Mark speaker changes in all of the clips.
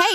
Speaker 1: Hey,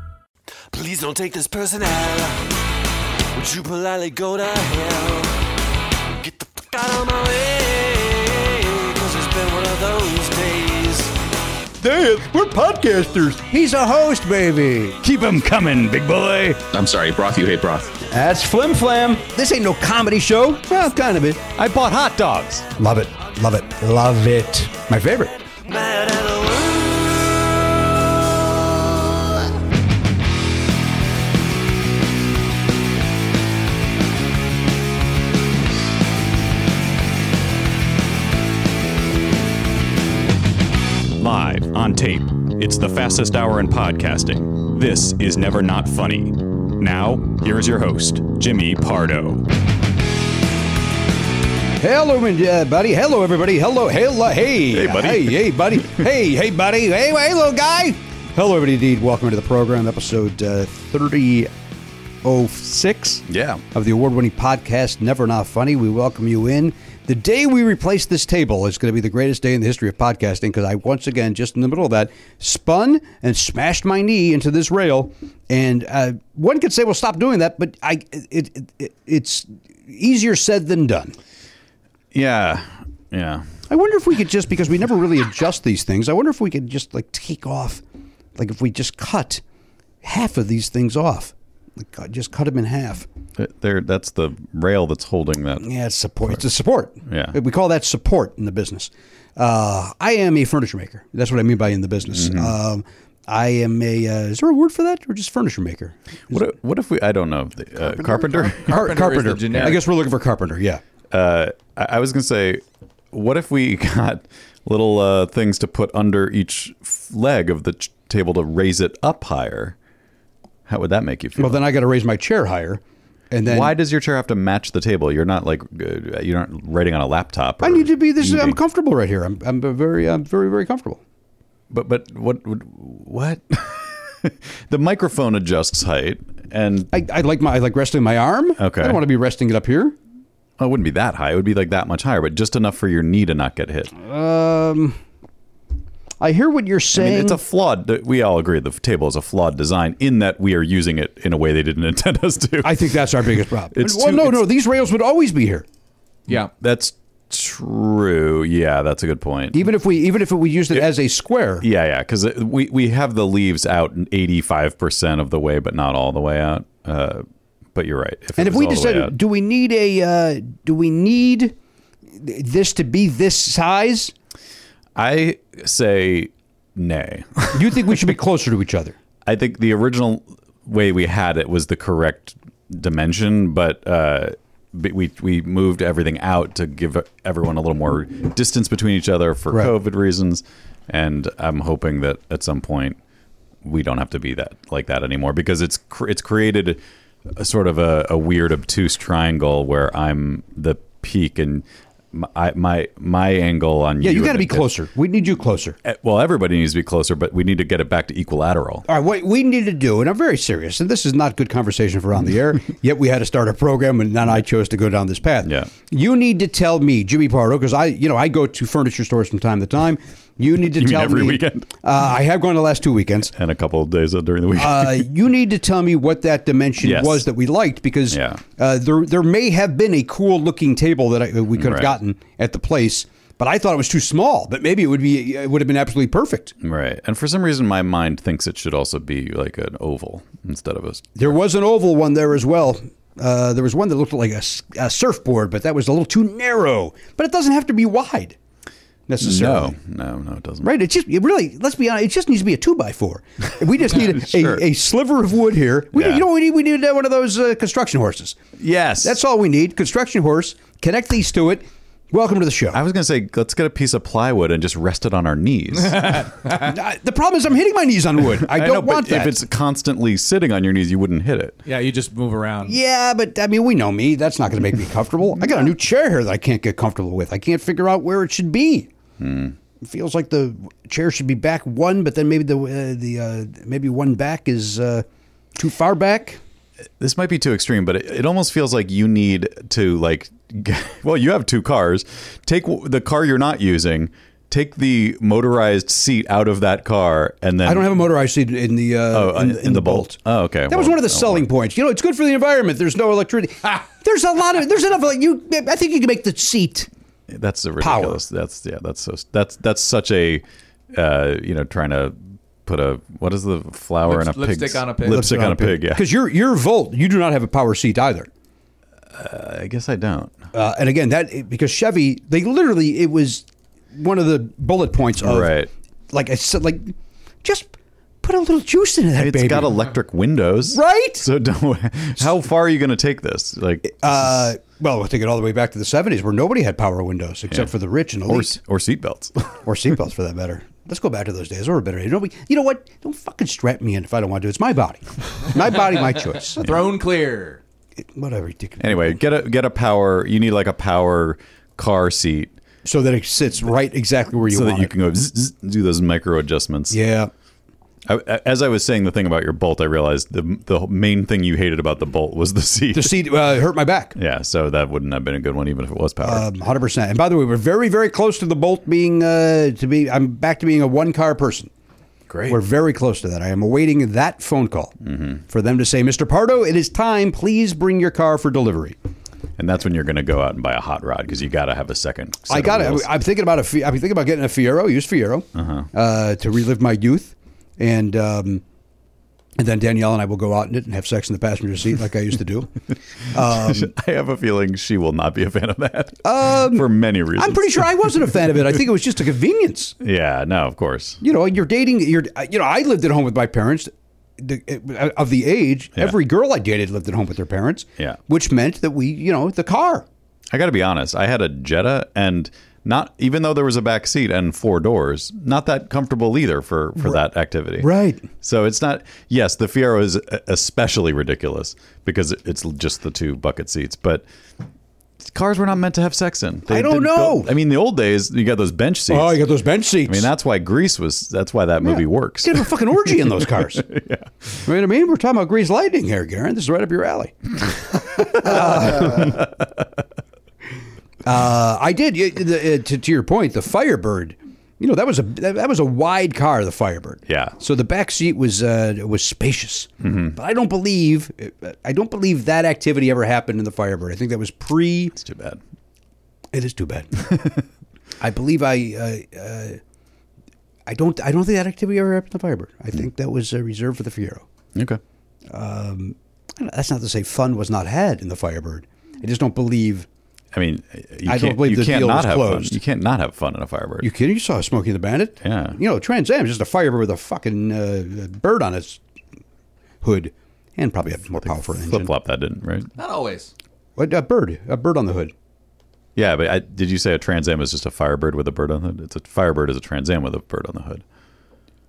Speaker 2: Please don't take this person out. Would you politely go to hell? Get the fuck out of my way. Cause it's been one of those days.
Speaker 3: Damn, we're podcasters.
Speaker 4: He's a host, baby.
Speaker 3: Keep 'em coming, big boy.
Speaker 5: I'm sorry, broth. You hate broth.
Speaker 4: That's Flim Flam. This ain't no comedy show. Well, kind of it.
Speaker 3: I bought hot dogs.
Speaker 4: Love it. Love it. Love it. My favorite.
Speaker 2: Mad at the world.
Speaker 6: Live on tape. It's the fastest hour in podcasting. This is Never Not Funny. Now, here is your host, Jimmy Pardo.
Speaker 4: Hello, my- uh, buddy. Hello, everybody. Hello. Hello. Hey.
Speaker 6: Hey, buddy.
Speaker 4: Hey, hey, buddy. hey, hey, buddy. Hey, hey, little guy. Hello, everybody. Indeed. Welcome to the program, episode uh, 3006.
Speaker 6: Yeah.
Speaker 4: of the award winning podcast Never Not Funny. We welcome you in. The day we replace this table is going to be the greatest day in the history of podcasting because I once again, just in the middle of that, spun and smashed my knee into this rail. And uh, one could say, well, stop doing that, but I it, it, it, it's easier said than done.
Speaker 6: Yeah. Yeah.
Speaker 4: I wonder if we could just, because we never really adjust these things, I wonder if we could just like take off, like if we just cut half of these things off, like uh, just cut them in half.
Speaker 7: There, that's the rail that's holding that.
Speaker 4: Yeah, it's support. It's a support.
Speaker 7: Yeah.
Speaker 4: we call that support in the business. Uh, I am a furniture maker. That's what I mean by in the business.
Speaker 7: Mm-hmm.
Speaker 4: Um, I am a. Uh, is there a word for that, or just furniture maker?
Speaker 7: What, if- what if we? I don't know. The, uh, carpenter.
Speaker 4: Car-
Speaker 7: is the generic-
Speaker 4: I guess we're looking for carpenter. Yeah.
Speaker 7: Uh, I, I was gonna say, what if we got little uh, things to put under each f- leg of the ch- table to raise it up higher? How would that make you feel?
Speaker 4: Well, then I got to raise my chair higher, and then
Speaker 7: Why does your chair have to match the table? You're not like uh, you're not writing on a laptop. Or
Speaker 4: I need to be this? I'm
Speaker 7: eating.
Speaker 4: comfortable right here. I'm. I'm a very. I'm very very comfortable.
Speaker 7: But but what would- what? the microphone adjusts height, and
Speaker 4: I, I like my. I like resting my arm.
Speaker 7: Okay.
Speaker 4: I don't want to be resting it up here.
Speaker 7: Well, it wouldn't be that high. It would be like that much higher, but just enough for your knee to not get hit.
Speaker 4: Um. I hear what you're
Speaker 7: I
Speaker 4: saying.
Speaker 7: mean, it's a flawed. We all agree the table is a flawed design in that we are using it in a way they didn't intend us to.
Speaker 4: I think that's our biggest problem.
Speaker 7: It's
Speaker 4: well,
Speaker 7: too-
Speaker 4: no,
Speaker 7: it's-
Speaker 4: no. These rails would always be here.
Speaker 5: Yeah.
Speaker 7: that's true. Yeah, that's a good point.
Speaker 4: even if we even if we used it as a square
Speaker 7: yeah, yeah, because we we have the leaves out eighty five percent of the way, but not all the way out. Uh, but you're right. it
Speaker 4: and if
Speaker 7: was
Speaker 4: we
Speaker 7: all the way out-
Speaker 4: decided do we need a uh, do we need th- this to be this size
Speaker 7: I say nay.
Speaker 4: you think we should be closer to each other
Speaker 7: I think the original way we had it was the correct dimension, but uh, b- we we moved everything out to give everyone a little more distance between each other for
Speaker 4: Right.
Speaker 7: COVID reasons. And I'm hoping that at some point we don't have to be that like that anymore because it's cr- it's created a sort of a, a weird obtuse triangle where I'm the peak and my my, my angle on
Speaker 4: Yeah, you,
Speaker 7: you
Speaker 4: got to
Speaker 7: and
Speaker 4: be
Speaker 7: it-
Speaker 4: closer. We need you closer.
Speaker 7: eh, well, everybody needs to be closer, but we need to get it back to equilateral.
Speaker 4: All right, what we need to do, and I'm very serious, and this is not good conversation for on the air, yet we had to start a program, and then I chose to go down this path.
Speaker 7: Yeah.
Speaker 4: You need to tell me, Jimmy Pardo, because I, you know, I go to furniture stores from time to time. You need to
Speaker 7: You mean
Speaker 4: tell
Speaker 7: every
Speaker 4: me.
Speaker 7: weekend?
Speaker 4: Uh, I have gone the last two weekends.
Speaker 7: And a couple of days during the week.
Speaker 4: Uh, you need to tell me what that dimension
Speaker 7: Yes.
Speaker 4: was that we liked because
Speaker 7: Yeah.
Speaker 4: uh, there there may have been a cool looking table that I, uh, we could have
Speaker 7: Right.
Speaker 4: gotten at the place, but I thought it was too small. But maybe it would be it would have been absolutely perfect.
Speaker 7: right. And for some reason, my mind thinks it should also be like an oval instead of a.
Speaker 4: There was an oval one there as well. Uh, there was one that looked like a, s- a surfboard, but that was a little too narrow. But it doesn't have to be wide necessarily.
Speaker 7: No, no, no, it doesn't.
Speaker 4: Oh. Right? It just it really. Let's be honest. It just needs to be a two by four. We just need a,
Speaker 7: Sure.
Speaker 4: a, a sliver of wood here. We,
Speaker 7: Yeah.
Speaker 4: You know, what we need we need one of those uh, construction horses.
Speaker 7: Yes.
Speaker 4: That's all we need. Construction horse. Connect these to it. Welcome to the show.
Speaker 7: I was going to say, let's get a piece of plywood and just rest it on our knees.
Speaker 4: Uh, the problem is I'm hitting my knees on wood. I don't
Speaker 7: know,
Speaker 4: want
Speaker 7: but
Speaker 4: that.
Speaker 7: If it's constantly sitting on your knees, you wouldn't hit it.
Speaker 8: Yeah, you just move around.
Speaker 4: yeah, but I mean, we know me. That's not going to make me comfortable. I got a new chair here that I can't get comfortable with. I can't figure out where it should be.
Speaker 7: Hmm.
Speaker 4: It feels like the chair should be back one, but then maybe the uh, the uh, maybe one back is uh, too far back.
Speaker 7: This might be too extreme, but it, it almost feels like you need to like. Well, you have two cars. Take w- the car you're not using. Take the motorized seat out of that car, and then
Speaker 4: I don't have a motorized seat in the uh,
Speaker 7: Oh,
Speaker 4: in,
Speaker 7: in- in the Bolt. Oh, okay.
Speaker 4: That was
Speaker 7: Well,
Speaker 4: one of the
Speaker 7: don't
Speaker 4: selling
Speaker 7: worry.
Speaker 4: points. You know, it's good for the environment. There's no electricity. There's a lot of there's enough like you. I think you can make the seat.
Speaker 7: That's a ridiculous. That's yeah. That's so. That's that's such a. Uh, you know, trying to put a what is the flower
Speaker 8: Lips-
Speaker 7: in a pig?
Speaker 8: lipstick on a pig.
Speaker 7: Lipstick on a pig. Yeah.
Speaker 4: Because your your Volt, you do not have a power seat either.
Speaker 7: I guess I don't.
Speaker 4: Uh, and again, that because Chevy, they literally it was one of the bullet points of
Speaker 7: Right.
Speaker 4: Like I said, like just put a little juice into that
Speaker 7: It's
Speaker 4: baby.
Speaker 7: got electric windows,
Speaker 4: Right?
Speaker 7: So don't. How far are you going to take this? Like, this
Speaker 4: uh,
Speaker 7: is-
Speaker 4: well, we'll take it all the way back to the '70s, where nobody had power windows except for the rich and elite.
Speaker 7: or s- or seatbelts.
Speaker 4: or seatbelts for that matter. Let's go back to those days. Or a better day. Nobody, you know what? Don't fucking strap me in if I don't want to. It's my body, my body, my choice.
Speaker 8: Throne clear.
Speaker 4: Whatever. you think.
Speaker 7: anyway, get a get a power. You need like a power car seat
Speaker 4: so that it sits right exactly where you
Speaker 7: so
Speaker 4: want
Speaker 7: that you
Speaker 4: it.
Speaker 7: can go zzz, zzz, do those micro adjustments.
Speaker 4: Yeah.
Speaker 7: I, as I was saying the thing about your bolt, I realized the the main thing you hated about the bolt was the seat.
Speaker 4: The seat uh, hurt my back.
Speaker 7: yeah, so that wouldn't have been a good one, even if it was power.
Speaker 4: Um, 100%. And by the way, we're very, very close to the Bolt being, uh, to be, I'm back to being a one car person.
Speaker 8: Great.
Speaker 4: We're very close to that. I am awaiting that phone call for them to say, Mr. Pardo, it is time. Please bring your car for delivery.
Speaker 7: and that's when you're going to go out and buy a hot rod because you got to have a second. set
Speaker 4: I
Speaker 7: of
Speaker 4: got it.
Speaker 7: wheels.
Speaker 4: I'm thinking about a. Fi- I'm thinking about getting a Fiero. Use Fiero uh to relive my youth, and um, and then Danielle and I will go out in it and have sex in the passenger seat like I used to do.
Speaker 7: I have a feeling she will not be a fan of that for many reasons.
Speaker 4: Um, I'm pretty sure I wasn't a fan of it. I think it was just a convenience.
Speaker 7: Yeah, no, of course.
Speaker 4: You know, you're dating. You're uh, you know, I lived at home with my parents. The, uh, of the age,
Speaker 7: Yeah.
Speaker 4: every girl I dated lived at home with their parents.
Speaker 7: Yeah.
Speaker 4: which meant that we, you know, the car.
Speaker 7: I got to be honest. I had a Jetta, and not even though there was a back seat and four doors, not that comfortable either for for that activity.
Speaker 4: Right.
Speaker 7: So it's not. Yes, the Fiero is e-, especially ridiculous because it's just the two bucket seats, but. Cars were not meant to have sex in. They
Speaker 4: I don't
Speaker 7: didn't
Speaker 4: know.
Speaker 7: build- I mean, the old days, you got those bench seats.
Speaker 4: Oh, you got those bench seats.
Speaker 7: I mean, that's why Grease was. That's why that movie works.
Speaker 4: Get a fucking orgy in those cars. yeah. You know what I mean? We're talking about grease lightning here, Garen. This is right up your alley. Uh, uh, I did. you- the- uh, to, to your point, the Firebird. You know that was a that, that was a wide car, the Firebird.
Speaker 7: Yeah.
Speaker 4: So the back seat was uh, was spacious, but I don't believe uh, I don't believe that activity ever happened in the Firebird. I think that was pre.
Speaker 7: It's too bad.
Speaker 4: It is too bad. I believe I. Uh, uh, I don't. I don't think that activity ever happened to Firebird. I
Speaker 7: Mm.
Speaker 4: think that was uh, reserved for the Fiero.
Speaker 7: Okay.
Speaker 4: I don't- That's not to say fun was not had in the Firebird. I just don't believe.
Speaker 7: I mean, you
Speaker 4: I don't
Speaker 7: can't,
Speaker 4: believe
Speaker 7: you
Speaker 4: the
Speaker 7: can't
Speaker 4: deal
Speaker 7: not
Speaker 4: was
Speaker 7: have
Speaker 4: closed.
Speaker 7: fun. You can't not have fun in a Firebird.
Speaker 4: You kidding? You saw Smokey the Bandit?
Speaker 7: Yeah.
Speaker 4: You know, Trans Am is just a Firebird with a fucking uh, bird on its hood, and probably a more powerful
Speaker 7: flip
Speaker 4: engine.
Speaker 7: flop that didn't right.
Speaker 8: Not always.
Speaker 4: What a bird! A bird on the hood.
Speaker 7: Yeah, but I, did you say a Trans Am is just a Firebird with a bird on the hood? It's a Firebird is a Trans Am with a bird on the hood.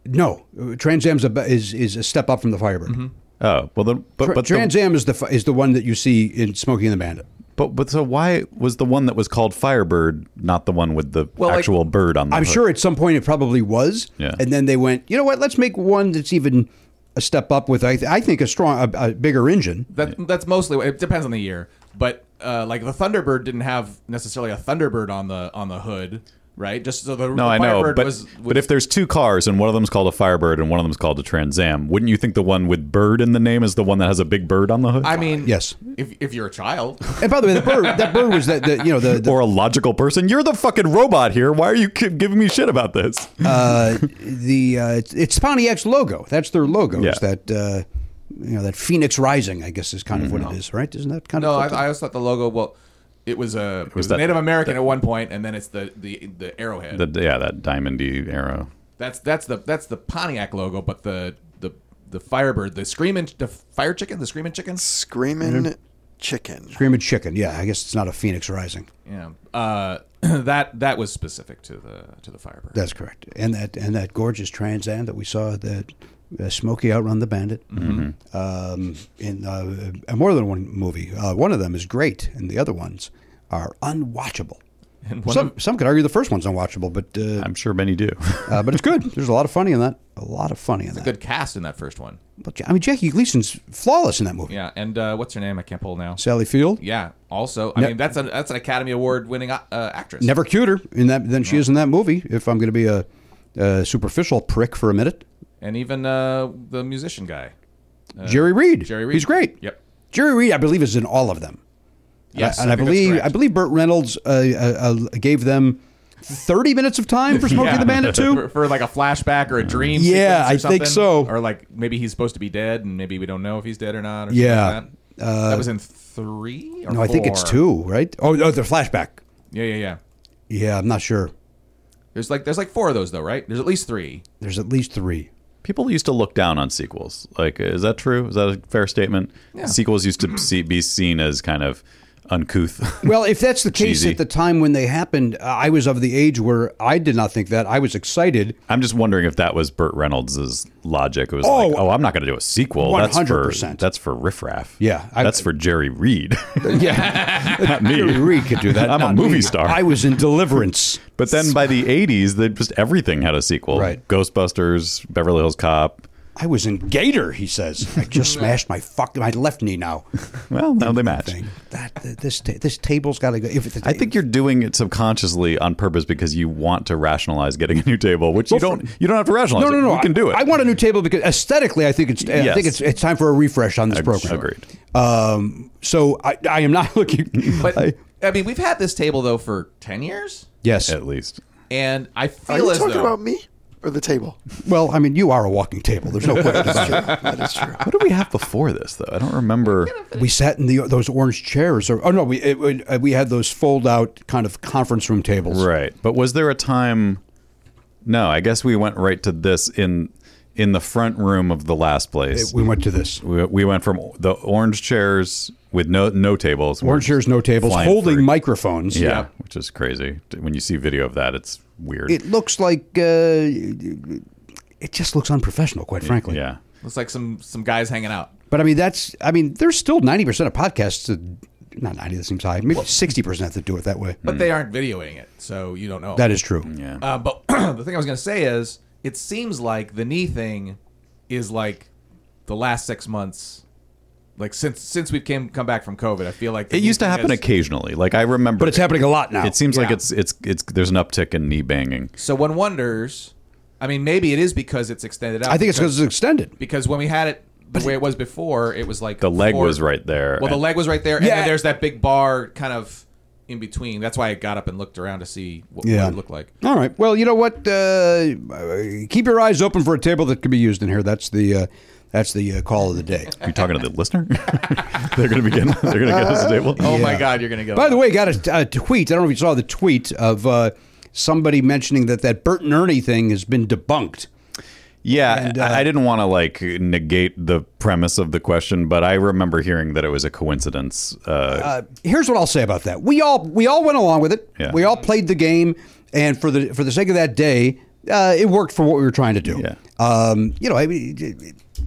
Speaker 4: No, uh, Trans Am's a, b- is is a step up from the Firebird.
Speaker 7: Oh well, then but
Speaker 4: Tra-
Speaker 7: but the-
Speaker 4: Trans Am is the fi- is the one that you see in Smokey and the Bandit.
Speaker 7: But but so why was the one that was called Firebird not the one with the
Speaker 4: like,
Speaker 7: actual bird on the
Speaker 4: I'm
Speaker 7: hood?
Speaker 4: sure at some point it probably was.
Speaker 7: Yeah.
Speaker 4: And then they went, you know what? Let's make one that's even a step up with, I, th- I think, a strong, a, a bigger engine.
Speaker 8: That that's mostly what- it depends on the year, but uh, like the Thunderbird didn't have necessarily a Thunderbird on the on the hood, right? Just so the the
Speaker 7: No, I know,
Speaker 8: Firebird
Speaker 7: but
Speaker 8: was, was
Speaker 7: but if there's two cars and one of them's called a Firebird and one of them's called a Trans Am, wouldn't you think the one with bird in the name is the one that has a big bird on the hood?
Speaker 8: I mean,
Speaker 4: yes.
Speaker 8: If if you're a child,
Speaker 4: And by the way, the bird, that bird was that, the, you know, the, the
Speaker 7: or a logical person, you're the fucking robot here. Why are you ki- giving me shit about this?
Speaker 4: uh, the uh, it's- it's Pontiac's logo. That's their logo. It's
Speaker 7: Yeah.
Speaker 4: that uh, you know that phoenix rising. I guess is kind of
Speaker 7: Mm-hmm.
Speaker 4: what it is, right? Isn't that kind
Speaker 8: no, I,
Speaker 4: of?
Speaker 8: I always thought the logo. Well, it was a it was
Speaker 7: that-
Speaker 8: Native American at one point, and then it's the the the arrowhead.
Speaker 7: The, yeah, that diamondy arrow.
Speaker 8: that's that's the that's the Pontiac logo, but the the the Firebird, the screaming the fire chicken, the screaming chicken,
Speaker 9: Screaming chicken.
Speaker 4: Screaming chicken. Yeah, I guess it's not a phoenix rising.
Speaker 8: Yeah, uh, that that was specific to the to the Firebird.
Speaker 4: That's correct. And that and that gorgeous Trans Am that we saw that uh, Smokey outrun the Bandit um, in uh, uh, more than one movie. Uh, one of them is great, and the other ones are unwatchable.
Speaker 8: And one
Speaker 4: Some some could argue the first one's unwatchable, but uh,
Speaker 7: I'm sure many do.
Speaker 4: uh, but it's good. There's a lot of funny in that. A lot of funny in that.
Speaker 8: good cast in that first one.
Speaker 4: But I mean, Jackie Gleason's flawless in that movie.
Speaker 8: Yeah, and uh, what's her name? I can't pull now.
Speaker 4: Sally Field,
Speaker 8: Yeah. Also, I
Speaker 4: Ne-
Speaker 8: mean that's an that's an Academy Award winning uh, actress.
Speaker 4: never cuter in that than she is in that movie. If I'm going to be a, a superficial prick for a minute,
Speaker 8: And even uh, the musician guy, uh,
Speaker 4: Jerry Reed.
Speaker 8: Jerry Reed.
Speaker 4: He's great.
Speaker 8: Yep.
Speaker 4: Jerry Reed, I believe, is in all of them.
Speaker 8: Yes,
Speaker 4: and I,
Speaker 8: think that's
Speaker 4: believe
Speaker 8: correct.
Speaker 4: I believe Burt Reynolds uh, uh, uh, gave them 30 minutes of time for Smokey
Speaker 8: Yeah.
Speaker 4: the Bandit
Speaker 8: for,
Speaker 4: too.
Speaker 8: for like a flashback or a dream.
Speaker 4: Yeah,
Speaker 8: sequence or
Speaker 4: I think
Speaker 8: something.
Speaker 4: so.
Speaker 8: Or like maybe he's supposed to be dead, and maybe we don't know if he's dead or not. Or
Speaker 4: Yeah. Uh,
Speaker 8: something like that. that was in three. Or
Speaker 4: No, I think it's
Speaker 8: four?
Speaker 4: two, right? Oh, no, the flashback.
Speaker 8: Yeah, yeah, yeah.
Speaker 4: Yeah, I'm not sure.
Speaker 8: There's like there's like four of those though, right? There's at least three.
Speaker 4: There's at least three.
Speaker 7: People used to look down on sequels. Like, is that true? Is that a fair statement? Sequels used to see, be seen as kind of uncouth.
Speaker 4: Well, if that's the case
Speaker 7: Cheesy.
Speaker 4: at the time when they happened, I was of the age where I did not think that. I was excited.
Speaker 7: I'm just wondering if that was Burt Reynolds' logic. It was like,
Speaker 4: Oh,
Speaker 7: oh, I'm not going to do a sequel. That's for
Speaker 4: 100%.
Speaker 7: that's for riffraff.
Speaker 4: Yeah, I-
Speaker 7: that's for Jerry Reed.
Speaker 4: Yeah,
Speaker 7: not me.
Speaker 4: Jerry Reed could do that.
Speaker 7: I'm a
Speaker 4: not
Speaker 7: movie
Speaker 4: me.
Speaker 7: star.
Speaker 4: I was in Deliverance.
Speaker 7: but then by the 80s, they just everything had a sequel.
Speaker 4: Right.
Speaker 7: Ghostbusters, Beverly Hills Cop.
Speaker 4: I was in Gator. He says, "I just smashed my fuck my left knee now."
Speaker 7: Well, now they match.
Speaker 4: Thing. That this ta- this table's got to go. If it's,
Speaker 7: I think you're doing it subconsciously on purpose because you want to rationalize getting a new table, which you
Speaker 4: Well,
Speaker 7: don't. You don't have to rationalize.
Speaker 4: no, no,
Speaker 7: it.
Speaker 4: no.
Speaker 7: You can do it.
Speaker 4: I, I want a new table because aesthetically, I think it's I
Speaker 7: Yes.
Speaker 4: think it's it's time for a refresh on this
Speaker 7: Ag-
Speaker 4: program.
Speaker 7: agreed.
Speaker 4: Um, so I, I am not looking.
Speaker 8: But I,
Speaker 4: I-
Speaker 8: mean, we've had this table though for ten years,
Speaker 4: yes.
Speaker 7: at least.
Speaker 8: and I feel
Speaker 9: Are you
Speaker 8: as
Speaker 9: talking
Speaker 8: though
Speaker 9: about me or the table?
Speaker 4: Well, I mean, you are a walking table. There's no question about it.
Speaker 9: That is true.
Speaker 7: What did we have before this though? I don't remember.
Speaker 4: We sat in the those orange chairs. Or, oh no, we it, we- uh, we had those fold out kind of conference room tables.
Speaker 7: Right. But was there a time No, I guess we went right to this in in the front room of the last place.
Speaker 4: We went to this.
Speaker 7: we, we went from the orange chairs with no no tables.
Speaker 4: Orange chairs, no tables,
Speaker 7: Flying
Speaker 4: holding
Speaker 7: fruit.
Speaker 4: microphones.
Speaker 7: Yeah, which is crazy. When you see video of that, it's weird.
Speaker 4: It looks like uh, it just looks unprofessional, quite frankly.
Speaker 7: yeah.
Speaker 8: looks like some some guys hanging out.
Speaker 4: But I mean, that's I mean, there's still ninety percent of podcasts that not ninety that seems high, maybe sixty percent that do it that way.
Speaker 8: But they aren't videoing it, so you don't know.
Speaker 4: that is true.
Speaker 7: Yeah.
Speaker 8: Uh, but the thing I was going to say is, it seems like the knee thing is like the last six months, like since since we've came come back from COVID. I feel like the
Speaker 7: It
Speaker 8: knee
Speaker 7: used to
Speaker 8: thing
Speaker 7: happen
Speaker 8: has-
Speaker 7: occasionally. Like I remember
Speaker 4: But it's happening a lot now.
Speaker 7: It seems like
Speaker 8: Yeah.
Speaker 7: it's it's it's there's an uptick in knee banging.
Speaker 8: So one wonders. I mean, maybe it is because it's extended out.
Speaker 4: I think it's because it's extended.
Speaker 8: because when we had it the way it was before, it was like
Speaker 7: The leg
Speaker 8: four-
Speaker 7: was right there.
Speaker 8: Well, the
Speaker 7: and-
Speaker 8: leg was right there, and
Speaker 4: Yeah.
Speaker 8: then there's that big bar kind of in between. That's why I got up and looked around to see what,
Speaker 4: Yeah.
Speaker 8: what it looked like.
Speaker 4: All right. Well, you know what? Uh, keep your eyes open for a table that can be used in here. That's the uh, that's the uh, call of the day.
Speaker 7: You're talking to the listener. they're gonna begin. They're gonna get us a table.
Speaker 8: Oh my
Speaker 4: Yeah.
Speaker 8: God, you're gonna go.
Speaker 4: By the way, got a, a tweet. I don't know if you saw the tweet of uh, somebody mentioning that that Bert and Ernie thing has been debunked.
Speaker 7: Yeah,
Speaker 4: And,
Speaker 7: I-
Speaker 4: uh,
Speaker 7: I didn't want to like negate the premise of the question, but I remember hearing that it was a coincidence. Uh,
Speaker 4: Uh, here's what I'll say about that. We all we all went along with it.
Speaker 7: Yeah.
Speaker 4: We all played the game, and for the for the sake of that day, uh, it worked for what we were trying to do.
Speaker 7: Yeah.
Speaker 4: Um, you know, I mean,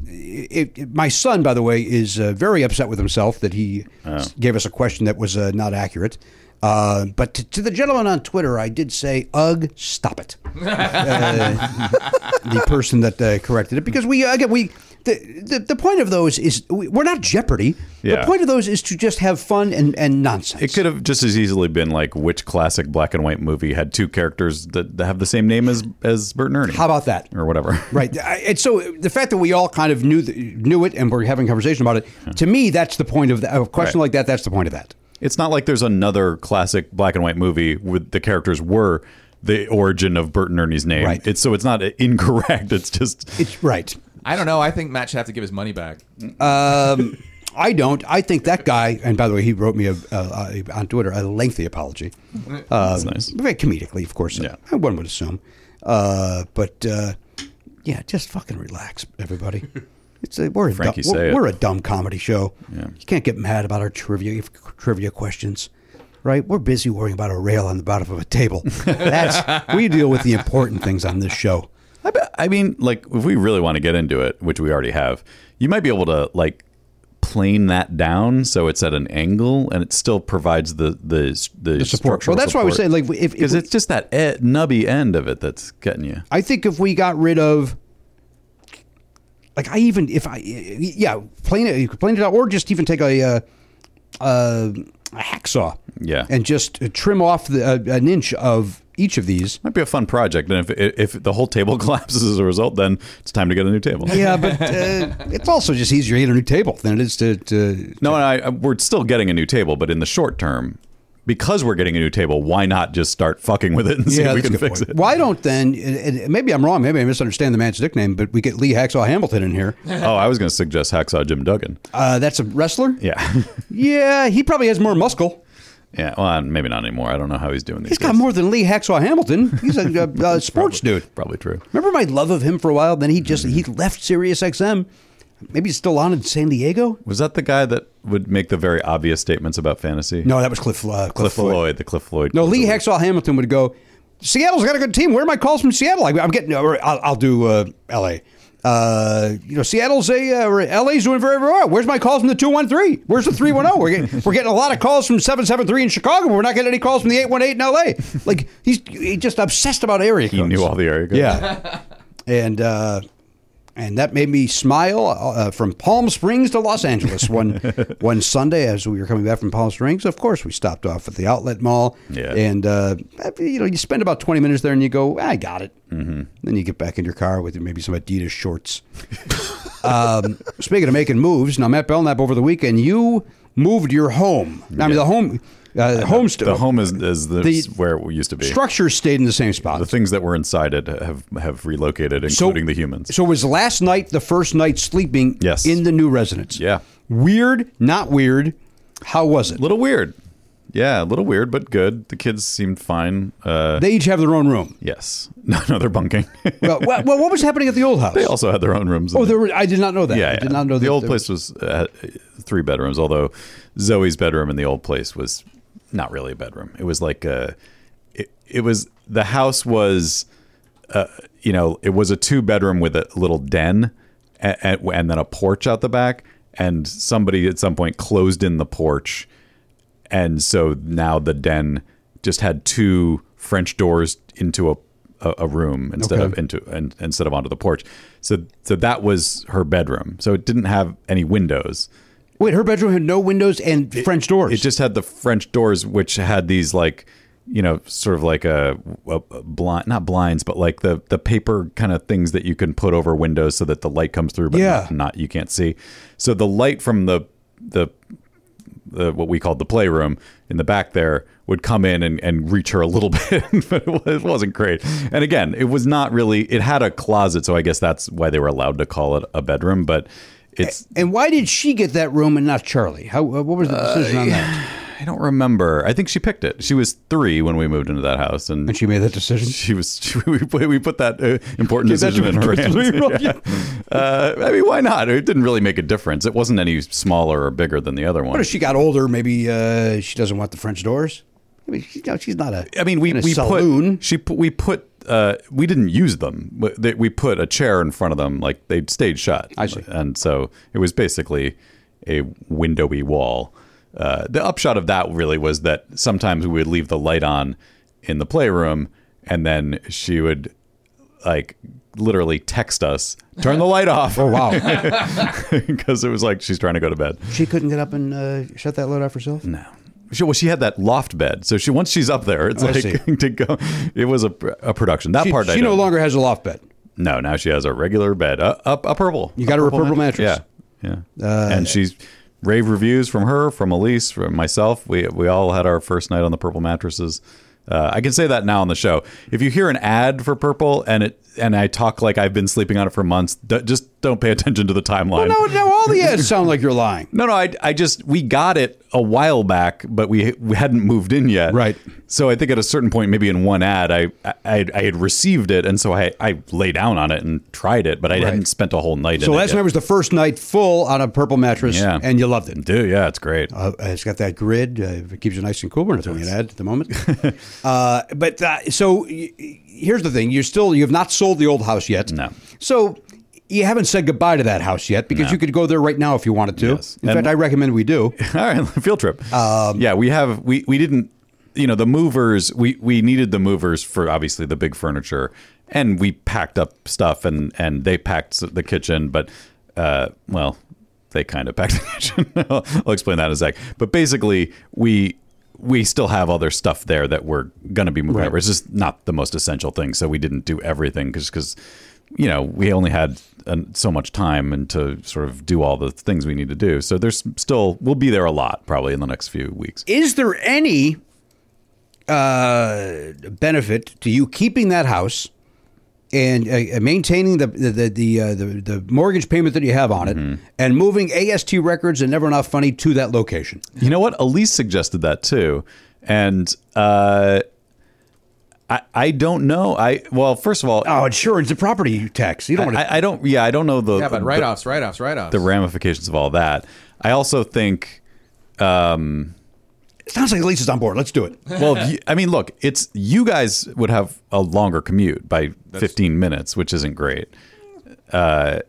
Speaker 4: it, it- my son, by the way, is uh, very upset with himself that he
Speaker 7: Oh.
Speaker 4: s- gave us a question that was uh, not accurate. Uh, but to, to the gentleman on Twitter, I did say, "Ugh, stop it." Uh, the person that uh, corrected it, because we again we the, the, the point of those is we, we're not Jeopardy.
Speaker 7: Yeah.
Speaker 4: The point of those is to just have fun and, and nonsense.
Speaker 7: It could have just as easily been like which classic black and white movie had two characters that, that have the same name as as Bert and Ernie. How
Speaker 4: about that?
Speaker 7: Or whatever.
Speaker 4: Right. I- And so the fact that we all kind of knew th- knew it and we're having a conversation about it, to me, that's the point of the, a question like that. That's the point of that.
Speaker 7: It's not like there's another classic black and white movie with the characters were the origin of Bert and Ernie's name.
Speaker 8: Right.
Speaker 7: It's so it's not incorrect. It's just
Speaker 4: it's right.
Speaker 8: I don't know. I think Matt should have to give his money back.
Speaker 4: Um, I don't. I think that guy, and by the way, he wrote me a, a, a, on Twitter a lengthy apology. Um,
Speaker 7: That's nice.
Speaker 4: Very comedically, of course. Yeah. One would assume. Uh, but uh, yeah, just fucking relax, everybody. It's a, we're, a dumb,
Speaker 7: Frankie, say
Speaker 4: we're,
Speaker 7: it.
Speaker 4: we're a dumb comedy show.
Speaker 7: Yeah.
Speaker 4: You can't get mad about our trivia trivia questions, right? We're busy worrying about a rail on the bottom of a table. That's we deal with the important things on this show.
Speaker 7: I, bet, I mean, like, if we really want to get into it, which we already have, you might be able to like plane that down so it's at an angle and it still provides the the the,
Speaker 4: support. Well, that's why I was saying, like, if- if
Speaker 7: because
Speaker 4: we-
Speaker 7: it's just that e- nubby end of it that's getting you.
Speaker 4: I think if we got rid of, like, I even if I, yeah, plane it, you could plane it out, or just even take a, uh, uh, a hacksaw,
Speaker 7: Yeah.
Speaker 4: and just trim off the, uh, an inch of each of these.
Speaker 7: Might be a fun project, and if if the whole table collapses as a result, then it's time to get a new table.
Speaker 4: Yeah, but uh, it's also just easier to get a new table than it is to. to
Speaker 7: No, and I, I- we're still getting a new table, but in the short term, because we're getting a new table, why not just start fucking with it and see if we
Speaker 4: that's a
Speaker 7: can
Speaker 4: good
Speaker 7: fix
Speaker 4: point.
Speaker 7: it?
Speaker 4: Why don't then? And and maybe I'm wrong. Maybe I misunderstand the man's nickname, but we get Lee Hacksaw Hamilton in here.
Speaker 7: oh, I was going to suggest Hacksaw Jim Duggan.
Speaker 4: Uh, that's a wrestler.
Speaker 7: Yeah.
Speaker 4: Yeah, he probably has more muscle.
Speaker 7: Yeah, well, maybe not anymore. I don't know how he's doing these
Speaker 4: He's got more than Lee Hacksaw Hamilton. He's a, a, a sports dude.
Speaker 7: Probably true.
Speaker 4: Remember my love of him for a while. Then he just he left Sirius XM. Maybe he's still on in San Diego.
Speaker 7: Was that the guy that would make the very obvious statements about fantasy?
Speaker 4: No, that was Cliff. Uh, Cliff,
Speaker 7: Cliff Floyd.
Speaker 4: Floyd.
Speaker 7: the Cliff Floyd.
Speaker 4: No, Lee Hacksaw Hamilton would go. Seattle's got a good team. Where are my calls from Seattle? I, I'm getting. Or I'll, I'll do uh, L.A. Uh, you know, Seattle's a uh, or L.A.'s doing very very well. Where's my calls from the two one three? Where's the three one zero? We're getting we're getting a lot of calls from seven seven three in Chicago. But we're not getting any calls from the eight one eight in L.A. Like he's he just obsessed about area
Speaker 7: He
Speaker 4: codes.
Speaker 7: knew all the area codes.
Speaker 4: Yeah. and uh, and that made me smile uh, from Palm Springs to Los Angeles one one Sunday as we were coming back from Palm Springs. Of course, we stopped off at the outlet mall.
Speaker 7: Yeah.
Speaker 4: And uh, you know, you spend about twenty minutes there, and you go, I got it.
Speaker 7: hmm
Speaker 4: Then you get back in your car with maybe some Adidas shorts. um, speaking of making moves, now Matt Belknap over the weekend, you moved your home. I mean, the home, uh, the home, st-
Speaker 7: The home is, is the,
Speaker 4: The
Speaker 7: where it used to be.
Speaker 4: structures stayed in the same spot.
Speaker 7: The things that were inside it have, have relocated, including the humans.
Speaker 4: So was last night the first night sleeping
Speaker 7: Yes.
Speaker 4: in the new residence?
Speaker 7: Yeah.
Speaker 4: Weird, not weird. How was it?
Speaker 7: little weird. Yeah, a little weird, but good. The kids seemed fine. Uh,
Speaker 4: They each have their own room.
Speaker 7: yes. No, no, they're bunking.
Speaker 4: well, well, well, what was happening at the old house?
Speaker 7: they also had their own rooms. in
Speaker 4: Oh,
Speaker 7: there.
Speaker 4: there were, I did not know that.
Speaker 7: Yeah,
Speaker 4: I did
Speaker 7: yeah.
Speaker 4: not know
Speaker 7: the
Speaker 4: that
Speaker 7: old
Speaker 4: there-
Speaker 7: place was uh, three bedrooms. Although Zoe's bedroom in the old place was not really a bedroom. It was like a, it, it was the house was, uh, you know, it was a two bedroom with a little den, and, and, and then a porch out the back. And somebody at some point closed in the porch, and so now the den just had two French doors into a a, a room instead
Speaker 4: Okay.
Speaker 7: of into and instead of onto the porch. So so that was her bedroom. So it didn't have any windows.
Speaker 4: Wait, her bedroom had no windows and French doors.
Speaker 7: It just had the French doors, which had these like you know sort of like a, a blind not blinds but like the the paper kind of things that you can put over windows so that the light comes through but
Speaker 4: Yeah.
Speaker 7: not, not you can't see so the light from the the the, what we called the playroom in the back there would come in and, and reach her a little bit, but it, was, it wasn't great. And again, it was not really, it had a closet. So I guess that's why they were allowed to call it a bedroom, but it's,
Speaker 4: and why did she get that room and not Charlie? How? uh, What was the decision on that?
Speaker 7: I don't remember. I think she picked it. She was three when we moved into that house. And,
Speaker 4: she made that decision.
Speaker 7: She was, she, we, put- we put that uh, important
Speaker 4: Gave that
Speaker 7: decision
Speaker 4: to
Speaker 7: in her
Speaker 4: a
Speaker 7: hands.
Speaker 4: three-year-old,
Speaker 7: Yeah. Uh, I mean, why not? It didn't really make a difference. It wasn't any smaller or bigger than the other one.
Speaker 4: What if she got older? Maybe uh, she doesn't want the French doors. I mean, she, no, she's not a.
Speaker 7: I mean, we
Speaker 4: in a
Speaker 7: we
Speaker 4: saloon.
Speaker 7: put she put, we put uh, we didn't use them. but they- We put a chair in front of them, like they stage shot. I see, and so it was basically a windowy wall. Uh, the upshot of that really was that sometimes we would leave the light on in the playroom, and then she would like literally text us, "Turn the light off." Oh
Speaker 4: wow!
Speaker 7: Because it was like she's trying to go to bed.
Speaker 4: She couldn't get up and uh, shut that load off herself.
Speaker 7: No. She, well, she had that loft bed, so she once she's up there, it's
Speaker 4: I see.
Speaker 7: like to go. It was a, pr- a production. That
Speaker 4: She-
Speaker 7: part I
Speaker 4: she no
Speaker 7: don't-
Speaker 4: longer has a loft bed.
Speaker 7: No, now she has a regular bed, a, a, a purple.
Speaker 4: You got her a purple mattress.
Speaker 7: Yeah, yeah.
Speaker 4: Uh,
Speaker 7: and she's rave reviews from her, from Elise, from myself. We we all had our first night on the purple mattresses. Uh, I can say that now on the show. If you hear an ad for purple and it and I talk like I've been sleeping on it for months, d- just don't pay attention to the timeline.
Speaker 4: No, now all the ads sound like you're lying.
Speaker 7: No, no, I, I just we got it a while back, but we we hadn't moved in yet. Right. So I think at a certain point, maybe in one ad, I I, I had received it, and so I I lay down on it and tried it, but I
Speaker 4: Right.
Speaker 7: hadn't spent a whole night.
Speaker 4: So
Speaker 7: in
Speaker 4: last
Speaker 7: it
Speaker 4: night was the first night full on a purple mattress,
Speaker 7: Yeah.
Speaker 4: and you loved it.
Speaker 7: Dude, yeah, it's great.
Speaker 4: Uh, it's got that grid. Uh, it keeps you nice and cool. We're not throwing an ad at the moment. uh, but uh, so y- y- here's the thing: you're still you have not sold the old house yet. No. So you haven't said goodbye to that house yet because
Speaker 7: No.
Speaker 4: you could go there right now if you wanted to. In
Speaker 7: And-
Speaker 4: fact, I recommend we do.
Speaker 7: All right, field trip. yeah, we have we we didn't you know the movers we we needed the movers for obviously the big furniture and we packed up stuff and and they packed the kitchen but uh well they kind of packed the kitchen I'll, I'll explain that in a sec but basically we we still have other stuff there that we're going to be moving over it's just not the most essential thing so we didn't do everything because because you know, we only had an, so much time and to sort of do all the things we need to do. So there's still, we'll be there a lot probably in the next few weeks.
Speaker 4: Is there any uh, benefit to you keeping that house and uh, maintaining the the the the, uh, the the mortgage payment that you have on it, and moving AST Records and Never Not Funny to that location?
Speaker 7: You know what? Elise suggested that too, and uh, I I don't know. I well, first of all,
Speaker 4: oh, insurance, the property tax. You
Speaker 7: don't want to. I, I don't. Yeah, I don't know the
Speaker 8: yeah, but
Speaker 7: the-
Speaker 8: write offs, write offs, write offs.
Speaker 7: the ramifications of all that. I also think. Um,
Speaker 4: Sounds like Lisa's on board. Let's do it.
Speaker 7: Well, y- I mean, look, it's you guys would have a longer commute by 15 minutes, which isn't great. Uh,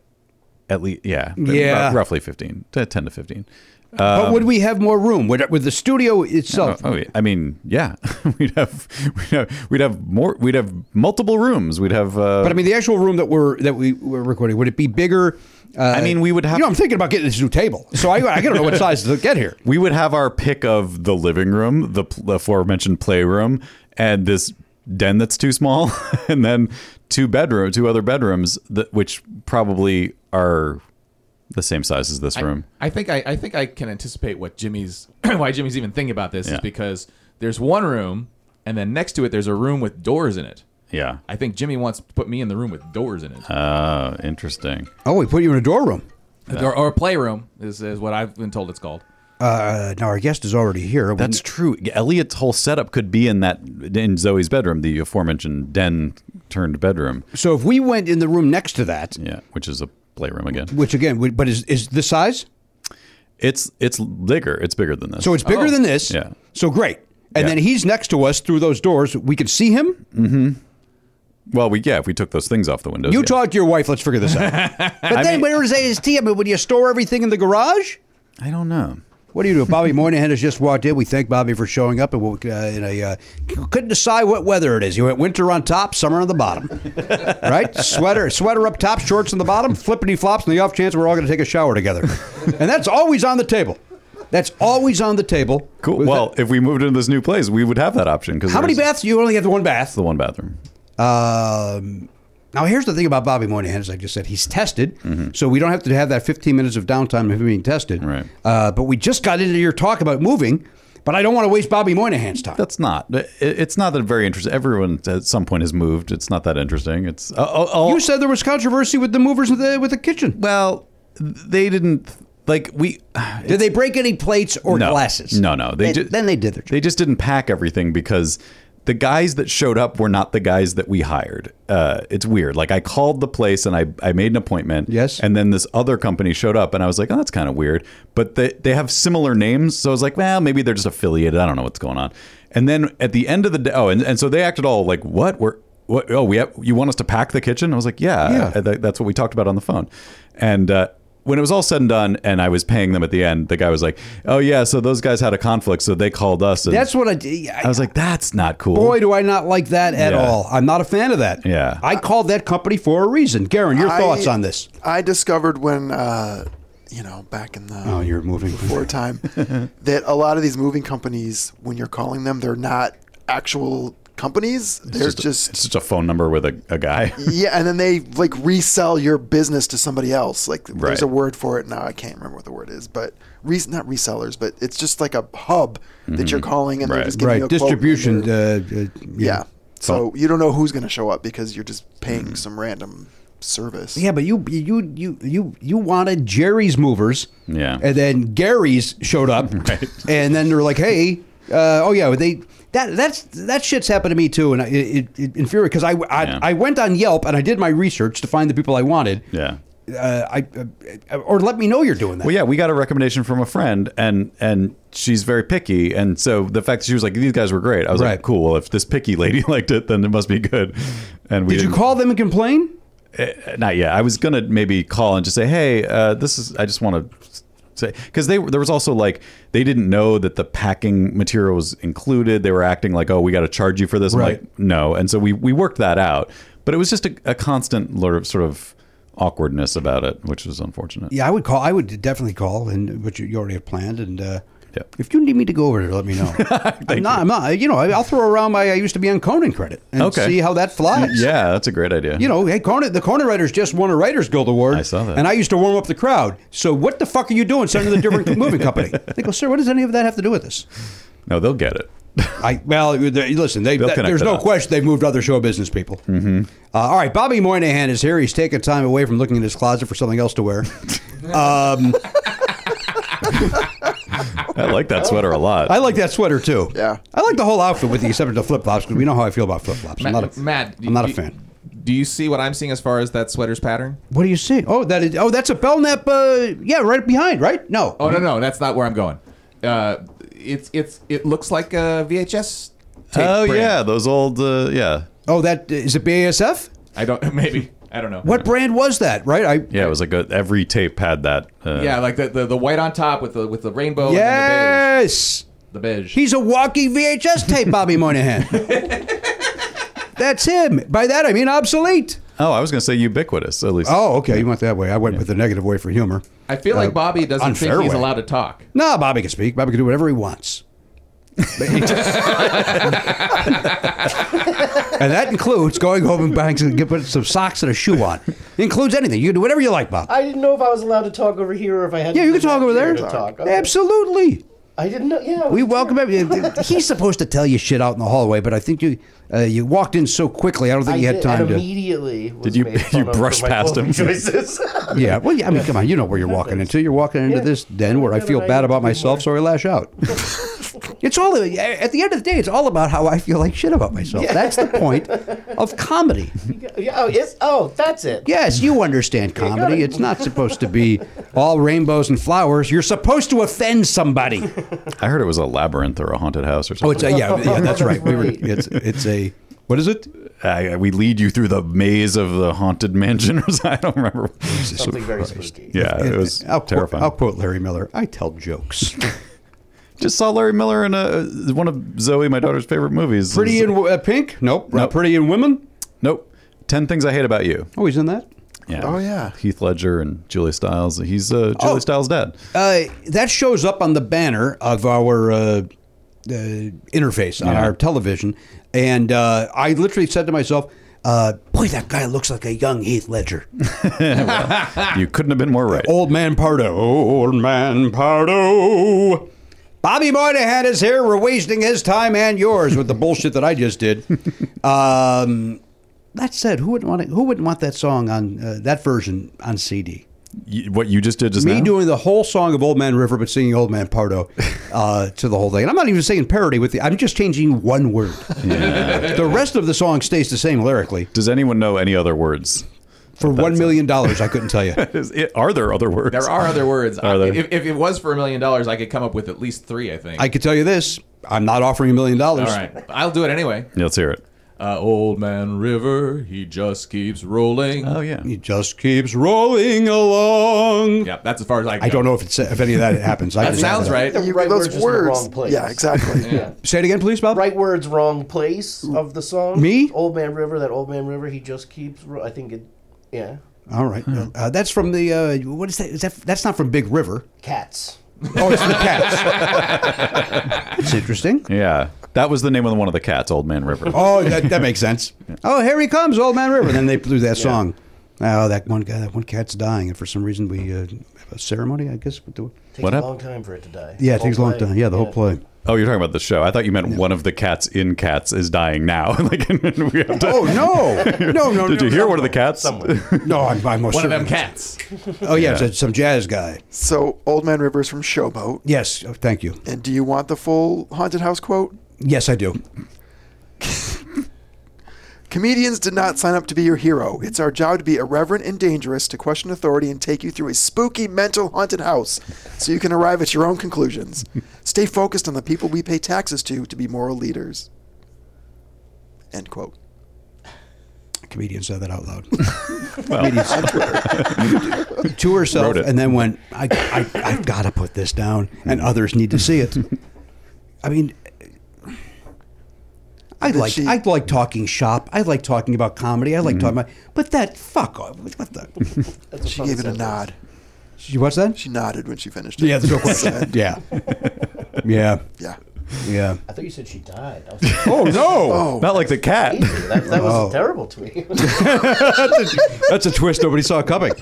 Speaker 7: at least, yeah,
Speaker 4: Yeah.
Speaker 7: r- roughly 15, t- 10 to 15.
Speaker 4: but
Speaker 7: Um,
Speaker 4: would we have more room? Would, would the studio itself?
Speaker 7: Oh, I mean, yeah, we'd have we'd have we'd have more we'd have multiple rooms. We'd have. Uh,
Speaker 4: But I mean, the actual room that we're that we were recording would it be bigger? Uh, I mean, we would have. You know, I'm thinking about getting this new table, so I, I don't know what size to get here.
Speaker 7: We would have our pick of the living room, the pl- the aforementioned playroom, and this den that's too small, and then two bedroom, two other bedrooms, that, which probably are the same size as this
Speaker 8: I-
Speaker 7: room.
Speaker 8: I, think I, I think I can anticipate what Jimmy's why Jimmy's even thinking about this is because there's one room and then next to it there's a room with doors in it.
Speaker 7: Yeah.
Speaker 8: I think Jimmy wants to put me in the room with doors in it.
Speaker 7: Uh, interesting.
Speaker 4: Oh, we put you in a door room.
Speaker 8: Or, or a playroom is, is what I've been told it's called.
Speaker 4: Uh, now our guest is already here.
Speaker 7: That's true. Elliot's whole setup could be in that in Zoe's bedroom, the aforementioned den turned bedroom.
Speaker 4: So if we went in the room next to that,
Speaker 7: yeah, which is a playroom again.
Speaker 4: Which again, would- but is is this size?
Speaker 7: It's it's bigger. It's bigger than this.
Speaker 4: So it's bigger than this.
Speaker 7: Oh, Yeah.
Speaker 4: So great. And then he's next to us through those doors. We can see him.
Speaker 7: Mm-hmm. Well, we yeah, if we took those things off the windows.
Speaker 4: You
Speaker 7: yeah.
Speaker 4: talk to your wife. Let's figure this out. but
Speaker 7: I
Speaker 4: then where is AST? I mean, would you store everything in the garage?
Speaker 7: I don't know.
Speaker 4: What do you do? Bobby Moynihan has just walked in. We thank Bobby for showing up, and we uh, in a, uh, couldn't decide what weather it is. You went winter on top, summer on the bottom, right? Sweater, sweater up top, shorts on the bottom, flippity flops. On the off chance we're all going to take a shower together, and that's always on the table. That's always on the table.
Speaker 7: Cool. Well, if we moved into this new place, we would have that option. Because
Speaker 4: How many baths? You only have the one bath.
Speaker 7: The one bathroom.
Speaker 4: Um, now, here's the thing about Bobby Moynihan, as I just said, he's tested,
Speaker 7: Mm-hmm.
Speaker 4: so we don't have to have that 15 minutes of downtime of him being tested. Right. Uh, but we just got into your talk about moving, but I don't want to waste Bobby Moynihan's time.
Speaker 7: That's not. it- It's not that very interesting. Everyone at some point has moved. It's not that interesting. It's uh, oh, oh,
Speaker 4: You said there was controversy with the movers with the, with the kitchen.
Speaker 7: Well, they didn't like we.
Speaker 4: Did they break any plates or
Speaker 7: no,
Speaker 4: glasses?
Speaker 7: No, no. They,
Speaker 4: Then-
Speaker 7: ju-
Speaker 4: then they did their
Speaker 7: They just didn't pack everything because the guys that showed up were not the guys that we hired. Uh, it's weird. Like I called the place and I, I made an appointment. Yes. And then this other company showed up and I was like, oh, that's kind of weird. But they, they have similar names. So I was like, well, maybe they're just affiliated. I don't know what's going on. And then at the end of the day, oh, and, and so they acted all like, what? We're, what? Oh, we have, you want us to pack the kitchen? I was like, yeah,
Speaker 4: Yeah.
Speaker 7: uh, that- that's what we talked about on the phone. And uh, when it was all said and done, and I was paying them at the end, the guy was like, oh, yeah, so those guys had a conflict, so they called us. And
Speaker 4: That's what I did.
Speaker 7: I was like, that's not cool.
Speaker 4: Boy, do I not like that at
Speaker 7: Yeah.
Speaker 4: all. I'm not a fan of that.
Speaker 7: Yeah.
Speaker 4: I called that company for a reason. Garen, your
Speaker 9: I-
Speaker 4: thoughts on this?
Speaker 9: I discovered when, uh, you know, back in the
Speaker 4: Oh, you're moving.
Speaker 9: before time, that a lot of these moving companies, when you're calling them, they're not actual companies.
Speaker 7: It's
Speaker 9: They're
Speaker 7: a-
Speaker 9: just,
Speaker 7: it's just a phone number with a, a guy.
Speaker 9: yeah, and then they like resell your business to somebody else. Like
Speaker 7: Right.
Speaker 9: there's a word for it now. I can't remember what the word is, but re- not resellers, but it's just like a hub that
Speaker 8: Mm-hmm.
Speaker 9: you're calling and they're just giving
Speaker 4: right.
Speaker 9: you a quote and
Speaker 4: Distribution.
Speaker 9: they're-
Speaker 4: uh, uh,
Speaker 9: yeah. So you don't know who's going to show up because you're just paying
Speaker 10: Mm.
Speaker 9: some random service.
Speaker 4: Yeah, but you you you you you wanted Jerry's movers.
Speaker 7: Yeah.
Speaker 4: And then Gary's showed up.
Speaker 7: Right.
Speaker 4: And then they're like, "Hey, uh, oh yeah, they that that's that shit's happened to me too and I- it it, it infuriates because I I,
Speaker 7: Yeah.
Speaker 4: I went on Yelp and I did my research to find the people I wanted.
Speaker 7: Yeah.
Speaker 4: Uh, I uh, or let me know you're doing that.
Speaker 7: Well, yeah, we got a recommendation from a friend, and and she's very picky, and so the fact that she was like, "These guys were great," I was
Speaker 4: Right.
Speaker 7: like, "Cool. Well, if this picky lady liked it, then it must be good." And we
Speaker 4: Did you
Speaker 7: didn't-
Speaker 4: call them and complain?
Speaker 7: eh, Not yet. I was gonna maybe call and just say, "Hey, uh, this is. I just want to." Say, because they there was also like they didn't know that the packing material was included. They were acting like, oh, we got to charge you for this.
Speaker 4: Right.
Speaker 7: I'm like, no, and so we we worked that out. But it was just a, a constant sort of- sort of awkwardness about it, which was unfortunate.
Speaker 4: Yeah, I would call. I would definitely call, and but you, you already have planned. And uh, if you need me to go over there, let me know. I'm not. I'm not. You know, I'll throw around my. I used to be on Conan credit and
Speaker 7: Okay.
Speaker 4: see how that flies.
Speaker 7: Yeah, that's a great idea.
Speaker 4: You know, hey, Conan, the Conan writers just won a Writers Guild Award. I
Speaker 7: saw that.
Speaker 4: And I used to warm up the crowd. So what the fuck are you doing sending the different moving company? They go, sir, what does any of that have to do with this?
Speaker 7: No, they'll get it.
Speaker 4: I Well, they, listen, they,
Speaker 7: They'll
Speaker 4: that-
Speaker 7: connect
Speaker 4: there's
Speaker 7: the
Speaker 4: no
Speaker 7: dots.
Speaker 4: question they've moved other show business people. Mm-hmm. Uh, all right, Bobby Moynihan is here. He's taking time away from looking in his closet for something else to wear. um,
Speaker 7: I like that sweater a lot.
Speaker 4: I like that sweater too.
Speaker 9: Yeah.
Speaker 4: I like the whole outfit with the exception of the flip flops because we know how I feel about flip flops. I'm
Speaker 8: Matt-
Speaker 4: not a,
Speaker 8: Matt,
Speaker 4: I'm not a
Speaker 8: you-
Speaker 4: fan.
Speaker 8: Do you see what I'm seeing as far as that sweater's pattern?
Speaker 4: What do you see? Oh, that is. Oh, that's a bell nap. Uh, yeah, right behind. Right? No.
Speaker 8: Oh no, no, that's not where I'm going. Uh, it's it's it looks like a VHS. Tape
Speaker 7: oh
Speaker 8: brand.
Speaker 7: yeah, those old uh, yeah.
Speaker 4: Oh, that is it. BASF.
Speaker 8: I don't maybe I don't know.
Speaker 4: What brand was that? Right? I.
Speaker 7: Yeah, it was like a, every tape had that. Uh,
Speaker 8: Yeah, like the, the the white on top with the with the rainbow.
Speaker 4: Yes.
Speaker 8: And then the beige. The beige.
Speaker 4: He's a walking VHS tape, Bobby Moynihan. that's him. By that I mean obsolete.
Speaker 7: Oh, I was gonna say ubiquitous at least.
Speaker 4: Oh, okay. You went that way. I went with the negative way for humor. Uh,
Speaker 8: I feel like Bobby doesn't think
Speaker 4: unfair
Speaker 8: he's
Speaker 4: way.
Speaker 8: allowed to talk.
Speaker 4: No, Bobby can speak. Bobby can do whatever he wants. and that includes going home and buying some, get, put some socks and a shoe on. It includes anything. You can do whatever you like, Bob.
Speaker 10: I didn't know if I was allowed to talk over here or if I had.
Speaker 4: Yeah,
Speaker 10: to
Speaker 4: you
Speaker 10: go
Speaker 4: can talk
Speaker 10: back
Speaker 4: over
Speaker 10: here
Speaker 4: there.
Speaker 10: to talk. Okay.
Speaker 4: Absolutely.
Speaker 10: I didn't know. Yeah.
Speaker 4: We welcome everyone. He's supposed to tell you shit out in the hallway, but I think you uh, you walked in so quickly. I don't think
Speaker 10: I
Speaker 4: you had
Speaker 10: did,
Speaker 4: time
Speaker 10: and
Speaker 4: to.
Speaker 10: Immediately. Was
Speaker 7: you-
Speaker 10: made fun
Speaker 7: you
Speaker 10: of for
Speaker 7: brushed
Speaker 10: my
Speaker 7: past
Speaker 10: clothing
Speaker 7: him?
Speaker 10: Choices.
Speaker 4: Yeah, well, yeah, I mean, come on, you know where you're walking into. You're walking into this den where I feel bad about myself, so I lash out. it's all eh, at the end of the day, it's all about how I feel like shit about myself. That's the point of comedy.
Speaker 10: yeah. Oh, yes. Oh, that's it.
Speaker 4: Yes, you understand comedy. It's not supposed to be all rainbows and flowers. You're supposed to offend somebody.
Speaker 7: I heard it was a labyrinth or a haunted house or something.
Speaker 4: Oh, it's a, yeah, yeah, that's right. We were, it's it's a what is it?
Speaker 7: Uh, we lead you through the maze of the haunted mansion. or something. I don't remember.
Speaker 10: Something very spooky.
Speaker 7: Yeah, it was
Speaker 4: I'll quote-
Speaker 7: terrifying.
Speaker 4: I'll quote Larry Miller. I tell jokes.
Speaker 7: Just saw Larry Miller in a, one of Zoe, my daughter's favorite movies.
Speaker 4: Pretty in uh, Pink? Nope. Not
Speaker 7: Nope.
Speaker 4: Pretty in Women?
Speaker 7: Nope. Ten Things I Hate About You.
Speaker 4: Oh, he's in that.
Speaker 7: Yeah.
Speaker 9: Oh, yeah.
Speaker 7: Heath Ledger and Julia Stiles. He's uh, Julia
Speaker 4: Oh.
Speaker 7: Stiles' dad.
Speaker 4: Uh, that shows up on the banner of our uh, uh, interface on
Speaker 7: Yeah.
Speaker 4: our television, and uh, I literally said to myself, uh, "Boy, that guy looks like a young Heath Ledger, Ah.
Speaker 7: You couldn't have been more right.
Speaker 4: old man Pardo, old man Pardo." Bobby Moynihan is here. We're wasting his time and yours with the bullshit that I just did. Um, that said, who wouldn't want it, who wouldn't want that song on uh, that version on CD?
Speaker 7: You- what you just did just
Speaker 4: me
Speaker 7: now.
Speaker 4: doing the whole song of Old Man River, but singing Old Man Pardo uh, to the whole thing. And I'm not even saying parody with the. I'm just changing one word. the rest of the song stays the same lyrically.
Speaker 7: Does anyone know any other words?
Speaker 4: For one million dollars, I couldn't tell you.
Speaker 7: Is it- are there other words?
Speaker 8: There are other words.
Speaker 7: Are
Speaker 8: I-
Speaker 7: there?
Speaker 8: If, if it was for a million dollars, I could come up with at least three. I think.
Speaker 4: I could tell you this. I'm not offering a million
Speaker 8: All
Speaker 4: dollars.
Speaker 8: right, I'll do it anyway.
Speaker 7: Yeah, let's hear it.
Speaker 8: Uh, old man river, he just keeps rolling.
Speaker 7: Oh yeah,
Speaker 4: he just keeps rolling along.
Speaker 8: Yeah, that's as far as I. Can
Speaker 4: Mm. I don't know if it's if any of that happens. I
Speaker 8: That
Speaker 4: just-
Speaker 8: sounds right.
Speaker 10: The
Speaker 9: You-
Speaker 10: right
Speaker 9: those
Speaker 10: words just in the
Speaker 9: words.
Speaker 10: wrong place.
Speaker 9: Yeah, exactly.
Speaker 8: Yeah.
Speaker 4: Say it again, please, Bob.
Speaker 10: Right words, wrong place of the song.
Speaker 4: Me?
Speaker 10: Old Man River. That Old Man River. He just keeps. ro- I think it. Yeah.
Speaker 4: All right.
Speaker 8: Hmm.
Speaker 4: Uh, that's from the uh, what is that? Is that that's not from Big River?
Speaker 10: Cats.
Speaker 4: Oh, it's the cats. It's interesting.
Speaker 7: Yeah, that was the name of the- one of the cats, Old Man River.
Speaker 4: Oh, that, that makes sense. Oh, here he comes, Old Man River. Then they blew that song. Oh, that one guy, that one cat's dying, and for some reason we uh, have a ceremony. I guess. What,
Speaker 10: Takes a long time for it to die.
Speaker 4: Yeah, it takes a long time. Yeah, the whole play.
Speaker 7: Oh, you're talking about the show. I thought you meant one of the cats in Cats is dying now. like, we have to,
Speaker 4: Oh no, no, no!
Speaker 7: Did
Speaker 4: no,
Speaker 7: you hear
Speaker 4: no.
Speaker 7: one of the cats?
Speaker 4: No, I'm, I'm most
Speaker 8: One
Speaker 4: certain.
Speaker 8: of them cats.
Speaker 4: Oh yeah,
Speaker 7: Yeah.
Speaker 4: it's a- some jazz guy.
Speaker 9: So, Old Man Rivers from Showboat.
Speaker 4: Yes, oh, thank you.
Speaker 9: And do you want the full haunted house quote?
Speaker 4: Yes, I do.
Speaker 9: Comedians did not sign up to be your hero. It's our job to be irreverent and dangerous, to question authority and take you through a spooky mental haunted house so you can arrive at your own conclusions. Stay focused on the people we pay taxes to to be moral leaders. End quote.
Speaker 4: Comedian said that out loud.
Speaker 7: Well,
Speaker 4: to herself
Speaker 7: Wrote it.
Speaker 4: and then went, I, I, I've got to put this down, and others need to see it. I mean, I
Speaker 9: Did
Speaker 4: like
Speaker 9: she-
Speaker 4: I like talking shop. I like talking about comedy. I like
Speaker 7: Mm-hmm.
Speaker 4: talking about, but that fuck off. What what the?
Speaker 10: That's a
Speaker 9: She
Speaker 10: fun
Speaker 9: gave it a
Speaker 10: sentence.
Speaker 9: nod.
Speaker 4: She- What's that?
Speaker 9: She nodded when she finished it.
Speaker 4: Yeah, there's no question. yeah, yeah,
Speaker 9: Yeah.
Speaker 4: yeah.
Speaker 10: I thought you said she died. I was like,
Speaker 4: Oh no!
Speaker 9: Oh,
Speaker 7: not like the cat.
Speaker 10: that, that was
Speaker 4: Oh.
Speaker 10: a terrible tweet.
Speaker 4: That's a twist nobody saw coming.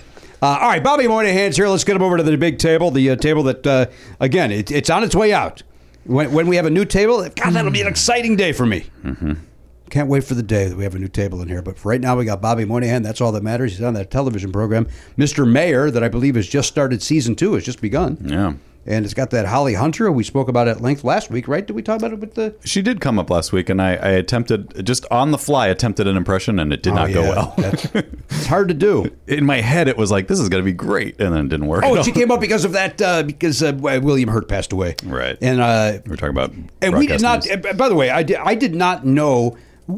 Speaker 4: Uh, all right, Bobby Moynihan's here. Let's get him over to the big table, the uh, table that, uh, again, it, it's on its way out. When, when we have a new table, God, that'll be an exciting day for me.
Speaker 7: Mm-hmm.
Speaker 4: Can't wait for the day that we have a new table in here. But for right now, we got Bobby Moynihan. That's all that matters. He's on that television program. Mr. Mayor, that I believe has just started season two, has just begun.
Speaker 7: Yeah.
Speaker 4: And it's got that Holly Hunter we spoke about at length last week, right? Did we talk about it with the.
Speaker 7: She did come up last week, and I, I attempted just on the fly attempted an impression, and it did not
Speaker 4: Oh,
Speaker 7: go
Speaker 4: yeah.
Speaker 7: well.
Speaker 4: That's- it's hard to do.
Speaker 7: In my head, it was like this is going to be great, and then it didn't work.
Speaker 4: Oh,
Speaker 7: at
Speaker 4: she
Speaker 7: all.
Speaker 4: came up because of that uh, because uh, William Hurt passed away.
Speaker 7: Right.
Speaker 4: And uh,
Speaker 7: We're talking about
Speaker 4: and we did
Speaker 7: broadcast
Speaker 4: not.
Speaker 7: news.
Speaker 4: By the way, I did, I did not know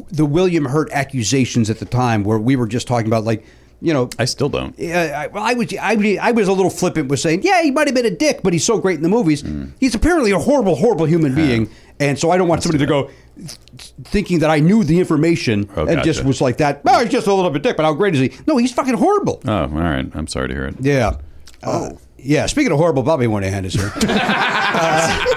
Speaker 4: the William Hurt accusations at the time, where we were just talking about like you know.
Speaker 7: I still don't.
Speaker 4: uh, I, well, I was I, was- I was a little flippant with saying, yeah, he might have been a dick, but he's so great in the movies.
Speaker 7: Hmm.
Speaker 4: He's apparently a horrible, horrible human being, and so I don't want somebody to go th- thinking that I knew the information
Speaker 7: Oh,
Speaker 4: and just
Speaker 7: gotcha.
Speaker 4: was like that. Oh, he's just a little bit dick, but how great is he? No, he's fucking horrible.
Speaker 7: Oh, all right. I'm sorry to hear it.
Speaker 4: Yeah. Oh. yeah. Speaking of horrible, Bobby Moynihan is here.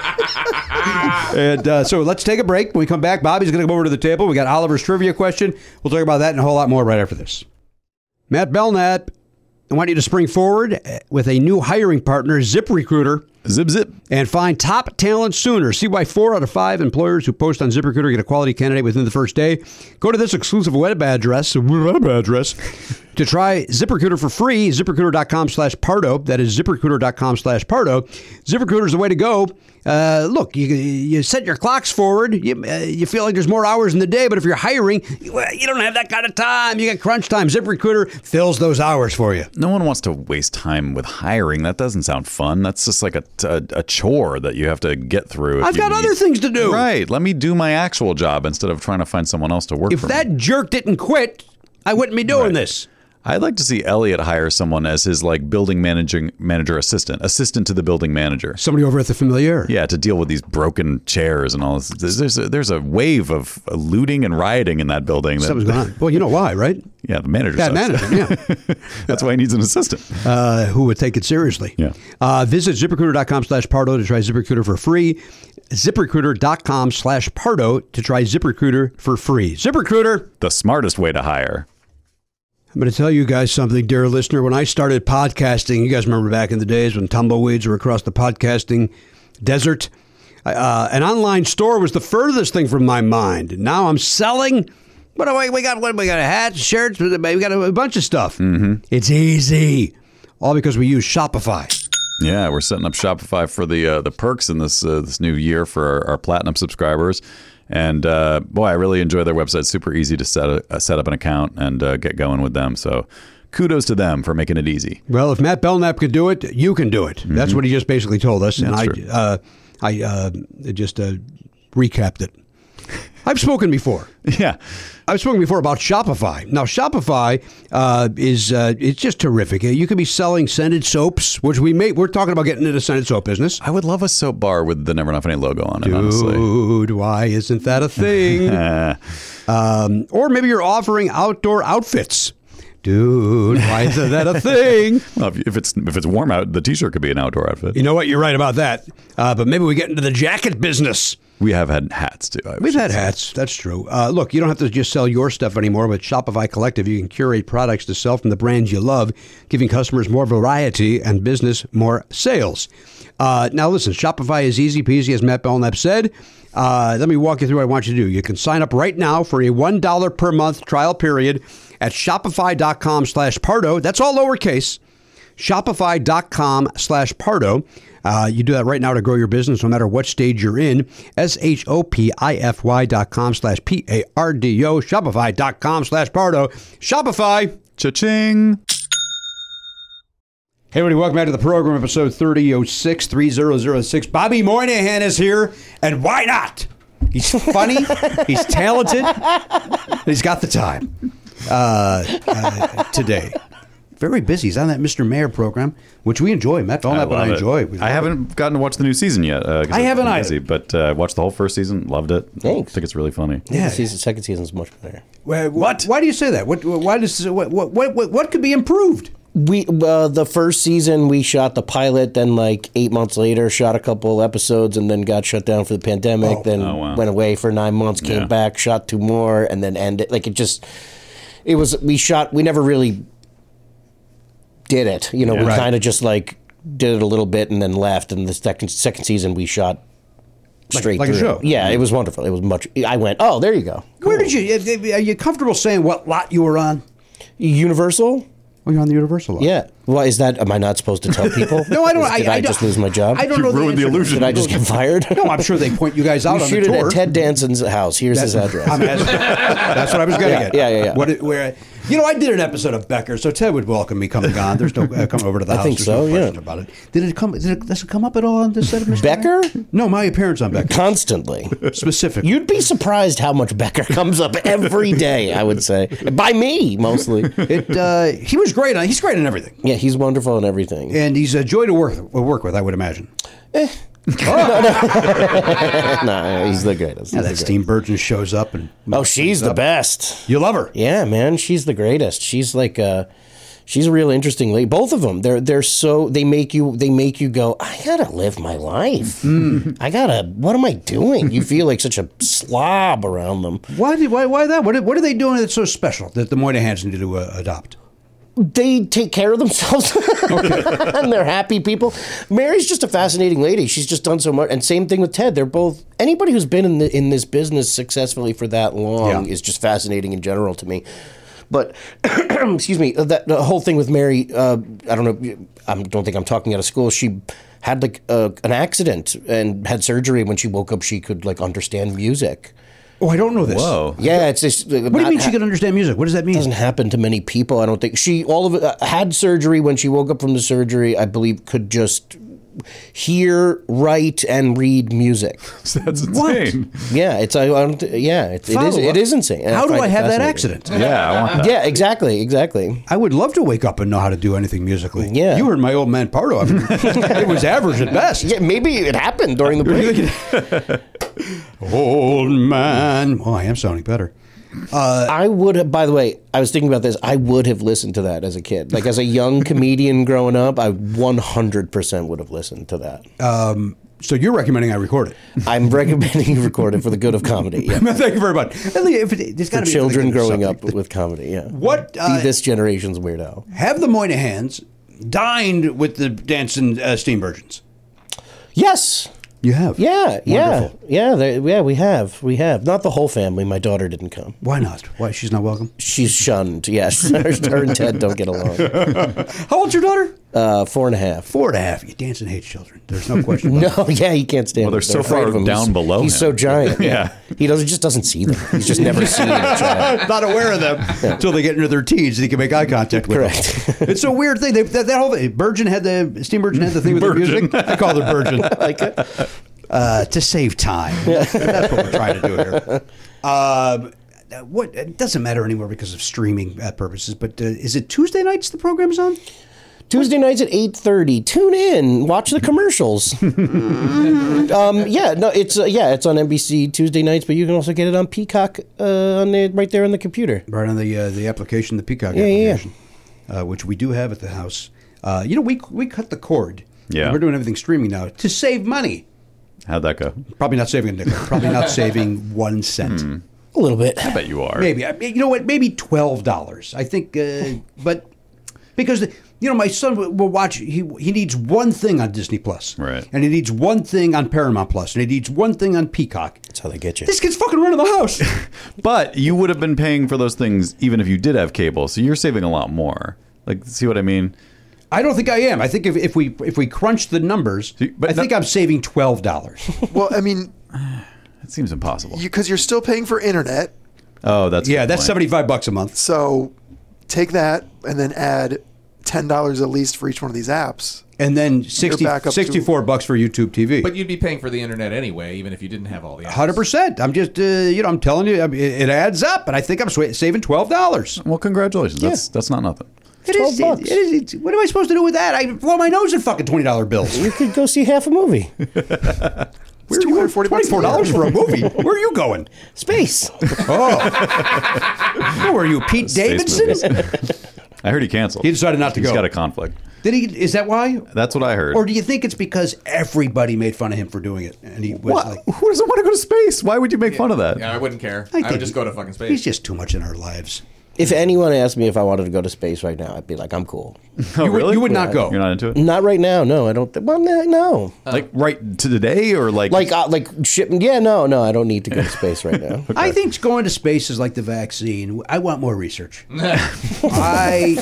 Speaker 4: Uh, and uh, so let's take a break. When we come back, Bobby's going to come over to the table. We got Oliver's trivia question. We'll talk about that and a whole lot more right after this. Matt Belknap, I want you to spring forward uh, with a new hiring partner, ZipRecruiter
Speaker 7: Zip zip.
Speaker 4: and find top talent sooner. See why four out of five employers who post on ZipRecruiter get a quality candidate within the first day. Go to this exclusive web address, web address, to try ZipRecruiter for free. ZipRecruiter.com slash Pardo. That is ZipRecruiter.com slash Pardo. ZipRecruiter is the way to go. Uh, look, you, you set your clocks forward. You, uh, you feel like there's more hours in the day, but if you're hiring, you uh, you don't have that kind of time. You got crunch time. ZipRecruiter fills those hours for you.
Speaker 7: No one wants to waste time with hiring. That doesn't sound fun. That's just like a, a, a chore that you have to get through. if
Speaker 4: I've
Speaker 7: you
Speaker 4: got
Speaker 7: need-
Speaker 4: other things to do.
Speaker 7: Right. Let me do my actual job instead of trying to find someone else to work
Speaker 4: If
Speaker 7: for
Speaker 4: that
Speaker 7: me.
Speaker 4: jerk didn't quit, I wouldn't be doing
Speaker 7: Right.
Speaker 4: this.
Speaker 7: I'd like to see Elliot hire someone as his like building managing manager assistant, assistant to the building manager.
Speaker 4: Somebody over at the Familiar.
Speaker 7: Yeah, to deal with these broken chairs and all this. There's, there's, a, there's a wave of looting and rioting in that building. That,
Speaker 4: Something's going on. Well, you know why, right?
Speaker 7: Yeah, the manager.
Speaker 4: Bad
Speaker 7: sucks.
Speaker 4: management,
Speaker 7: That's why he needs an assistant.
Speaker 4: Uh, who would take it seriously?
Speaker 7: Yeah.
Speaker 4: Uh, visit ZipRecruiter.com slash Pardo to try ZipRecruiter for free. ZipRecruiter.com slash Pardo to try ZipRecruiter for free. ZipRecruiter.
Speaker 7: The smartest way to hire.
Speaker 4: I'm going to tell you guys something, dear listener. When I started podcasting, you guys remember back in the days when tumbleweeds were across the podcasting desert? Uh, an online store was the furthest thing from my mind. Now I'm selling. What do we, we got? What we got? Hats, shirts. We got a, bunch of stuff. Mm-hmm. It's easy, all because we use Shopify.
Speaker 7: Yeah, we're setting up Shopify for the uh, the perks in this uh, this new year for our, our platinum subscribers. And uh, boy, I really enjoy their website. Super easy to set a, uh, set up an account and uh, get going with them. So kudos to them for making it easy.
Speaker 4: Well, if Matt Belknap could do it, you can do it. Mm-hmm. That's what he just basically told us, and
Speaker 7: That's
Speaker 4: uh, I,
Speaker 7: true.
Speaker 4: uh, I uh, just uh, recapped it. I've spoken before.
Speaker 7: Yeah,
Speaker 4: I've spoken before about Shopify. Now Shopify uh, is uh, it's just terrific. You could be selling scented soaps, which we may we're talking about getting into the scented soap business.
Speaker 7: I would love a soap bar with the Never Not Funny logo on it. honestly, Eh,
Speaker 4: Dude, why isn't that a thing? um, or maybe you're offering outdoor outfits. Dude, why isn't that a thing?
Speaker 7: Well, if if it's if it's warm out, the T-shirt could be an outdoor outfit.
Speaker 4: You know what? You're right about that. Uh, but maybe we get into the jacket business.
Speaker 7: We have had hats too. I
Speaker 4: We've
Speaker 7: should
Speaker 4: had
Speaker 7: say.
Speaker 4: hats. That's true. Uh, look, you don't have to just sell your stuff anymore. With Shopify Collective, you can curate products to sell from the brands you love, giving customers more variety and business more sales. Uh, now, listen, Shopify is easy peasy, as Matt Belknap said. Uh, let me walk you through what I want you to do. You can sign up right now for a $1 per month trial period at shopify.com slash Pardo. That's all lowercase shopify.com slash pardo uh, you do that right now to grow your business no matter what stage you're in s-h-o-p-i-f-y dot com slash p-a-r-d-o shopify.com slash pardo shopify
Speaker 7: cha-ching
Speaker 4: Hey everybody, welcome back to the program, episode 3006, 3006. Bobby Moynihan is here, and why not? He's funny, he's talented, and he's got the time uh, uh, today. Very busy. He's on that Mr. Mayor program, which we enjoy. Matt
Speaker 7: I
Speaker 4: Belknap and
Speaker 7: love
Speaker 4: I
Speaker 7: it.
Speaker 4: enjoy. We love
Speaker 7: I
Speaker 4: it.
Speaker 7: haven't gotten to watch the new season yet. Uh, 'cause
Speaker 4: I
Speaker 7: I've
Speaker 4: haven't
Speaker 7: been
Speaker 4: either.
Speaker 7: busy, but uh, watched the whole first season, loved it.
Speaker 10: Thanks.
Speaker 7: I think it's really funny.
Speaker 10: Yeah, the season, second season is much better.
Speaker 4: Why- What? Why do you say that? What? Why does? What? What? What? What, what could be improved?
Speaker 10: We uh, the first season we shot the pilot, then like eight months later shot a couple episodes, and then got shut down for the pandemic. then
Speaker 7: Oh, wow.
Speaker 10: went away for nine months, came
Speaker 7: Yeah.
Speaker 10: back, shot two more, and then ended. Like it just, it was we shot. We never really did it. You know,
Speaker 7: Yeah.
Speaker 10: we
Speaker 7: Right.
Speaker 10: kind of just like did it a little bit and then left. And the second second season we shot
Speaker 4: Like-
Speaker 10: straight
Speaker 4: like a
Speaker 10: through.
Speaker 4: show.
Speaker 10: Yeah, it was wonderful. It was much. I went, oh, there you go.
Speaker 4: Where did you? uh, Are you comfortable saying what lot you were on?
Speaker 10: Universal.
Speaker 4: Well, you're on the Universal lot.
Speaker 10: Yeah. Well, is that? Am I not supposed to tell people?
Speaker 4: No, I don't-
Speaker 10: Is-
Speaker 4: I-
Speaker 10: Did
Speaker 4: I
Speaker 10: I,
Speaker 4: don't-
Speaker 10: just lose my job?
Speaker 4: I don't You know the ruined the answer to illusion.
Speaker 10: Did I just get fired?
Speaker 4: No, I'm sure they point you guys out
Speaker 10: we
Speaker 4: on
Speaker 10: shoot
Speaker 4: the
Speaker 10: it
Speaker 4: tour.
Speaker 10: at Ted Danson's house. Here's his address.
Speaker 4: I'm asking- that's what I was going to
Speaker 10: Yeah,
Speaker 4: get.
Speaker 10: yeah, yeah, yeah.
Speaker 4: What it- where, you know, I did an episode of Becker, so Ted would welcome me coming on. There's no uh, coming over to the
Speaker 10: I
Speaker 4: house.
Speaker 10: think
Speaker 4: There's
Speaker 10: so,
Speaker 4: no
Speaker 10: yeah.
Speaker 4: question about it. Did it come? Did it, does it come up at all on this set of Mr.
Speaker 10: Becker?
Speaker 4: No, my appearance on Becker
Speaker 10: Constantly.
Speaker 4: specifically.
Speaker 10: You'd be surprised how much Becker comes up every day, I would say. By me, mostly.
Speaker 4: It, uh, he was great on. He's great in everything,
Speaker 10: Yeah, he's wonderful and everything.
Speaker 4: and he's a joy to work work with. I would imagine.
Speaker 10: Eh.
Speaker 4: Oh.
Speaker 10: no, he's the greatest.
Speaker 4: Yeah,
Speaker 10: He's the
Speaker 4: that Steam Burgeon shows up and
Speaker 10: Oh, she's the best.
Speaker 4: You love her.
Speaker 10: Yeah, man, she's the greatest. She's like uh she's a real interesting lady. Both of them. They're they're so they make you they make you go, I got to live my life.
Speaker 4: Hmm.
Speaker 10: I got to what am I doing? You feel like such a slob around them.
Speaker 4: Why did why why that? What are- what are they doing that's so special that the Moynihan's need to uh, adopt?
Speaker 10: They take care of themselves and they're happy people. Mary's just a fascinating lady. She's just done so much and same thing with Ted. They're both anybody who's been in the, in this business successfully for that long
Speaker 4: Yeah.
Speaker 10: is just fascinating in general to me. But excuse me, uh, that the whole thing with Mary, uh, I don't know. I don't think I'm talking out of school. She had like a, an accident and had surgery. When she woke up, she could like understand music.
Speaker 4: Oh, I don't know this.
Speaker 7: Whoa.
Speaker 10: Yeah, it's just. uh,
Speaker 4: What do you mean she can understand music? What does that mean?
Speaker 10: doesn't happen to many people. I don't think she all of uh, had surgery when she woke up from the surgery. I believe could just hear, write, and read music.
Speaker 7: That's
Speaker 4: What?
Speaker 7: insane.
Speaker 10: Yeah, it's I, I don't. thi- Yeah, it's, it is.
Speaker 4: Follow up.
Speaker 10: It is insane. and I
Speaker 4: How do
Speaker 10: find
Speaker 4: I
Speaker 10: it
Speaker 4: have that
Speaker 10: fascinating.
Speaker 4: accident?
Speaker 7: Yeah, I want that.
Speaker 10: Yeah, exactly, exactly.
Speaker 4: I would love to wake up and know how to do anything musically.
Speaker 10: Yeah.
Speaker 4: You heard my old man Pardo. I mean, it was average at best.
Speaker 10: Yeah, maybe it happened during the break.
Speaker 4: Old man. Oh, I am sounding better.
Speaker 10: I would have, by the way, I was thinking about this. I would have listened to that as a kid. Like, as a young comedian growing up, I 100% would have listened to that.
Speaker 4: Uh. So you're recommending I record it.
Speaker 10: I'm recommending you record it for the good of comedy. Yeah.
Speaker 4: Thank you very much. At least if it- there's
Speaker 10: For
Speaker 4: gotta be-
Speaker 10: children
Speaker 4: there's
Speaker 10: growing up
Speaker 4: something.
Speaker 10: with comedy. Yeah.
Speaker 4: What, uh,
Speaker 10: Be this generation's weirdo.
Speaker 4: Have the Moynihans dined with the dancing uh, steam virgins?
Speaker 10: Yes.
Speaker 4: You have.
Speaker 10: Yeah. Yeah.
Speaker 4: Wonderful.
Speaker 10: Yeah. They, yeah. We have. We have. Not the whole family. My daughter didn't come.
Speaker 4: Why not? Why she's not welcome?
Speaker 10: She's shunned. Yes. Her and Ted don't get along.
Speaker 4: How old's your daughter?
Speaker 10: Uh, four and a half.
Speaker 4: Four and a half. You dance and hate children. There's no question. about
Speaker 10: No, yeah, he can't stand.
Speaker 7: Well, they're so
Speaker 10: them. afraid
Speaker 7: far
Speaker 10: of him.
Speaker 7: down
Speaker 10: he's,
Speaker 7: below
Speaker 10: He's
Speaker 7: him.
Speaker 10: so giant.
Speaker 7: Yeah.
Speaker 10: Yeah, he doesn't just doesn't see them. He's just never seen a child.
Speaker 4: it. Not aware of them until they get into their teens and they can make eye contact with
Speaker 10: Correct.
Speaker 4: them. It's a weird thing. They, that, that whole thing. Burgeon had the Steam Burgeon had the thing with the music. I called it Burgeon.
Speaker 10: Like,
Speaker 4: uh, to save time. That's what we're trying to do here. Um, what it doesn't matter anymore because of streaming uh, purposes. But uh, is it Tuesday nights the program's on?
Speaker 10: Tuesday nights at eight thirty. Tune in, watch the commercials. um, yeah, no, it's uh, yeah, it's on NBC Tuesday nights, but you can also get it on Peacock uh, on the, right there on the computer.
Speaker 4: Right on the uh, the application, the Peacock
Speaker 10: Yeah, yeah, yeah.
Speaker 4: application, Uh, which we do have at the house. Uh, you know, we we cut the cord.
Speaker 7: Yeah.
Speaker 4: we're doing everything streaming now to save money.
Speaker 7: How'd that go?
Speaker 4: Probably not saving a nickel. Probably not saving one cent.
Speaker 10: A little bit.
Speaker 7: I bet you are.
Speaker 4: Maybe I mean, you know what? Maybe twelve dollars. I think, uh, but because the, you know, my son will will watch. He he needs one thing on Disney Plus, right? And he needs one thing on Paramount Plus, and he needs one thing on Peacock. That's
Speaker 10: how they get you.
Speaker 4: This kid's fucking running the house.
Speaker 7: But you would have been paying for those things even if you did have cable, so you're saving a lot more. Like, see what I mean?
Speaker 4: I don't think I am. I think if, if we if we crunch the numbers, I think I'm saving twelve dollars.
Speaker 9: well, I mean,
Speaker 7: It seems impossible.
Speaker 9: because you, are still paying for internet,
Speaker 7: Oh, that's
Speaker 4: yeah, that's seventy five bucks a month.
Speaker 9: so take that and then add ten dollars at least for each one of these apps.
Speaker 4: And then
Speaker 9: You're
Speaker 4: 60,
Speaker 9: back up to-
Speaker 4: 64 bucks for YouTube TV.
Speaker 8: But you'd be paying for the internet anyway, even if you didn't have all the.
Speaker 4: Hundred percent. I'm just, uh, you know, I'm telling you, I mean, it, it adds up, and I think I'm swa- saving twelve dollars.
Speaker 7: Well, congratulations. That's that's not nothing.
Speaker 4: It is, it- it is- it's- what am I supposed to do with that? I blow my nose at fucking twenty dollar bills.
Speaker 10: You could go see half a movie.
Speaker 4: Where you twenty four dollars for a movie? Where are you going?
Speaker 10: Space.
Speaker 4: Oh, who are you, Pete
Speaker 7: Space
Speaker 4: Davidson?
Speaker 7: movies. I heard he canceled. He
Speaker 4: decided not to
Speaker 7: He's
Speaker 4: go.
Speaker 7: got a conflict.
Speaker 4: Did he? Is that why?
Speaker 7: That's what I heard.
Speaker 4: Or do you think it's because everybody made fun of him for doing it, and he was
Speaker 7: What?
Speaker 4: like,
Speaker 7: Who doesn't want to go to space? Why would you make fun of that?
Speaker 8: Yeah, I wouldn't care.
Speaker 4: I
Speaker 8: I,
Speaker 4: think
Speaker 8: would just
Speaker 4: he-
Speaker 8: go to fucking space.
Speaker 4: "He's just too much in our lives."
Speaker 10: If anyone asked me if I wanted to go to space right now, I'd be like, I'm cool.
Speaker 7: Oh,
Speaker 4: you, would-
Speaker 7: really?
Speaker 4: you would not
Speaker 10: Yeah.
Speaker 4: go.
Speaker 7: You're not into it?
Speaker 10: Not right now. No, I don't. Th- well, no, no.
Speaker 7: like right to today or like
Speaker 10: Like uh, like ship. Yeah, no, no. I don't need to go to space right now.
Speaker 4: I think going to space is like the vaccine. I want more research. I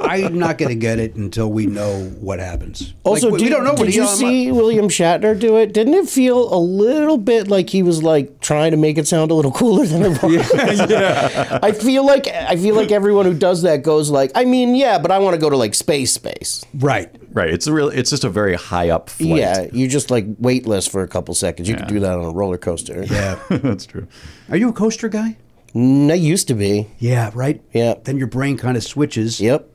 Speaker 4: I'm not going to get it until we know what happens.
Speaker 10: Also,
Speaker 4: Like, we,
Speaker 10: did,
Speaker 4: we don't know what
Speaker 10: did you
Speaker 4: Elon Mu-
Speaker 10: see William Shatner do it? Didn't it feel a little bit like he was like trying to make it sound a little cooler than it was? I feel like I feel like everyone who does that goes like, I mean, yeah, but I want to go to like space, space.
Speaker 4: Right.
Speaker 7: Right. It's a real it's just a very high up flight.
Speaker 10: Yeah, you just like waitlist for a couple seconds. You could do that on a roller coaster.
Speaker 4: Yeah,
Speaker 7: that's true.
Speaker 4: Are you a coaster guy?
Speaker 10: Mm, I used to be.
Speaker 4: Yeah, right.
Speaker 10: Yeah.
Speaker 4: Then your brain kind of switches.
Speaker 10: Yep.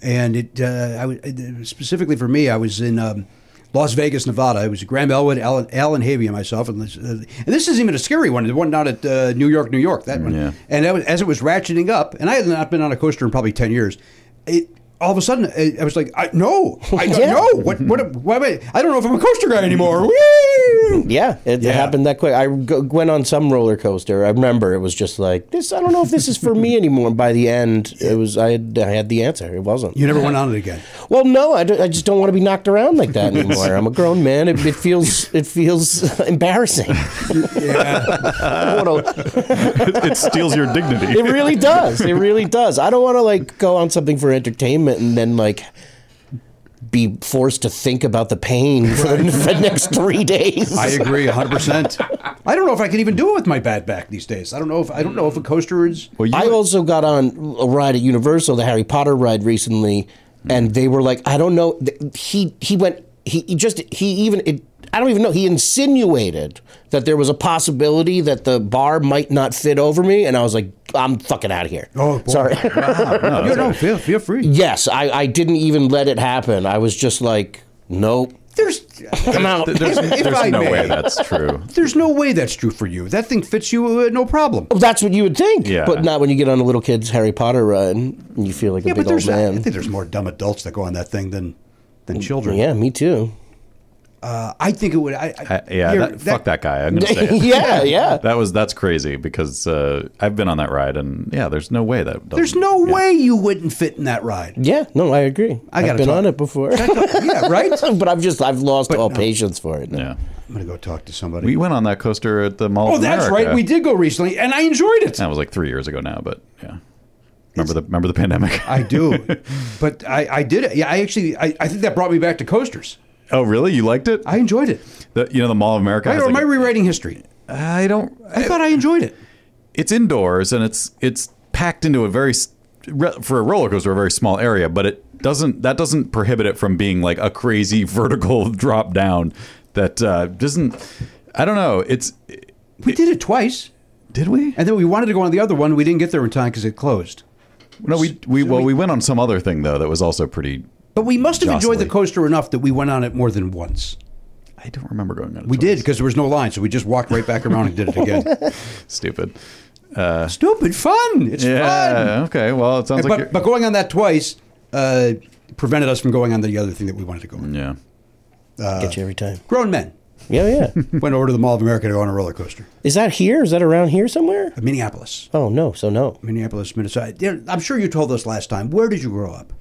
Speaker 4: And it, uh, I w- it- specifically for me, I was in um, Las Vegas, Nevada. It was Graham Elwood, Alan, Alan Havey, and myself. And this, uh, and this isn't even a scary one. The one down at uh, New York, New York. That one.
Speaker 7: Yeah.
Speaker 4: And that was, as it was ratcheting up, and I had not been on a coaster in probably ten years. It all of a sudden, I, I was like, I, no, I
Speaker 10: Yeah.
Speaker 4: no. What? What? Why am I? I don't know if I'm a coaster guy anymore. Woo!
Speaker 10: Yeah, it,
Speaker 4: Yeah.
Speaker 10: it happened that quick. I go, went on some roller coaster. I remember it was just like this. I don't know if this is for me anymore. And by the end, it was I had, I had the answer. It wasn't.
Speaker 4: You never went on it again.
Speaker 10: Well, no, I, don't- I just don't want to be knocked around like that anymore. I'm a grown man. It, it feels it feels embarrassing. I don't wanna-
Speaker 7: it steals your dignity.
Speaker 10: it really does. It really does. I don't want to like go on something for entertainment and then like be forced to think about the pain for the, for the next three days.
Speaker 4: I agree, 100. percent I don't know if I can even do it with my bad back these days. I don't know if I don't know if a coaster is.
Speaker 10: I also got on a ride at Universal, the Harry Potter ride recently, and they were like, I don't know. th- He he went. He, he just he even it. I don't even know. He insinuated that there was a possibility that the bar might not fit over me, and I was like, I'm fucking out of here.
Speaker 4: Oh, boy.
Speaker 10: sorry.
Speaker 4: Wow. No, no, feel, feel free.
Speaker 10: yes, I I didn't even let it happen. I was just like, nope.
Speaker 4: There's,
Speaker 10: I'm out.
Speaker 7: There's,
Speaker 4: If- if
Speaker 7: there's
Speaker 4: I
Speaker 7: no
Speaker 4: may.
Speaker 7: way that's true.
Speaker 4: there's no way that's true for you. That thing fits you, uh, no problem.
Speaker 10: Well, that's what you would think,
Speaker 7: Yeah.
Speaker 10: but not when you get on a little kid's Harry Potter ride and you feel like a
Speaker 4: Yeah,
Speaker 10: big
Speaker 4: but
Speaker 10: old
Speaker 4: there's
Speaker 10: man. Mm,
Speaker 4: I think there's more dumb adults that go on that thing than than children.
Speaker 10: yeah, me too.
Speaker 4: Uh, I think it would. I, I,
Speaker 7: I- yeah,
Speaker 4: here,
Speaker 7: that, fuck that guy. I'm gonna say it.
Speaker 10: yeah, yeah.
Speaker 7: That was that's crazy because uh, I've been on that ride and yeah, there's no way that
Speaker 4: There's
Speaker 7: doesn't-
Speaker 4: no
Speaker 7: yeah.
Speaker 4: way you wouldn't fit in that ride.
Speaker 10: Yeah, no, I agree.
Speaker 4: I
Speaker 10: I have
Speaker 4: gotta
Speaker 10: been
Speaker 4: talk-
Speaker 10: on it before,
Speaker 4: yeah, right. I'm
Speaker 10: but I've just I've lost all patience for it. Now.
Speaker 7: Yeah,
Speaker 4: gonna go talk to somebody.
Speaker 7: we went on that coaster at the Mall.
Speaker 4: oh,
Speaker 7: of
Speaker 4: that's
Speaker 7: America.
Speaker 4: right. We did go recently, and I enjoyed it.
Speaker 7: That was like three years ago now, but yeah. Remember the remember the pandemic?
Speaker 4: I do, but I, I did it. Yeah, I actually, I, I think that brought me back to coasters.
Speaker 7: oh, really? You liked it?
Speaker 4: I enjoyed it.
Speaker 7: The, you know the Mall of America.
Speaker 4: Right,
Speaker 7: has
Speaker 4: or
Speaker 7: like
Speaker 4: am
Speaker 7: a- Uh,
Speaker 4: I rewriting history?
Speaker 7: I don't.
Speaker 4: I thought I enjoyed it.
Speaker 7: it's indoors and it's it's packed into a very s- re- for a roller coaster a very small area, but it doesn't that doesn't prohibit it from being like a crazy vertical drop down that uh, doesn't. I don't know. It's
Speaker 4: we did it twice.
Speaker 7: Did we?
Speaker 4: And then we wanted to go on the other one. We didn't get there in time because it closed.
Speaker 7: No, we we well we went on some other thing though that was also pretty.
Speaker 4: But we must have enjoyed
Speaker 7: jostly.
Speaker 4: the coaster enough that we went on it more than once.
Speaker 7: I don't remember going on. it
Speaker 4: We did because there was no line, so we just walked right back around and did it again.
Speaker 7: Stupid. Uh,
Speaker 4: Stupid fun. It's
Speaker 7: yeah.
Speaker 4: fun.
Speaker 7: Okay. Well, it sounds
Speaker 4: And-
Speaker 7: like.
Speaker 4: but, but going on that twice uh, prevented us from going on the other thing that we wanted to go on.
Speaker 7: Yeah.
Speaker 4: Uh,
Speaker 10: Get you every time.
Speaker 4: Grown men
Speaker 10: Yeah, yeah.
Speaker 4: went over to the Mall of America to go on a roller coaster.
Speaker 10: Is that here? Is that around here somewhere?
Speaker 4: Minneapolis.
Speaker 10: Oh no, so no.
Speaker 4: Minneapolis, Minnesota. Yeah, I'm sure you told us last time. Where did you grow up?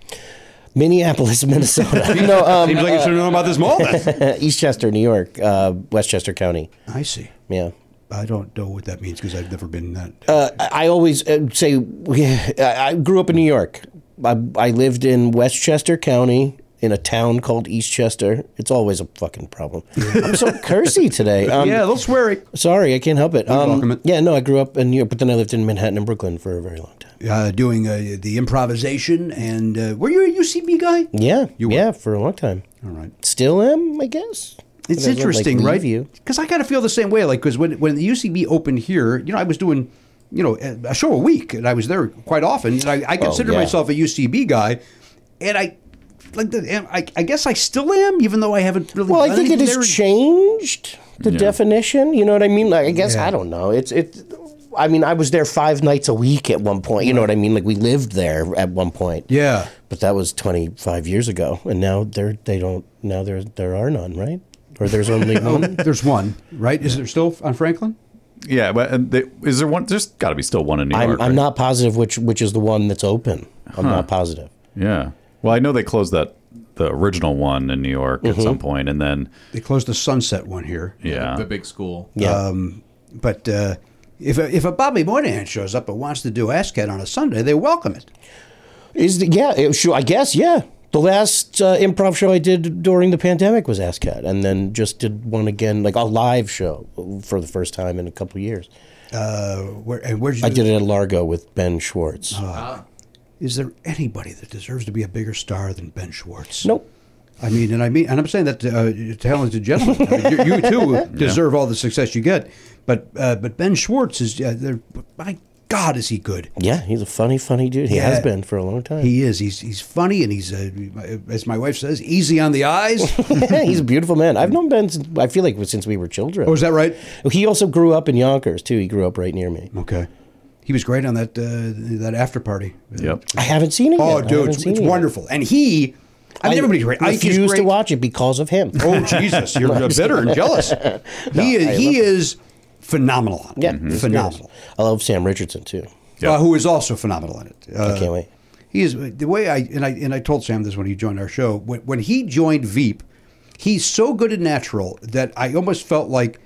Speaker 10: Minneapolis, Minnesota. no, um, uh,
Speaker 4: Seems like you should know about this mall. then.
Speaker 10: Eastchester, New York, uh, Westchester County.
Speaker 4: I see.
Speaker 10: Yeah.
Speaker 4: I don't know what that means because I've never been in that.
Speaker 10: Uh, I I always uh, say we- I I grew up in New York. I, I lived in Westchester County in a town called Eastchester. It's always a fucking problem. I'm so cursy today. Um,
Speaker 4: yeah, a little sweary.
Speaker 10: Sorry, I can't help it. Um,
Speaker 4: welcome it.
Speaker 10: Yeah, no, I grew up in New York, but then I lived in Manhattan and Brooklyn for a very long time.
Speaker 4: Uh, doing uh, the improvisation, and uh, were you a UCB guy?
Speaker 10: Yeah, yeah, for a long time.
Speaker 4: All right.
Speaker 10: Still am, I guess.
Speaker 4: It's
Speaker 10: But I lived, like,
Speaker 4: interesting, right?
Speaker 10: Leeview.
Speaker 4: Because I kind of feel the same way. Like, because when, when the UCB opened here, you know, I was doing, you know, a a show a week and I was there quite often. And I, I consider
Speaker 10: yeah.
Speaker 4: myself a UCB guy. And I, like, the, and I, I guess I still am, even though I haven't really.
Speaker 10: Well, I
Speaker 4: done
Speaker 10: think it
Speaker 4: anything
Speaker 10: has
Speaker 4: there.
Speaker 10: changed the definition. You know what I mean? Like, I guess I don't know. It's it. I mean, I was there five nights a week at one point. You know what I mean? Like we lived there at one point.
Speaker 4: Yeah.
Speaker 10: But that was twenty five years ago, and now there they don't. Now there there are none, right? Or there's only
Speaker 4: Oh,
Speaker 10: one.
Speaker 4: Um, There's one, right? Is there still on Franklin?
Speaker 7: yeah. But and they, is there one? There's got to be still one in New
Speaker 10: I'm,
Speaker 7: York.
Speaker 10: I'm
Speaker 7: right?
Speaker 10: not positive which which is the one that's open. I'm not positive.
Speaker 7: Yeah. Well, I know they closed that the original one in New York at
Speaker 4: Mm-hmm.
Speaker 10: Mhm.
Speaker 7: some point, and then
Speaker 4: They closed the Sunset one here.
Speaker 7: yeah,
Speaker 8: The big school.
Speaker 10: Yeah.
Speaker 4: Um, but uh, if, a, if a Bobby Moynihan shows up and wants to do ASCAT on a Sunday, they welcome it.
Speaker 10: Is the, yeah, it, sure, I guess yeah. The last uh, improv show I did during the pandemic was ASCAT, and then just did one again, like a live show for the first time in a couple years.
Speaker 4: Uh, where, and where'd you
Speaker 10: I
Speaker 4: do
Speaker 10: did it at Largo with Ben Schwartz.
Speaker 4: Ah, Is there anybody that deserves to be a bigger star than Ben Schwartz?
Speaker 10: nope.
Speaker 4: I mean, and I mean, and I'm saying that to, uh, talented gentlemen, I mean, you, you too deserve all the success you get. But uh, but Ben Schwartz is, uh, there- my God, is he good?
Speaker 10: Yeah, he's a funny, funny dude. He has
Speaker 4: Yeah.
Speaker 10: been for a long time.
Speaker 4: He is. He's he's funny, and he's uh, as my wife says, easy on the eyes.
Speaker 10: he's a beautiful man. I've known Ben. Since, I feel like since we were children.
Speaker 4: oh, is that right?
Speaker 10: He also grew up in Yonkers too. He grew up right near me.
Speaker 4: Okay, he was great on that uh, that after party.
Speaker 7: yep.
Speaker 10: I haven't seen him.
Speaker 4: Oh,
Speaker 10: yet. I
Speaker 4: dude,
Speaker 10: haven't
Speaker 4: it's,
Speaker 10: seen
Speaker 4: it's
Speaker 10: him yet.
Speaker 4: wonderful. And he, I mean, everybody's great. Ike is
Speaker 10: refuse to
Speaker 4: great.
Speaker 10: watch it because of him.
Speaker 4: Oh Jesus, you're bitter and jealous. he
Speaker 10: I
Speaker 4: is,
Speaker 10: love
Speaker 4: he is phenomenal. on it. Mm-hmm.
Speaker 10: Yeah, he's
Speaker 4: phenomenal.
Speaker 10: I love Sam Richardson too.
Speaker 7: Yeah.
Speaker 4: Uh, who is also phenomenal in it. Uh,
Speaker 10: I can't wait.
Speaker 4: He is the way I and I and I told Sam this when he joined our show. When, when he joined Veep, he's so good and natural that I almost felt like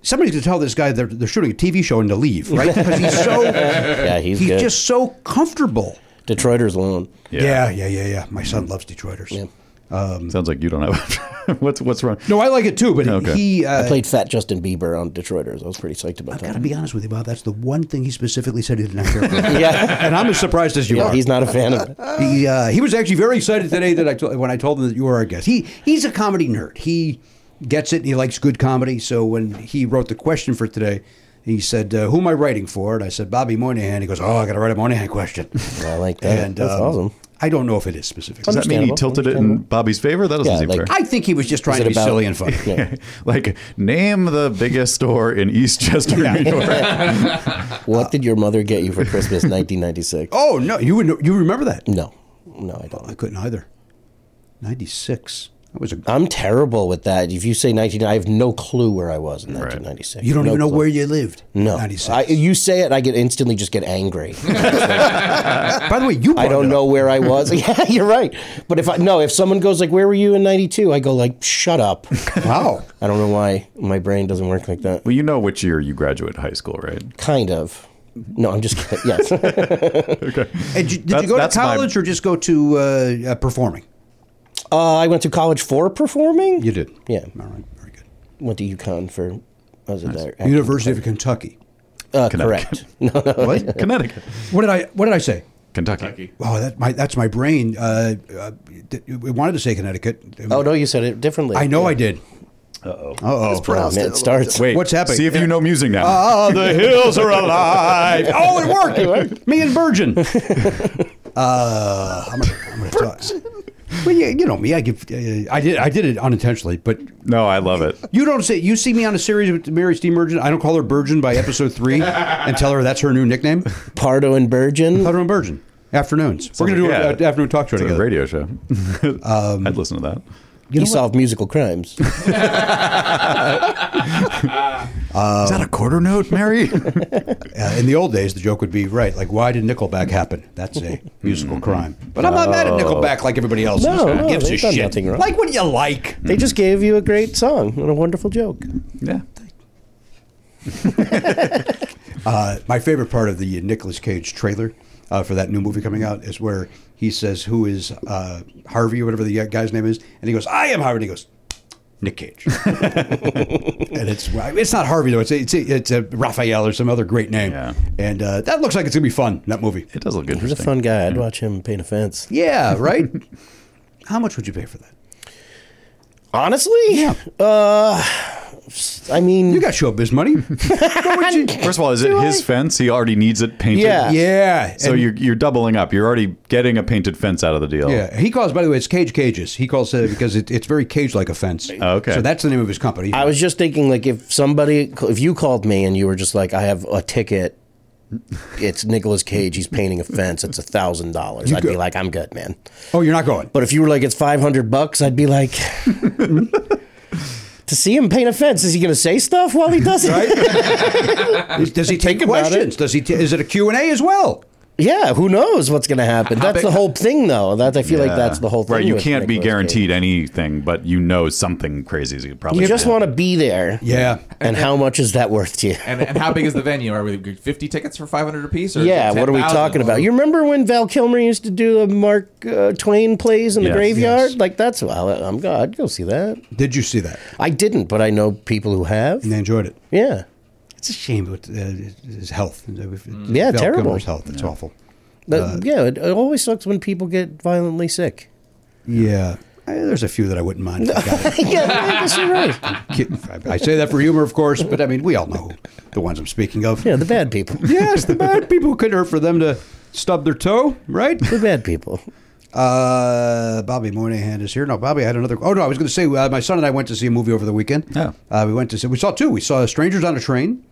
Speaker 4: somebody's going to tell this guy they're, they're shooting a TV show and to leave, right? Because he's so
Speaker 10: Yeah, he's,
Speaker 4: he's
Speaker 10: good.
Speaker 4: just so comfortable.
Speaker 10: Detroiters alone.
Speaker 4: Yeah, yeah, yeah, yeah. My son loves Detroiters.
Speaker 7: Sounds like you don't have. what's what's wrong?
Speaker 4: No, I like it too, but
Speaker 7: Okay.
Speaker 4: he. Uh,
Speaker 10: I played Fat Justin Bieber on Detroiters. I was pretty psyched about
Speaker 4: Got
Speaker 10: that.
Speaker 4: to be honest with you, Bob. That's the one thing he specifically said he did not care about.
Speaker 10: yeah,
Speaker 4: and I'm as surprised as you
Speaker 10: yeah,
Speaker 4: are.
Speaker 10: he's not a fan of it.
Speaker 4: He, uh, he was actually very excited today that I told, when I told him that you were our guest. He he's a comedy nerd. He gets it and he likes good comedy. So when he wrote the question for today, he said, uh, "Who am I writing for?" And I said, "Bobby Moynihan." He goes, "Oh, I got to write a Moynihan question."
Speaker 10: I like that. That's
Speaker 4: um,
Speaker 10: awesome.
Speaker 4: I don't know if it is
Speaker 7: Does
Speaker 4: specifically.
Speaker 7: that mean he
Speaker 10: Understandable,
Speaker 7: tilted it in
Speaker 10: understandable.
Speaker 7: Bobby's favor? That doesn't
Speaker 10: Yeah,
Speaker 7: seem
Speaker 10: like-
Speaker 7: fair.
Speaker 4: I think he was just trying
Speaker 10: it
Speaker 4: to be
Speaker 10: about-
Speaker 4: silly and funny.
Speaker 10: Yeah.
Speaker 7: like, name the biggest store in Eastchester, New York.
Speaker 10: What did your mother get you for Christmas 1996?
Speaker 4: Oh no, you would, know- you remember that?
Speaker 10: No, no, I don't.
Speaker 4: I couldn't either. Ninety six. That was a.
Speaker 10: I'm terrible with that. If you say 19, I have no clue where I was in 1996.
Speaker 4: You don't
Speaker 10: No
Speaker 4: even know
Speaker 10: clue.
Speaker 4: where you lived.
Speaker 10: No,
Speaker 4: Ninety six.
Speaker 10: I, you say it, I get instantly just get angry.
Speaker 4: By the way, you.
Speaker 10: I
Speaker 4: brought it
Speaker 10: don't
Speaker 4: up.
Speaker 10: know where I was. yeah, you're right. But if I no, if someone goes like, "Where were you in '92?" I go like, "Shut up."
Speaker 4: Wow.
Speaker 10: I don't know why my brain doesn't work like that.
Speaker 7: well, you know which year you graduate high school, right?
Speaker 10: Kind of. No, I'm just kidding. Yes. Uh,
Speaker 4: And you- did
Speaker 7: That's-
Speaker 4: you go to
Speaker 7: that's my-
Speaker 4: college or just go to uh, uh, performing?
Speaker 10: uh, I went to college for performing.
Speaker 4: You did.
Speaker 10: Yeah.
Speaker 4: All right. Very good.
Speaker 10: Went to UConn for. I was there.
Speaker 4: University of Kentucky.
Speaker 10: Uh,
Speaker 7: Connecticut.
Speaker 10: correct. No, no.
Speaker 4: What?
Speaker 7: Connecticut,
Speaker 4: what did I? What did I say?
Speaker 7: Kentucky.
Speaker 4: Oh, that my that's my brain. Uh, uh, d- we wanted to say Connecticut.
Speaker 10: Oh no, Oh, you said it differently.
Speaker 4: I know
Speaker 10: Yeah.
Speaker 4: I did.
Speaker 10: Uh-oh.
Speaker 4: Uh-oh.
Speaker 7: Just pronounced it a
Speaker 10: it
Speaker 7: little
Speaker 10: starts.
Speaker 7: different. Wait,
Speaker 4: What's happening?
Speaker 7: see if you know music now.
Speaker 4: Ah, the hills are alive. Oh, it worked.
Speaker 10: It worked.
Speaker 4: Me and Virgin. Uh, I'm gonna, I'm gonna talk. Well, you, you know me. I give. Uh, I did. I did it unintentionally, but
Speaker 7: No, I love it.
Speaker 4: you don't say. You see me on a series with Mary Steenburgen. I don't call her Virgin by episode three and tell her that's her new nickname.
Speaker 10: Pardo and Virgin.
Speaker 4: Pardo and Virgin. Afternoons. We're gonna do
Speaker 7: Yeah.
Speaker 4: an afternoon talk show
Speaker 7: It's like a
Speaker 4: together. Um,
Speaker 7: radio show. I'd listen to that.
Speaker 10: You solve musical crimes.
Speaker 7: Is that a quarter note, Mary?
Speaker 4: Uh, in the old days, the joke would be right. Like, why did Nickelback happen? That's a musical crime. But I'm not mad at Nickelback like everybody else.
Speaker 10: Mm. No,
Speaker 4: Who
Speaker 10: no,
Speaker 4: gives a
Speaker 10: they've done
Speaker 4: shit.
Speaker 10: nothing wrong.
Speaker 4: Like what you like.
Speaker 10: they just gave you a great song and a wonderful joke.
Speaker 7: yeah.
Speaker 4: Uh, my favorite part of the Nicolas Cage trailer uh, for that new movie coming out is where he says, "Who is uh, Harvey or whatever the uh, guy's name is?" And he goes, "I am Harvey." And he goes, "Nick Cage." and it's it's not Harvey though. It's it's it's a Raphael or some other great name.
Speaker 7: Yeah.
Speaker 4: And uh, that looks like it's gonna be fun. That movie.
Speaker 7: It does look
Speaker 10: He was a
Speaker 7: interesting.
Speaker 10: fun guy. I'd watch him paint a fence.
Speaker 4: Yeah. Right. How much would you pay for that?
Speaker 10: Honestly, Uh, I mean,
Speaker 4: You got showbiz money. What would you-
Speaker 7: First of all, is it his fence? He already needs it painted.
Speaker 10: Yeah.
Speaker 4: yeah.
Speaker 7: Uh, So
Speaker 4: and-
Speaker 7: you're you're doubling up. You're already getting a painted fence out of the deal.
Speaker 4: Yeah, he calls. By the way, it's cage cages. He calls it because it, it's very cage-like offense.
Speaker 7: Oh, Okay.
Speaker 4: so that's the name of his company.
Speaker 10: I was just thinking, like, if somebody, if you called me and you were just like, I have a ticket, it's Nicolas Cage, he's painting a fence, it's a thousand dollars. I'd be like, I'm good, man.
Speaker 4: oh, you're not going.
Speaker 10: But if you were like, it's five hundred bucks, I'd be like. To see him paint a fence, is he going to say stuff while he does it?
Speaker 4: Is- Does he take
Speaker 10: Think about
Speaker 4: questions?
Speaker 10: it.
Speaker 4: Does he? T- is it a Q and A as well?
Speaker 10: Yeah, who knows what's going to happen? That's the whole thing, though. That I feel like that's the whole thing.
Speaker 7: Right, you
Speaker 10: with
Speaker 7: can't be
Speaker 10: Nicolas Cage.
Speaker 7: guaranteed anything, but you know something crazy is probably.
Speaker 10: You just
Speaker 7: happen.
Speaker 10: want to be there.
Speaker 4: Yeah.
Speaker 10: And how much is that worth to you?
Speaker 8: And, and how big is the venue? Are we 50 tickets for 500 apiece? Or is it
Speaker 10: Yeah, what are we
Speaker 8: 10,000?
Speaker 10: talking about? You remember when Val Kilmer used to do the Mark uh, Twain plays in the
Speaker 7: Yes.
Speaker 10: graveyard? Like that's wow, I'm God, I'd go see that.
Speaker 4: Did you see that?
Speaker 10: I didn't, but I know people who have.
Speaker 4: And they enjoyed it.
Speaker 10: Yeah,
Speaker 4: It's a shame with uh, his health.
Speaker 10: Yeah,
Speaker 4: Val
Speaker 10: terrible.
Speaker 4: Kilmer's health. It's awful.
Speaker 10: but,
Speaker 4: Uh,
Speaker 10: yeah. It, it always sucks when people get violently sick.
Speaker 4: Yeah. I- there's a few that I wouldn't mind. If I, got it.
Speaker 10: yeah, I guess you're right.
Speaker 4: Kid- I- I say that for humor, of course, but I mean we all know the ones I'm speaking of.
Speaker 10: Yeah, the bad people.
Speaker 4: Yes, the bad people could hurt for them to stub their toe, right?
Speaker 10: The bad people.
Speaker 4: Uh, Bobby Moynihan is here. No, Bobby, I had another. Oh no, I was going to say uh, my son and I went to see a movie over the weekend.
Speaker 7: Yeah.
Speaker 4: uh, we went to see. We saw two. We saw Strangers on a Train.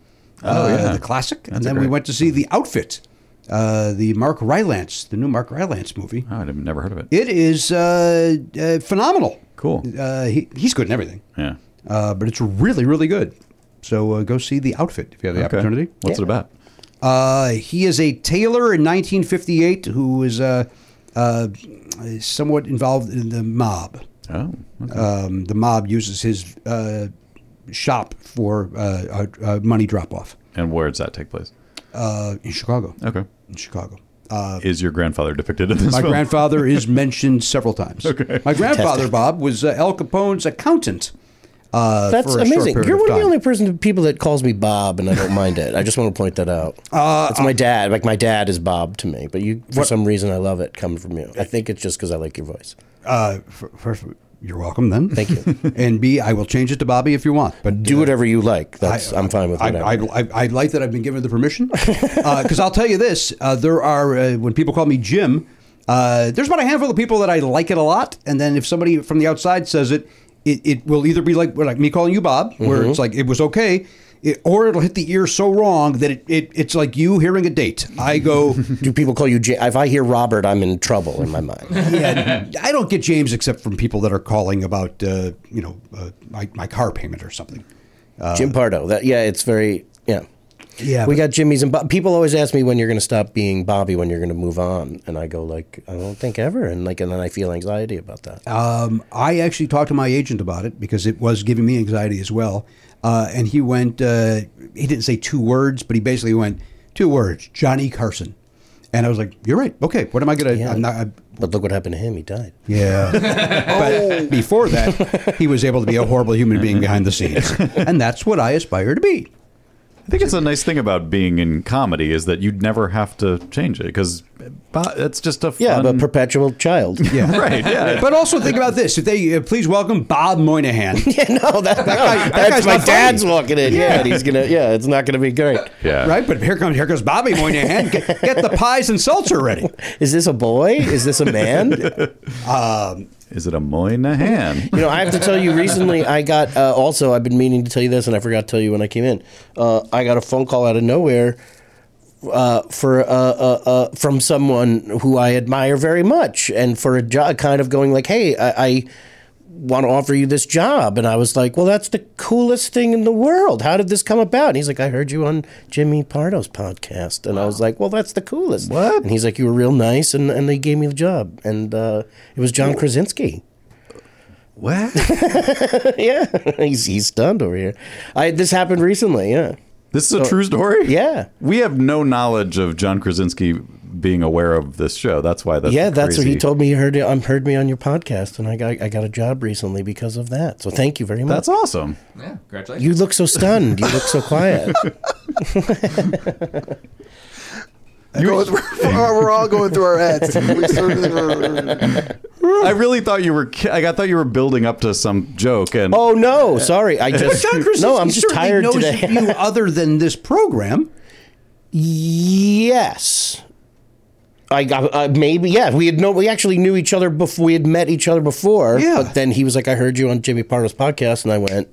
Speaker 4: Oh
Speaker 7: yeah.
Speaker 4: the classic, and
Speaker 7: That's a
Speaker 4: then we
Speaker 7: great-
Speaker 4: went to see The Outfit, uh, the Mark Rylance, the new Mark Rylance movie.
Speaker 7: Oh, I've never heard of it.
Speaker 4: It is uh, uh, phenomenal.
Speaker 7: Cool.
Speaker 4: Uh, he, he's good in everything,
Speaker 7: yeah.
Speaker 4: uh, but it's really, really good. So uh, go see The Outfit if you have the
Speaker 7: Okay.
Speaker 4: opportunity.
Speaker 7: What's it about?
Speaker 4: Uh, he is a tailor in 1958 who is uh, uh, somewhat involved in the mob.
Speaker 7: Oh, okay.
Speaker 4: Um, the mob uses his uh, shop for uh, a, a money drop off
Speaker 7: and where does that take place?
Speaker 4: uh, in Chicago.
Speaker 7: Okay.
Speaker 4: In Chicago. Uh,
Speaker 7: Is your grandfather depicted in this?
Speaker 4: my
Speaker 7: film?
Speaker 4: grandfather is mentioned several times. Okay. My grandfather, Bob, was uh, Al Capone's accountant. Uh,
Speaker 10: That's
Speaker 4: for a short
Speaker 10: amazing.
Speaker 4: period
Speaker 10: You're
Speaker 4: of
Speaker 10: one of the
Speaker 4: time.
Speaker 10: only person people that calls me Bob, and I don't mind it. I just want to point that out.
Speaker 4: Uh,
Speaker 10: it's my dad. Like my dad is Bob to me, but you for some reason I love it coming from you. I think it's just because I like your voice.
Speaker 4: Uh, f- first, you're welcome then.
Speaker 10: Thank you.
Speaker 4: and B, I will change it to Bobby if you want. But
Speaker 10: Do whatever you like. That's I, am fine with
Speaker 4: I,
Speaker 10: whatever.
Speaker 4: I, I, I like that I've been given the permission because I'll tell you this: uh, there are uh, when people call me Jim, uh, there's about a handful of people that I like it a lot, and then if somebody from the outside says it, it, it will either be like like me calling you Bob, where it's like it was okay. It, or it'll hit the ear so wrong that it, it it's like you hearing a date. I go,
Speaker 10: Do people call you J? If I hear Robert, I'm in trouble in my mind.
Speaker 4: yeah, I don't get James except from people that are calling about uh, you know uh, my, my car payment or something.
Speaker 10: Jim Pardo. That yeah, it's very yeah.
Speaker 4: Uh, Yeah,
Speaker 10: we
Speaker 4: but-
Speaker 10: got Jimmy's and Bob. People always ask me when you're going to stop being Bobby, when you're going to move on, and I go like, I don't think ever, and like, and then I feel anxiety about that.
Speaker 4: Um, I actually talked to my agent about it because it was giving me anxiety as well. Uh, and he went, uh, he didn't say two words, but he basically went, two words, Johnny Carson. And I was like, you're right. Okay. What am I going to, I'm not, I,
Speaker 10: but look what happened to him. He died.
Speaker 4: yeah. but before that, he was able to be a horrible human being behind the scenes. And that's what I aspire to be.
Speaker 7: I think it's a nice thing about being in comedy is that you'd never have to change it because that's just a fun...
Speaker 10: yeah, I'm a perpetual child.
Speaker 7: Yeah, right. Yeah,
Speaker 4: But also think about this. If they uh, please welcome Bob Moynihan.
Speaker 10: yeah, no, that,
Speaker 4: guy- that guy's
Speaker 10: that's my
Speaker 4: not funny.
Speaker 10: dad's walking in. Yeah, and he's gonna. Yeah, it's not gonna be great.
Speaker 7: Yeah.
Speaker 4: Right, but here comes here goes Bobby Moynihan. Get, get the pies and seltzer ready.
Speaker 10: Is this a boy? Is this a man?
Speaker 4: um,
Speaker 7: is it a Moynihan?
Speaker 10: You know, I have to tell you, recently I got uh, also, I've been meaning to tell you this, and I forgot to tell you when I came in. Uh, I got a phone call out of nowhere uh, for uh, uh, uh, from someone who I admire very much, and for a job, kind of going like, "Hey, I." I want to offer you this job and i was like well that's the coolest thing in the world how did this come about and he's like i heard you on jimmy pardo's podcast and i was like well that's the coolest what and he's like you were real nice and, and they gave me the job and uh, it was john krasinski
Speaker 7: What?
Speaker 10: yeah, he's he's stunned over here. I this happened recently. Yeah,
Speaker 7: This is a
Speaker 10: So-
Speaker 7: true story.
Speaker 10: Yeah,
Speaker 7: we have no knowledge of John Krasinski being aware of this show. That's why that's
Speaker 10: yeah, that's what
Speaker 7: crazy.
Speaker 10: he told me. He heard it, um, heard me on your podcast, and I got I got a job recently because of that. So thank you very much.
Speaker 7: That's awesome.
Speaker 8: Yeah, congratulations.
Speaker 10: You look so stunned. You look so quiet.
Speaker 9: Going through- we're all going through our heads. We certainly were-
Speaker 7: I really thought you were. ki- Like, I thought you were building up to some joke. And
Speaker 10: oh no, sorry, I just
Speaker 4: John Krasinski
Speaker 10: no, I'm just
Speaker 4: certainly
Speaker 10: tired
Speaker 4: knows
Speaker 10: today.
Speaker 4: you other than this program.
Speaker 10: Yes. I, I, I maybe yeah we had no we actually knew each other before we had met each other before
Speaker 4: Yeah.
Speaker 10: but then he was like I heard you on Jimmy Pardo's podcast and I went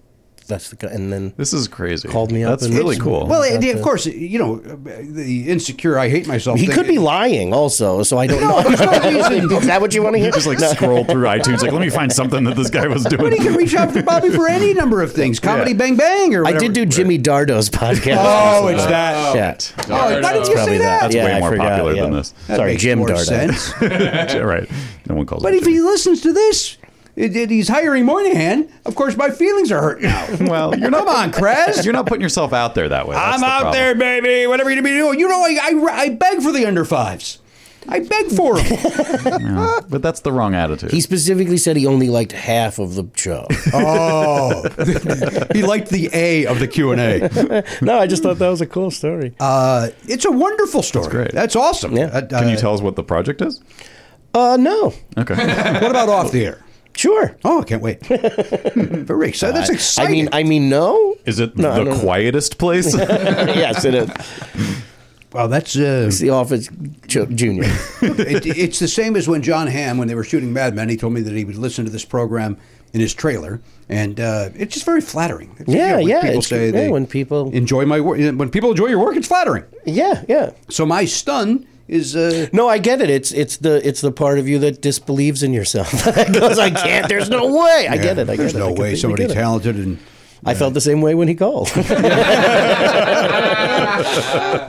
Speaker 10: that's the guy and then
Speaker 7: this is crazy
Speaker 10: called me up
Speaker 7: That's
Speaker 10: and
Speaker 7: really cool.
Speaker 4: Well, and of course, you know the insecure. I hate myself.
Speaker 10: he
Speaker 4: thing-
Speaker 10: could be lying also so I don't
Speaker 4: No,
Speaker 10: know
Speaker 4: there's no reason.
Speaker 10: is that what you want to hear
Speaker 7: You just like scroll through iTunes, like let me find something that this guy was
Speaker 4: But
Speaker 7: doing.
Speaker 4: he can reach out to Bobby for any number of things. Comedy Bang Bang or
Speaker 10: I
Speaker 4: whatever.
Speaker 10: did do Jimmy Dardo's podcast
Speaker 4: Oh, it's that.
Speaker 10: shit
Speaker 4: Oh, why did you say that?
Speaker 7: That's
Speaker 10: Yeah,
Speaker 7: way
Speaker 10: I
Speaker 7: more
Speaker 10: forgot,
Speaker 7: popular
Speaker 10: yeah.
Speaker 7: than this.
Speaker 4: That
Speaker 10: sorry
Speaker 4: makes
Speaker 10: Jim
Speaker 4: more
Speaker 10: Dardo
Speaker 4: sense.
Speaker 7: Yeah, right. No one calls.
Speaker 4: But if he listens to this, it, it- he's hiring Moynihan. Of course, my feelings are hurt now.
Speaker 7: well, you're not
Speaker 4: Come on, Krez.
Speaker 7: You're not putting yourself out there that way. That's
Speaker 4: I'm
Speaker 7: the
Speaker 4: out
Speaker 7: problem.
Speaker 4: there, baby. Whatever you need me to do. You know, I, I, I beg for the under fives. I beg for them.
Speaker 7: Yeah, but that's the wrong attitude.
Speaker 10: he specifically said he only liked half of the show
Speaker 4: oh, he liked the A of the Q and A.
Speaker 10: no I just thought that was a cool story
Speaker 4: Uh, it's a wonderful story. That's,
Speaker 7: great.
Speaker 4: awesome.
Speaker 10: Yeah.
Speaker 4: That,
Speaker 7: Can you
Speaker 4: uh,
Speaker 7: tell us what the project is?
Speaker 10: uh no
Speaker 7: Okay.
Speaker 4: uh, What about off the air?
Speaker 10: sure
Speaker 4: Oh, I can't wait. Very excited. That's
Speaker 10: I
Speaker 4: exciting.
Speaker 10: mean I mean no
Speaker 7: Is it
Speaker 10: No, I
Speaker 7: the
Speaker 10: don't-
Speaker 7: quietest place?
Speaker 10: yes it is
Speaker 4: wow, that's uh,
Speaker 10: It's the office ju- junior.
Speaker 4: it, it's the same as when John Hamm, when they were shooting Mad Men, he told me that he would listen to this program in his trailer, and uh, it's just very flattering. You
Speaker 10: Yeah,
Speaker 4: when
Speaker 10: yeah,
Speaker 4: People
Speaker 10: it's
Speaker 4: say
Speaker 10: good-
Speaker 4: they
Speaker 10: yeah, when people-
Speaker 4: enjoy my work, when people enjoy your work, it's flattering.
Speaker 10: yeah, yeah.
Speaker 4: So my stun is uh,
Speaker 10: No, I get it. It's it's the it's the part of you that disbelieves in yourself. Because I can't. There's no way. I get it. I get
Speaker 4: there's
Speaker 10: it. I
Speaker 4: no way
Speaker 10: completely
Speaker 4: somebody
Speaker 10: get it.
Speaker 4: talented and
Speaker 10: I felt the same way when he called.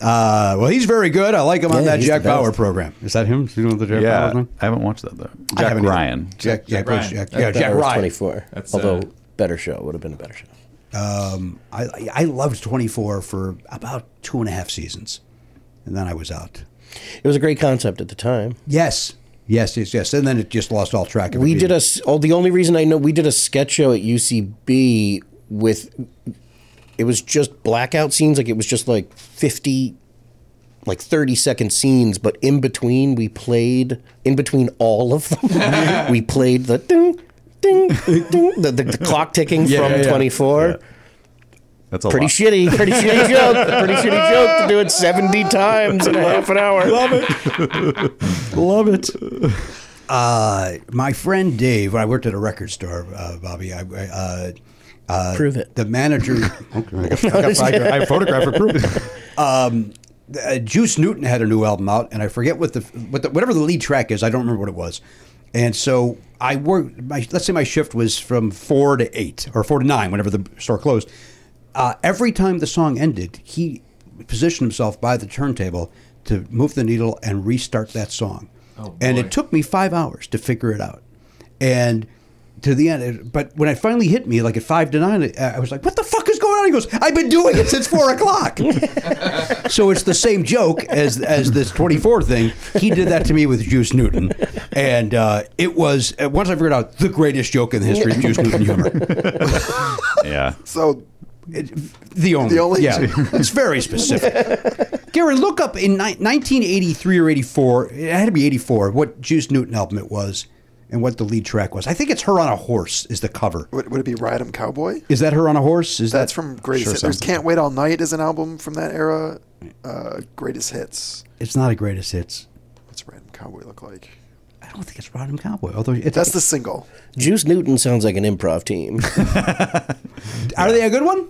Speaker 4: uh, well, he's very good. I like him on
Speaker 10: Yeah,
Speaker 4: that
Speaker 10: he's
Speaker 4: Jack
Speaker 10: the best.
Speaker 4: Bauer program. Is that him? Do you know the Jack Bauer
Speaker 7: yeah,
Speaker 4: thing?
Speaker 7: I haven't watched that though.
Speaker 4: I
Speaker 7: Jack
Speaker 4: haven't either.
Speaker 7: Ryan.
Speaker 4: Jack, Jack,
Speaker 8: Ryan.
Speaker 4: Jack,
Speaker 8: That-
Speaker 4: yeah,
Speaker 8: that
Speaker 4: Jack
Speaker 10: was
Speaker 4: Ryan.
Speaker 10: 24.
Speaker 8: That's,
Speaker 10: Although
Speaker 8: uh,
Speaker 10: better show would have been a better show.
Speaker 4: Um, I I loved 24 for about two and a half seasons, and then I was out.
Speaker 10: It was a great concept at the time.
Speaker 4: Yes. Yes, yes, yes. And then it just lost all track of it
Speaker 10: We did
Speaker 4: being-
Speaker 10: a. s- Oh, the only reason I know we did a sketch show at UCB with. It was just blackout scenes. Like it was just like fifty, like thirty second scenes. But in between, we played in between all of them. we played the ding, ding, ding, the, the, the clock ticking
Speaker 7: Yeah,
Speaker 10: from
Speaker 7: yeah, yeah.
Speaker 10: twenty four.
Speaker 7: That's a
Speaker 10: Pretty
Speaker 7: lot.
Speaker 10: shitty. Pretty shitty joke. Pretty shitty joke to do it seventy times in a half an hour. Love it.
Speaker 7: Love it.
Speaker 4: uh, my friend Dave, when I worked at a record store, uh, Bobby, I, I, uh, uh,
Speaker 10: Prove it.
Speaker 4: The manager, okay, I got- I got five-
Speaker 7: I have photographic proof.
Speaker 4: um, uh, Juice Newton had a new album out, and I forget what the, what the whatever the lead track is. I don't remember what it was. And so I worked. My, let's say my shift was from four to eight or four to nine, whenever the store closed. Uh, every time the song ended, he positioned himself by the turntable to move the needle and restart that song.
Speaker 8: Oh,
Speaker 4: and
Speaker 8: boy.
Speaker 4: it took me five hours to figure it out. And to the end, it- but when it finally hit me, like at five to nine, I, I was like, "What the fuck is going on?" He goes, "I've been doing it since four o'clock." so it's the same joke as as this twenty four thing. He did that to me with Juice Newton, and uh, it was uh, once I figured out the greatest joke in the history of Juice Newton humor.
Speaker 7: Yeah.
Speaker 9: so
Speaker 4: the only.
Speaker 9: The only-
Speaker 4: Yeah, it's very specific. Gary, look up in ni- 1983 or 84. It had to be 84. What Juice Newton album it was, and what the lead track was. I think it's her on a horse is the cover.
Speaker 9: Would, would it be Ride 'em Cowboy?
Speaker 4: Is that her on a horse? Is
Speaker 9: That's
Speaker 4: that
Speaker 9: from Greatest Hits. There's Can't Wait All Night is an album from that era. Uh, greatest Hits.
Speaker 4: It's not a greatest hits.
Speaker 9: What's Ride 'em Cowboy look like?
Speaker 4: I don't think it's Rodham Cowboy. Although it's,
Speaker 9: That's the single.
Speaker 10: Juice Newton sounds like an improv team.
Speaker 4: Are they a good one?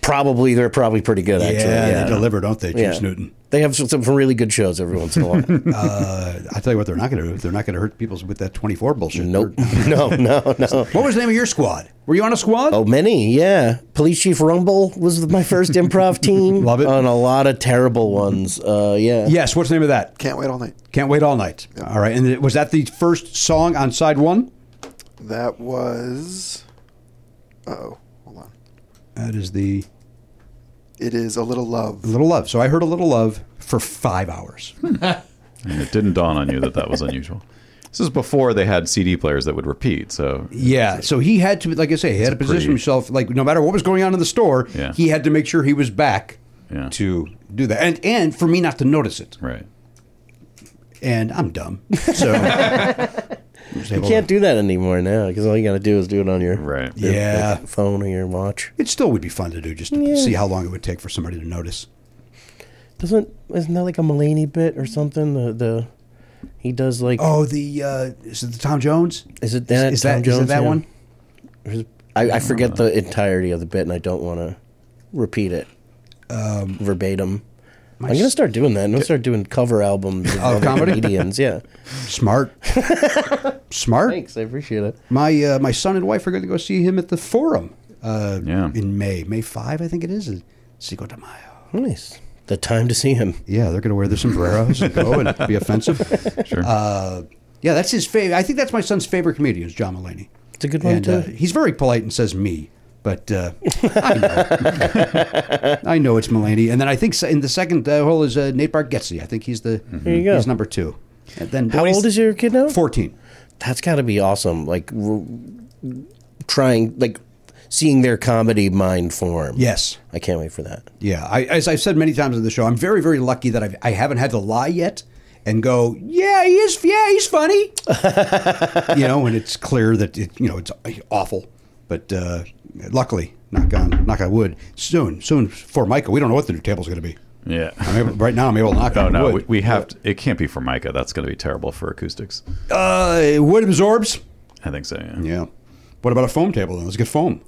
Speaker 10: Probably they're probably pretty good.
Speaker 4: Yeah,
Speaker 10: Actually,
Speaker 4: they deliver, don't they, Juice Newton?
Speaker 10: They have some, some really good shows every once in a while.
Speaker 4: uh, I tell you what, they're not going to do. They're not going to hurt people with that 24 bullshit. Nope.
Speaker 10: no, no, no.
Speaker 4: What was the name of your squad? Were you on a squad?
Speaker 10: Oh, many, yeah. Police Chief Rumble was my first improv team. Love it. On a lot of terrible ones. Uh, yeah.
Speaker 4: Yes. What's the name of that?
Speaker 9: Can't wait all night.
Speaker 4: Can't wait all night. All right. And was that the first song on side one?
Speaker 9: That was. Uh oh. Hold on.
Speaker 4: That is the
Speaker 9: It is A Little Love.
Speaker 4: Little Love. So I heard a Little Love for five hours.
Speaker 7: And it didn't dawn on you that that was unusual. This is before they had CD players that would repeat. So
Speaker 4: Yeah. So he had to, like I say, he had to position
Speaker 7: pretty-
Speaker 4: himself. Like no matter what was going on in the store,
Speaker 7: Yeah.
Speaker 4: he had to make sure he was back to do that, and and for me not to notice it.
Speaker 7: Right.
Speaker 4: And I'm dumb, so
Speaker 10: You can't do that anymore now because all you got to do is do it on your
Speaker 7: right.
Speaker 4: Yeah.
Speaker 10: phone or your watch.
Speaker 4: It still would be fun to do just to
Speaker 10: Yeah.
Speaker 4: see how long it would take for somebody to notice.
Speaker 10: Doesn't isn't that like a Mulaney bit or something? The the he does like
Speaker 4: Oh, the uh, is it the Tom Jones?
Speaker 10: Is it that
Speaker 4: Is, that
Speaker 10: Tom
Speaker 4: is it
Speaker 10: Jones,
Speaker 4: that
Speaker 10: yeah.
Speaker 4: one?
Speaker 10: I, I forget the entirety of the bit and I don't want to repeat it um, verbatim.
Speaker 4: my
Speaker 10: I'm gonna
Speaker 4: s-
Speaker 10: start doing that. I'm gonna start doing cover albums of
Speaker 4: Oh,
Speaker 10: other
Speaker 4: comedy?
Speaker 10: comedians. Yeah,
Speaker 4: smart, smart.
Speaker 10: Thanks, I appreciate it.
Speaker 4: My uh, my son and wife are going to go see him at the Forum. Uh,
Speaker 7: yeah.
Speaker 4: In May, May five, I think it is. is Cinco de Mayo.
Speaker 10: Nice. The time to see him.
Speaker 4: Yeah, they're going to wear their sombreros and go and be offensive.
Speaker 7: Sure.
Speaker 4: Uh, yeah, that's his favorite. I think that's my son's favorite comedian is John Mulaney.
Speaker 10: It's a good one,
Speaker 4: and, uh,
Speaker 10: too.
Speaker 4: he's very polite and says me, but uh, I, know. I know it's Mulaney. And then I think se- in the second uh, hole is uh, Nate Bargatze. I think he's the
Speaker 10: There you go.
Speaker 4: he's number two. And then
Speaker 10: How old is your kid now?
Speaker 4: Fourteen.
Speaker 10: That's got to be awesome. Like r- trying, like seeing their comedy mind form.
Speaker 4: Yes.
Speaker 10: I can't wait for that.
Speaker 4: Yeah, I, as I've said many times on the show, I'm very, very lucky that I've, I haven't had to lie yet and go, yeah, he is, yeah, he's funny. you know, and it's clear that it, you know it's awful, but uh, luckily, knock on, knock on wood, soon, soon for Michael, we don't know what the new table's going to be.
Speaker 7: Yeah.
Speaker 4: I'm able, right now, I'm able to knock
Speaker 7: Oh
Speaker 4: on
Speaker 7: no,
Speaker 4: wood.
Speaker 7: we, we have to, it can't be for Micah. That's going to be terrible for acoustics.
Speaker 4: Uh, wood absorbs.
Speaker 7: I think so. Yeah.
Speaker 4: Yeah. What about a foam table? Then let's get foam.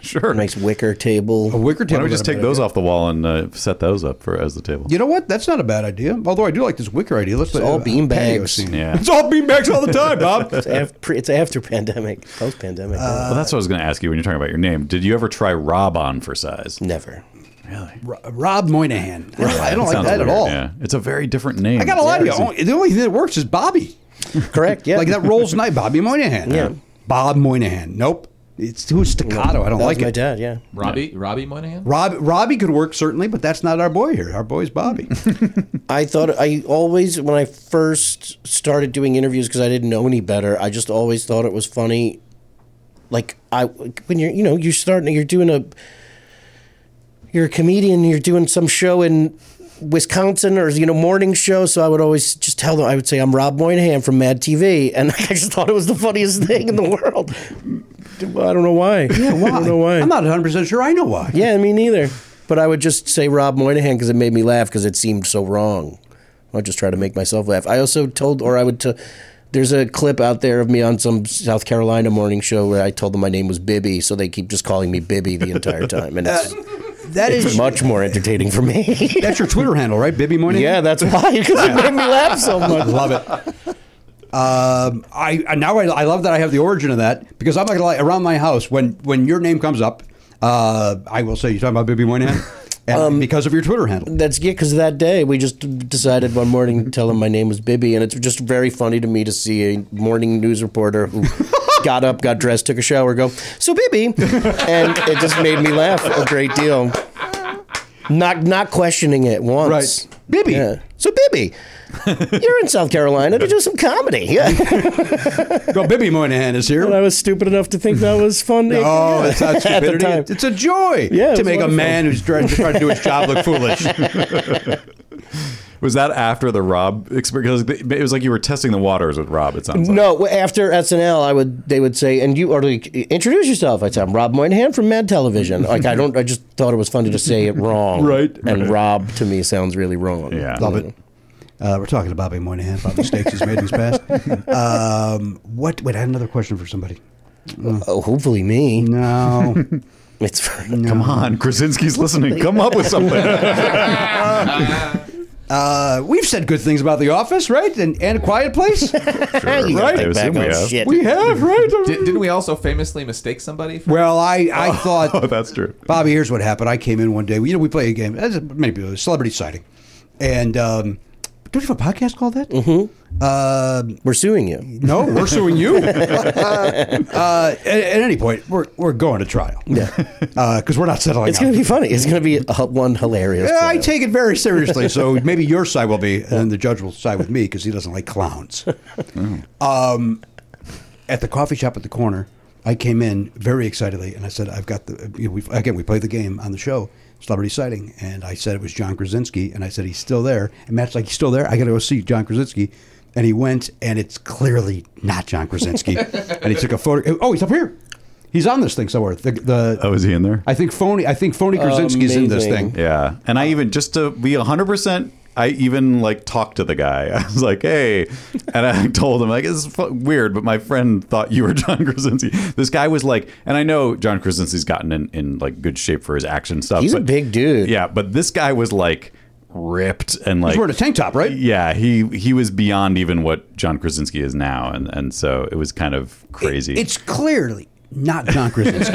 Speaker 7: sure.
Speaker 10: Nice wicker table.
Speaker 4: A wicker
Speaker 7: Why
Speaker 4: table.
Speaker 7: don't we just take those off the wall and uh, set those up for as the table?
Speaker 4: You know what? That's not a bad idea. Although I do like this wicker idea. Let's uh,
Speaker 10: It's all beanbags.
Speaker 7: Yeah.
Speaker 4: It's all beanbags all the time, Bob.
Speaker 10: It's after, it's after pandemic, post pandemic.
Speaker 4: Uh,
Speaker 7: well, that's what I was going to ask you when you're talking about your name. Did you ever try Rob on for size?
Speaker 10: Never.
Speaker 4: Ro- Rob Moynihan. I don't- I don't like
Speaker 7: Sounds
Speaker 4: that at
Speaker 7: weird,
Speaker 4: all.
Speaker 7: Yeah. It's a very different name.
Speaker 4: I got a lot of you.
Speaker 7: Yeah.
Speaker 4: Only- The only thing that works is Bobby.
Speaker 10: Correct. Yeah.
Speaker 4: Like that rolls night, Bobby Moynihan.
Speaker 10: Yeah.
Speaker 4: Bob Moynihan. Nope. It's too staccato. I don't
Speaker 10: That
Speaker 4: like
Speaker 10: was my
Speaker 4: it.
Speaker 10: dad. Yeah.
Speaker 8: Robbie Robbie Moynihan.
Speaker 4: Rob Robbie could work certainly, but that's not our boy here. Our boy's Bobby.
Speaker 10: I thought I always when I first started doing interviews because I didn't know any better. I just always thought it was funny. Like I when you're you know you're starting you're doing a you're a comedian you're doing some show in Wisconsin or you know morning show so I would always just tell them I would say I'm Rob Moynihan from Mad TV and I just thought it was the funniest thing in the world. I don't know why. Yeah,
Speaker 4: why?
Speaker 10: I don't know why.
Speaker 4: I'm not 100 percent sure I know why.
Speaker 10: Yeah, me neither. But I would just say Rob Moynihan because it made me laugh because it seemed so wrong. I would just try to make myself laugh. I also told, or I would. T- there's a clip out there of me on some South Carolina morning show where I told them my name was Bibby, so they keep just calling me Bibby the entire time, and it's,
Speaker 4: That
Speaker 10: it's
Speaker 4: is
Speaker 10: much more entertaining for me.
Speaker 4: that's your Twitter handle, right, Bibby Moynihan?
Speaker 10: yeah, that's why because it made me laugh so much.
Speaker 4: Love it. Um, I I- now I, I love that I have the origin of that because I'm not gonna lie. Around my house, when when your name comes up, uh, I will say you're talking about Bibby Moynihan,
Speaker 10: Um,
Speaker 4: and because of your Twitter handle.
Speaker 10: That's yeah, because that day we just decided one morning to tell him my name was Bibby, and it's just very funny to me to see a morning news reporter who got up, got dressed, took a shower, go so Bibby, and it just made me laugh a great deal. Not not questioning it once.
Speaker 4: Right.
Speaker 10: Bibby. So Bibby, you're in South Carolina to do some comedy. Yeah.
Speaker 4: well, Bibby Moynihan is here.
Speaker 10: And I was stupid enough to think that was fun.
Speaker 4: No,
Speaker 10: Yeah.
Speaker 4: it's not
Speaker 10: At the
Speaker 4: stupidity.
Speaker 10: time.
Speaker 4: It's a joy
Speaker 10: Yeah, it
Speaker 4: to
Speaker 10: was
Speaker 4: make a
Speaker 10: wonderful.
Speaker 4: man who's trying, trying to do his job look foolish.
Speaker 7: Was that after the Rob experience? Because it was like you were testing the waters with Rob. It sounds like.
Speaker 10: No, well, after SNL, I would they would say, and you or like, introduce yourself. I'd say, I'm Rob Moynihan from Mad Television. Like I don't, I just thought it was funny to say it wrong.
Speaker 4: Right.
Speaker 10: And Rob to me sounds really wrong. Yeah,
Speaker 4: Love it. Uh, we're talking to Bobby Moynihan about mistakes he's made in his past. Um, what? Wait, I had another question for somebody.
Speaker 10: Oh, hopefully me.
Speaker 4: No.
Speaker 10: it's
Speaker 7: Come on, Krasinski's listening. Come up with something.
Speaker 4: Uh, we've said good things about The Office, right? And, and A Quiet Place,
Speaker 8: You
Speaker 4: right?
Speaker 8: gotta I assume back we on have. shit.
Speaker 4: We have, right?
Speaker 8: Did, didn't we also famously mistake somebody? For,
Speaker 4: Well, I, I thought. Oh,
Speaker 7: that's true.
Speaker 4: Bobby, here's what happened. I came in one day. You know, we play a game, as maybe a celebrity sighting. And um, don't you have a podcast called that? Mm-hmm.
Speaker 10: we're suing you.
Speaker 4: No, we're suing you. uh, at, at any point, we're, we're going to trial.
Speaker 10: Yeah.
Speaker 4: Because we're not settling
Speaker 10: It's gonna
Speaker 4: out.
Speaker 10: be funny. It's gonna be a, one hilarious.
Speaker 4: Yeah, I take it very seriously. So maybe your side will be, and then the judge will side with me because he doesn't like clowns. Um, at the coffee shop at the corner, I came in very excitedly, and I said, "I've got the." You know, we've, again, we played the game on the show, celebrity sighting, and I said it was John Krasinski, and I said he's still there, and Matt's like, "He's still there? I got to go see John Krasinski." And he went, and it's clearly not John Krasinski. and he took a photo. Oh, he's up here. He's on this thing somewhere. The, the
Speaker 7: oh, is he in there?
Speaker 4: I think phony. I think phony Krasinski's in this thing.
Speaker 7: Yeah. And I even, just to be 100%, I even like talked to the guy. I was like, hey. And I told him, like, it's fu- weird, but my friend thought you were John Krasinski. This guy was like, and I know John Krasinski's gotten in, in like good shape for his action stuff.
Speaker 10: He's a
Speaker 7: but-
Speaker 10: big dude.
Speaker 7: Yeah. But this guy was like, ripped and like
Speaker 4: He's wearing a tank top, right?
Speaker 7: yeah he he was beyond even what john krasinski is now and and so it was kind of crazy
Speaker 4: It's clearly not John Krasinski.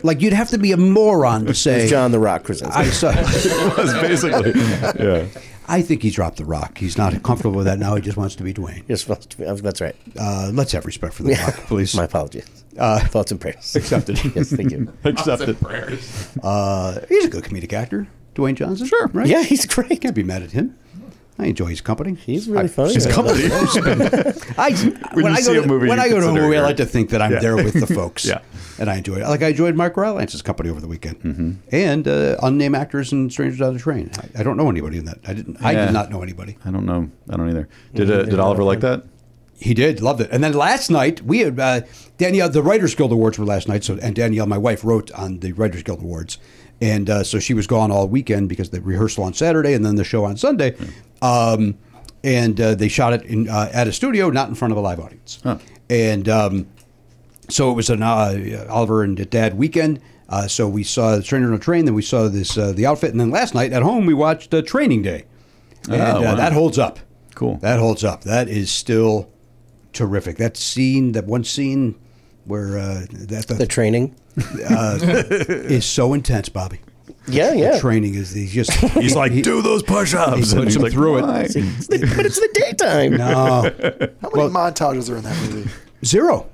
Speaker 4: like you'd have to be a moron to say
Speaker 10: John the Rock Krasinski.
Speaker 4: I saw.
Speaker 7: it was basically yeah
Speaker 4: I think he dropped the rock. He's not comfortable with that now. He just wants to be Dwayne.
Speaker 10: Yes, Oh, that's right.
Speaker 4: Uh, let's have respect for the rock, please. Uh,
Speaker 10: My apologies. Thoughts and prayers.
Speaker 4: Accepted.
Speaker 10: yes, thank you.
Speaker 7: Accepted.
Speaker 4: Uh, he's a good comedic actor, Dwayne Johnson. Sure, right?
Speaker 10: Yeah, he's great.
Speaker 4: Can't be mad at him. I enjoy his company.
Speaker 10: He's really funny.
Speaker 4: his company. I,
Speaker 7: When you
Speaker 4: I
Speaker 7: see
Speaker 4: go
Speaker 7: a
Speaker 4: to,
Speaker 7: movie,
Speaker 4: when
Speaker 7: you
Speaker 4: I go to a
Speaker 7: consider
Speaker 4: movie, I
Speaker 7: your-
Speaker 4: like to think that I'm
Speaker 7: Yeah.
Speaker 4: there with the folks.
Speaker 7: Yeah.
Speaker 4: and I enjoy it. Like I enjoyed Mark Rylance's company over the weekend,
Speaker 7: Mm-hmm.
Speaker 4: and uh, unnamed actors in Strangers on the Train. I, I don't know anybody in that. I didn't. I
Speaker 7: Yeah.
Speaker 4: did not know anybody.
Speaker 7: I don't know. I don't either. Did uh, did Oliver like that?
Speaker 4: He did, loved it. And then last night we had uh, Danielle. The Writers Guild Awards were last night, so and Danielle, my wife, wrote on the Writers Guild Awards, and uh, so she was gone all weekend because the rehearsal on Saturday and then the show on Sunday,
Speaker 7: Hmm.
Speaker 4: um, and uh, they shot it in, uh, at a studio, not in front of a live audience, and. Um, so it was an uh, Oliver and Dad weekend. Uh, so we saw Trainer on a Train, then we saw this uh, the outfit, and then last night at home we watched uh, Training Day,
Speaker 7: Oh,
Speaker 4: and uh,
Speaker 7: wow.
Speaker 4: that holds up.
Speaker 7: Cool.
Speaker 4: That holds up. That is still terrific. That scene, that one scene where uh, that
Speaker 10: The training.
Speaker 4: uh, is so intense, Bobby.
Speaker 10: Yeah, yeah.
Speaker 4: The training is he's just
Speaker 7: He's like,
Speaker 4: he-
Speaker 7: do those push-ups,
Speaker 4: He puts
Speaker 7: and he's
Speaker 4: him
Speaker 7: like,
Speaker 4: through
Speaker 7: "Why?"
Speaker 4: it.
Speaker 10: It's the- but it's the daytime.
Speaker 4: No,
Speaker 9: How many montages are in that movie?
Speaker 4: zero.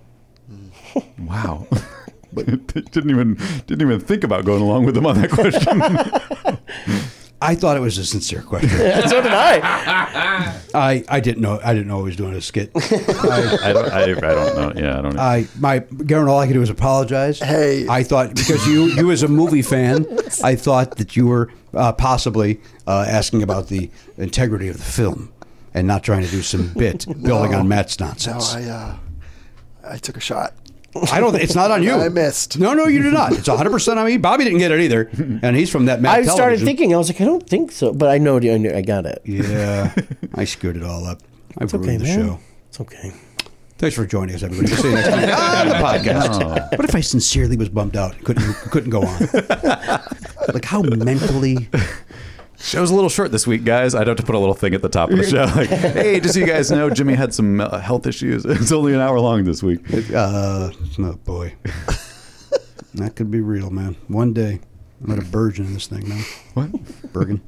Speaker 7: Wow. didn't even didn't even think about going along with him on that question.
Speaker 4: I thought it was a sincere question.
Speaker 10: so did I.
Speaker 4: I, I didn't know I didn't know he was doing a skit.
Speaker 7: I don't. I, I don't know. Yeah, I don't. know.
Speaker 4: I my Garen, all I could do is apologize.
Speaker 9: Hey.
Speaker 4: I thought because you you as a movie fan, I thought that you were uh, possibly uh, asking about the integrity of the film and not trying to do some bit building on Matt's
Speaker 9: No,
Speaker 4: nonsense.
Speaker 9: I uh, I took a shot.
Speaker 4: I, don't. It's not on you.
Speaker 9: I missed.
Speaker 4: No, no, you did not. It's 100 percent on me. Bobby didn't get it either, and he's from that. Matt
Speaker 10: I started
Speaker 4: television.
Speaker 10: thinking. I was like, I don't think so, but I know. I knew- I got it.
Speaker 4: Yeah, I screwed it all up. I've ruined
Speaker 10: okay,
Speaker 4: the
Speaker 10: man.
Speaker 4: show.
Speaker 10: It's okay.
Speaker 4: Thanks for joining us, everybody. We'll see you next time on the podcast. What if I sincerely was bummed out? and Couldn't couldn't go on. like how mentally
Speaker 7: Show's a little short this week, guys. I'd have to put a little thing at the top of the show. Like, hey, just so you guys know, Jimmy had some uh, health issues. It's only an hour long this week.
Speaker 4: uh oh boy. that could be real, man. One day. I'm gonna burgeon this thing, man.
Speaker 7: What?
Speaker 4: Bergen.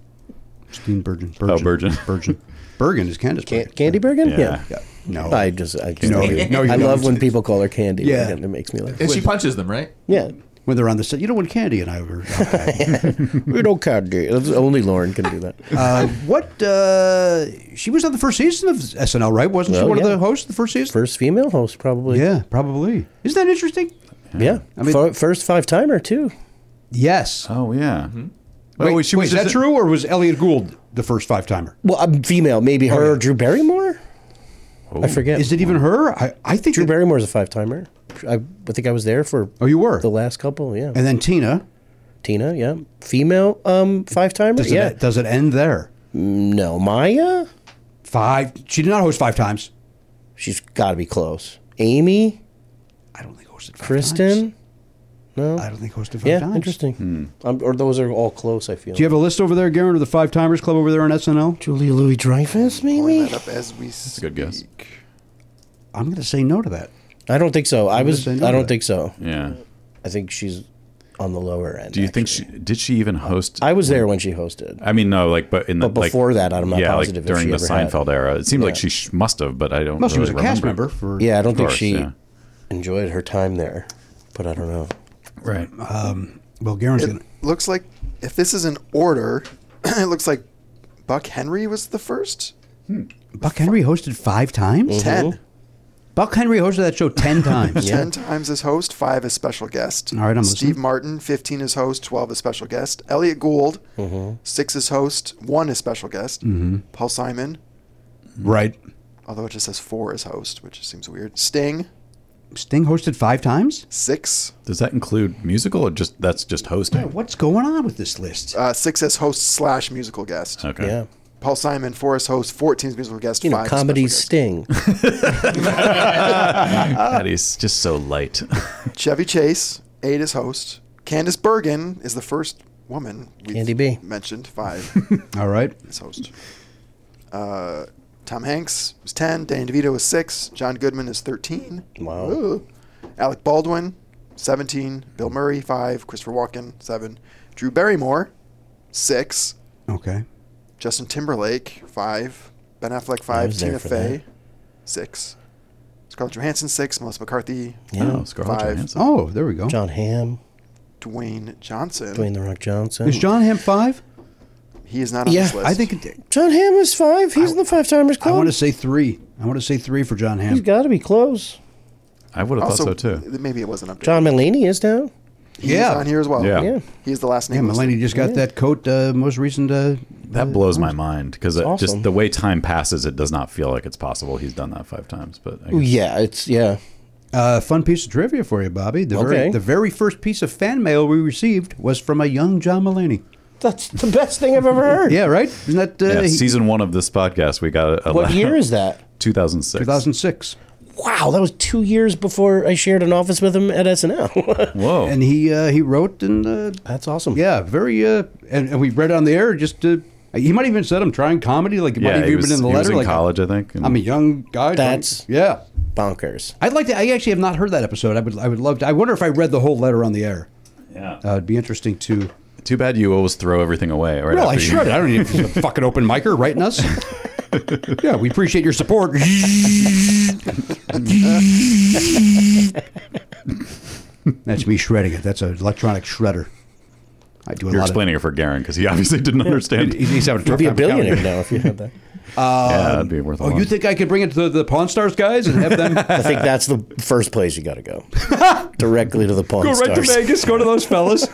Speaker 4: Steen Bergen.
Speaker 7: Oh, Bergen.
Speaker 4: Bergen. Bergen is Candace
Speaker 10: Can-
Speaker 4: Bergen.
Speaker 10: Candy Bergen?
Speaker 7: Yeah.
Speaker 10: Yeah.
Speaker 4: Yeah. No.
Speaker 10: I just, I just,
Speaker 4: No,
Speaker 10: I,
Speaker 4: you- no, you
Speaker 10: I love
Speaker 4: don't.
Speaker 10: when people call her Candy.
Speaker 4: Yeah.
Speaker 10: Yeah. It makes me laugh.
Speaker 8: and she punches them, right?
Speaker 10: Yeah.
Speaker 4: when they're on the set. You know, when Candy and I were out back.
Speaker 10: we don't count gay. That's- Only Lauren can do that.
Speaker 4: Uh, what uh, she was on the first season of SNL, right? Wasn't she
Speaker 10: Well,
Speaker 4: one of
Speaker 10: yeah.
Speaker 4: the hosts the first season?
Speaker 10: First female host, probably.
Speaker 4: Yeah, probably. Isn't that interesting?
Speaker 10: Yeah.
Speaker 4: I mean-
Speaker 10: Fir- first five timer, too.
Speaker 4: Yes.
Speaker 7: Oh yeah.
Speaker 4: Mm-hmm. Wait,
Speaker 7: she
Speaker 4: wait,
Speaker 7: was
Speaker 4: is that
Speaker 7: just-
Speaker 4: true, or was Elliot Gould the first five timer?
Speaker 10: Well, I'm female. Maybe her or Drew Barrymore? I forget.
Speaker 4: Oh. Is it even her? I, I think
Speaker 10: Drew Barrymore's a five timer. I, I think I was there for.
Speaker 4: Oh, you were
Speaker 10: the last couple, yeah.
Speaker 4: And then Tina.
Speaker 10: Tina, yeah, female um five timer.
Speaker 4: Does,
Speaker 10: Yeah,
Speaker 4: it, e-, does it end there?
Speaker 10: No, Maya.
Speaker 4: Five. She did not host five times.
Speaker 10: She's got to be close. Amy. I don't think hosted.
Speaker 4: Five
Speaker 10: Kristen. No,
Speaker 4: I don't think hosted five
Speaker 9: Oh,
Speaker 10: yeah,
Speaker 4: times.
Speaker 10: interesting. Um, or those are all close. I feel.
Speaker 4: Do you have a list over there, Garen, of the Five Timers Club over there on SNL?
Speaker 10: Julia Louis Dreyfus, maybe.
Speaker 9: That up as we That's
Speaker 7: a good guess.
Speaker 4: I'm going to say no to that.
Speaker 10: I don't think so. I
Speaker 4: I'm
Speaker 10: was.
Speaker 4: gonna
Speaker 10: I
Speaker 4: say no to
Speaker 10: don't
Speaker 4: that.
Speaker 10: think so.
Speaker 7: Yeah.
Speaker 10: I think she's on the lower end.
Speaker 7: Do you think she did she even host?
Speaker 10: I was there when she hosted.
Speaker 7: I mean, no, like, but in the
Speaker 10: But before
Speaker 7: like,
Speaker 10: that, I'm not
Speaker 7: yeah,
Speaker 10: positive
Speaker 7: like
Speaker 10: if
Speaker 7: during
Speaker 10: she
Speaker 7: the
Speaker 10: ever had.
Speaker 7: Seinfeld era. It seems like
Speaker 10: Yeah.
Speaker 7: she sh- must have, but I don't.
Speaker 4: Well, she was
Speaker 7: really
Speaker 4: a cast
Speaker 7: remember.
Speaker 4: member for-
Speaker 10: Yeah, I don't
Speaker 7: Of
Speaker 10: think
Speaker 7: course,
Speaker 10: she
Speaker 7: yeah.
Speaker 10: enjoyed her time there, but I don't know.
Speaker 7: Right.
Speaker 4: Um, well, Garen's going to.
Speaker 9: Looks like if this is in order, it looks like Buck Henry was the first.
Speaker 4: Buck Henry hosted five times?
Speaker 10: Mm-hmm.
Speaker 9: 10
Speaker 4: Buck Henry hosted that show 10 times.
Speaker 9: Ten times as host, five as special guest.
Speaker 4: All right, I'm
Speaker 9: Steve
Speaker 4: listening.
Speaker 9: Martin, fifteen as host, twelve as special guest. Elliot Gould,
Speaker 10: Mm-hmm.
Speaker 9: six as host, one as special guest.
Speaker 4: Mhm.
Speaker 9: Paul Simon,
Speaker 4: Right.
Speaker 9: although it just says four as host, which seems weird. Sting,
Speaker 4: Sting hosted five times?
Speaker 9: six.
Speaker 7: Does that include musical or just that's just hosting?
Speaker 4: What's going on with this list?
Speaker 9: Uh, six as host slash musical guest.
Speaker 7: Okay.
Speaker 10: Yeah.
Speaker 9: Paul Simon, four as host, fourteen as musical guest.
Speaker 10: You know,
Speaker 9: five as
Speaker 10: comedy
Speaker 9: special
Speaker 10: sting.
Speaker 7: God, he's just so light.
Speaker 9: guest. Chevy Chase, eight as host. Candace Bergen is the first woman we
Speaker 10: Candy B.
Speaker 9: mentioned, five.
Speaker 4: All right.
Speaker 9: his host. Uh, Tom Hanks was 10. Danny DeVito was 6. John Goodman is 13.
Speaker 10: Wow.
Speaker 9: Ooh. Alec Baldwin, 17. Bill Murray, 5. Christopher Walken, 7. Drew Barrymore, 6.
Speaker 4: Okay.
Speaker 9: Justin Timberlake, 5. Ben Affleck,
Speaker 10: I
Speaker 9: 5.
Speaker 10: was there
Speaker 9: Tina
Speaker 10: for
Speaker 9: Fey, 6. Scarlett Johansson, 6. Melissa McCarthy,
Speaker 10: Yeah.
Speaker 7: Oh, Scarlett
Speaker 9: Five.
Speaker 7: Johansson.
Speaker 4: Oh, there we go.
Speaker 10: John Hamm,
Speaker 9: Dwayne Johnson.
Speaker 10: Dwayne the Rock Johnson.
Speaker 4: Is John Hamm five?
Speaker 9: He is not on this list.
Speaker 4: I think it,
Speaker 10: John Hamm is five. He's in the five timers
Speaker 4: I
Speaker 10: club.
Speaker 4: want to say three. I want to say three for John
Speaker 10: He's
Speaker 4: Hamm.
Speaker 10: got to be close.
Speaker 7: I would have
Speaker 9: also,
Speaker 7: thought so too.
Speaker 9: Maybe it wasn't updated.
Speaker 10: John Mulaney is down.
Speaker 9: He's
Speaker 4: Yeah.
Speaker 9: on here as well.
Speaker 7: Yeah.
Speaker 10: Yeah.
Speaker 9: He is the last
Speaker 4: Yeah,
Speaker 9: name. listed.
Speaker 4: Mulaney just got that coat, uh, most recent. Uh,
Speaker 7: That blows my mind because
Speaker 10: Mm. awesome.
Speaker 7: just the way time passes, it does not feel like it's possible he's done that five times. But I guess-
Speaker 10: Yeah, it's yeah.
Speaker 4: uh, fun piece of trivia for you, Bobby. The very
Speaker 10: Okay.
Speaker 4: the very first piece of fan mail we received was from a young John Mulaney.
Speaker 10: That's the best thing I've ever heard.
Speaker 4: Yeah, right. Isn't that
Speaker 7: yeah,
Speaker 4: uh, he-
Speaker 7: season one of this podcast, we got a,
Speaker 10: What year is that?
Speaker 7: 2006.
Speaker 4: 2006?
Speaker 10: Wow, that was two years before I shared an office with him at SNL.
Speaker 7: Whoa.
Speaker 4: And he uh, he wrote and uh,
Speaker 10: That's awesome.
Speaker 4: yeah, very uh, and, and we read on the air just to. He might even said I'm trying comedy, like it might
Speaker 7: yeah,
Speaker 4: have
Speaker 7: he
Speaker 4: even
Speaker 7: was,
Speaker 4: been in the
Speaker 7: he
Speaker 4: letter,
Speaker 7: was in
Speaker 4: like
Speaker 7: college, I think. and-
Speaker 4: I'm a young guy. trying-
Speaker 10: That's-
Speaker 4: yeah.
Speaker 10: bonkers.
Speaker 4: I'd like to. I actually have not heard that episode. I would. I would love to. I wonder if I read the whole letter on the air.
Speaker 7: yeah.
Speaker 4: Uh, it'd be interesting to.
Speaker 7: Too bad you always throw everything away. Right
Speaker 4: Well, I
Speaker 7: after you-
Speaker 4: should. I don't need a fucking open micer writing us. yeah, we appreciate your support. That's me shredding it. That's an electronic shredder. I do a
Speaker 7: You're
Speaker 4: lot
Speaker 7: explaining it for Garen because he obviously didn't
Speaker 4: of.
Speaker 7: understand.
Speaker 4: He's he's having a
Speaker 10: You'd
Speaker 4: tough
Speaker 10: be a
Speaker 4: time with counting.
Speaker 10: billionaire now if you had that.
Speaker 7: yeah, that'd be worth. a
Speaker 4: Oh, you
Speaker 7: lot.
Speaker 4: think I could bring it to the, the Pawn Stars guys and have them
Speaker 10: I think that's the first place you got to go. Directly to the pawn
Speaker 4: go right to
Speaker 10: stars.
Speaker 4: Vegas? Go to those fellas.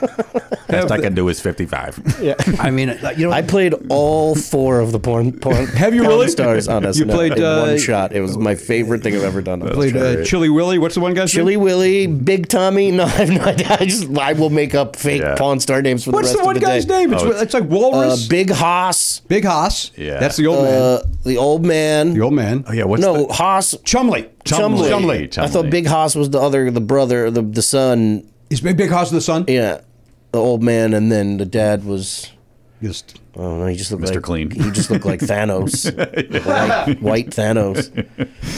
Speaker 7: best I can do is 55?
Speaker 10: Yeah.
Speaker 4: I mean, uh, you know,
Speaker 10: I played all four of the porn, porn
Speaker 4: Have you
Speaker 10: porn
Speaker 4: really?
Speaker 10: stars on
Speaker 4: You
Speaker 10: SNL
Speaker 4: played,
Speaker 10: in
Speaker 4: uh,
Speaker 10: one shot. It was my favorite thing I've ever done. on
Speaker 4: played
Speaker 10: SNL.
Speaker 4: uh, Chili Willy. What's the one guy's name?
Speaker 10: Chili Willy, Big Tommy. No, I have no idea. I just I will make up fake
Speaker 7: Yeah.
Speaker 10: pawn star names for
Speaker 4: What's the
Speaker 10: the rest
Speaker 4: one
Speaker 10: of the
Speaker 4: guy's
Speaker 10: day.
Speaker 4: name? It's,
Speaker 7: Oh, it's-
Speaker 4: it's like
Speaker 10: Uh,
Speaker 4: Walrus.
Speaker 10: Big Haas,
Speaker 4: Big Haas.
Speaker 7: Yeah.
Speaker 4: That's the old man.
Speaker 10: uh, the old man.
Speaker 4: The old man.
Speaker 7: Oh yeah, what's
Speaker 10: no,
Speaker 7: the-
Speaker 10: Haas
Speaker 4: Chumley. Uh,
Speaker 10: Chumley.
Speaker 7: Chumley,
Speaker 10: I thought
Speaker 7: Chumley.
Speaker 10: Big Haas was the other, the brother, the the son.
Speaker 4: Is Big Big Haas the son?
Speaker 10: Yeah, the old man, and then the dad was.
Speaker 4: Just
Speaker 10: I don't know. He just looked
Speaker 7: Mr.
Speaker 10: like
Speaker 7: Clean.
Speaker 10: He just looked like Thanos, white, white Thanos.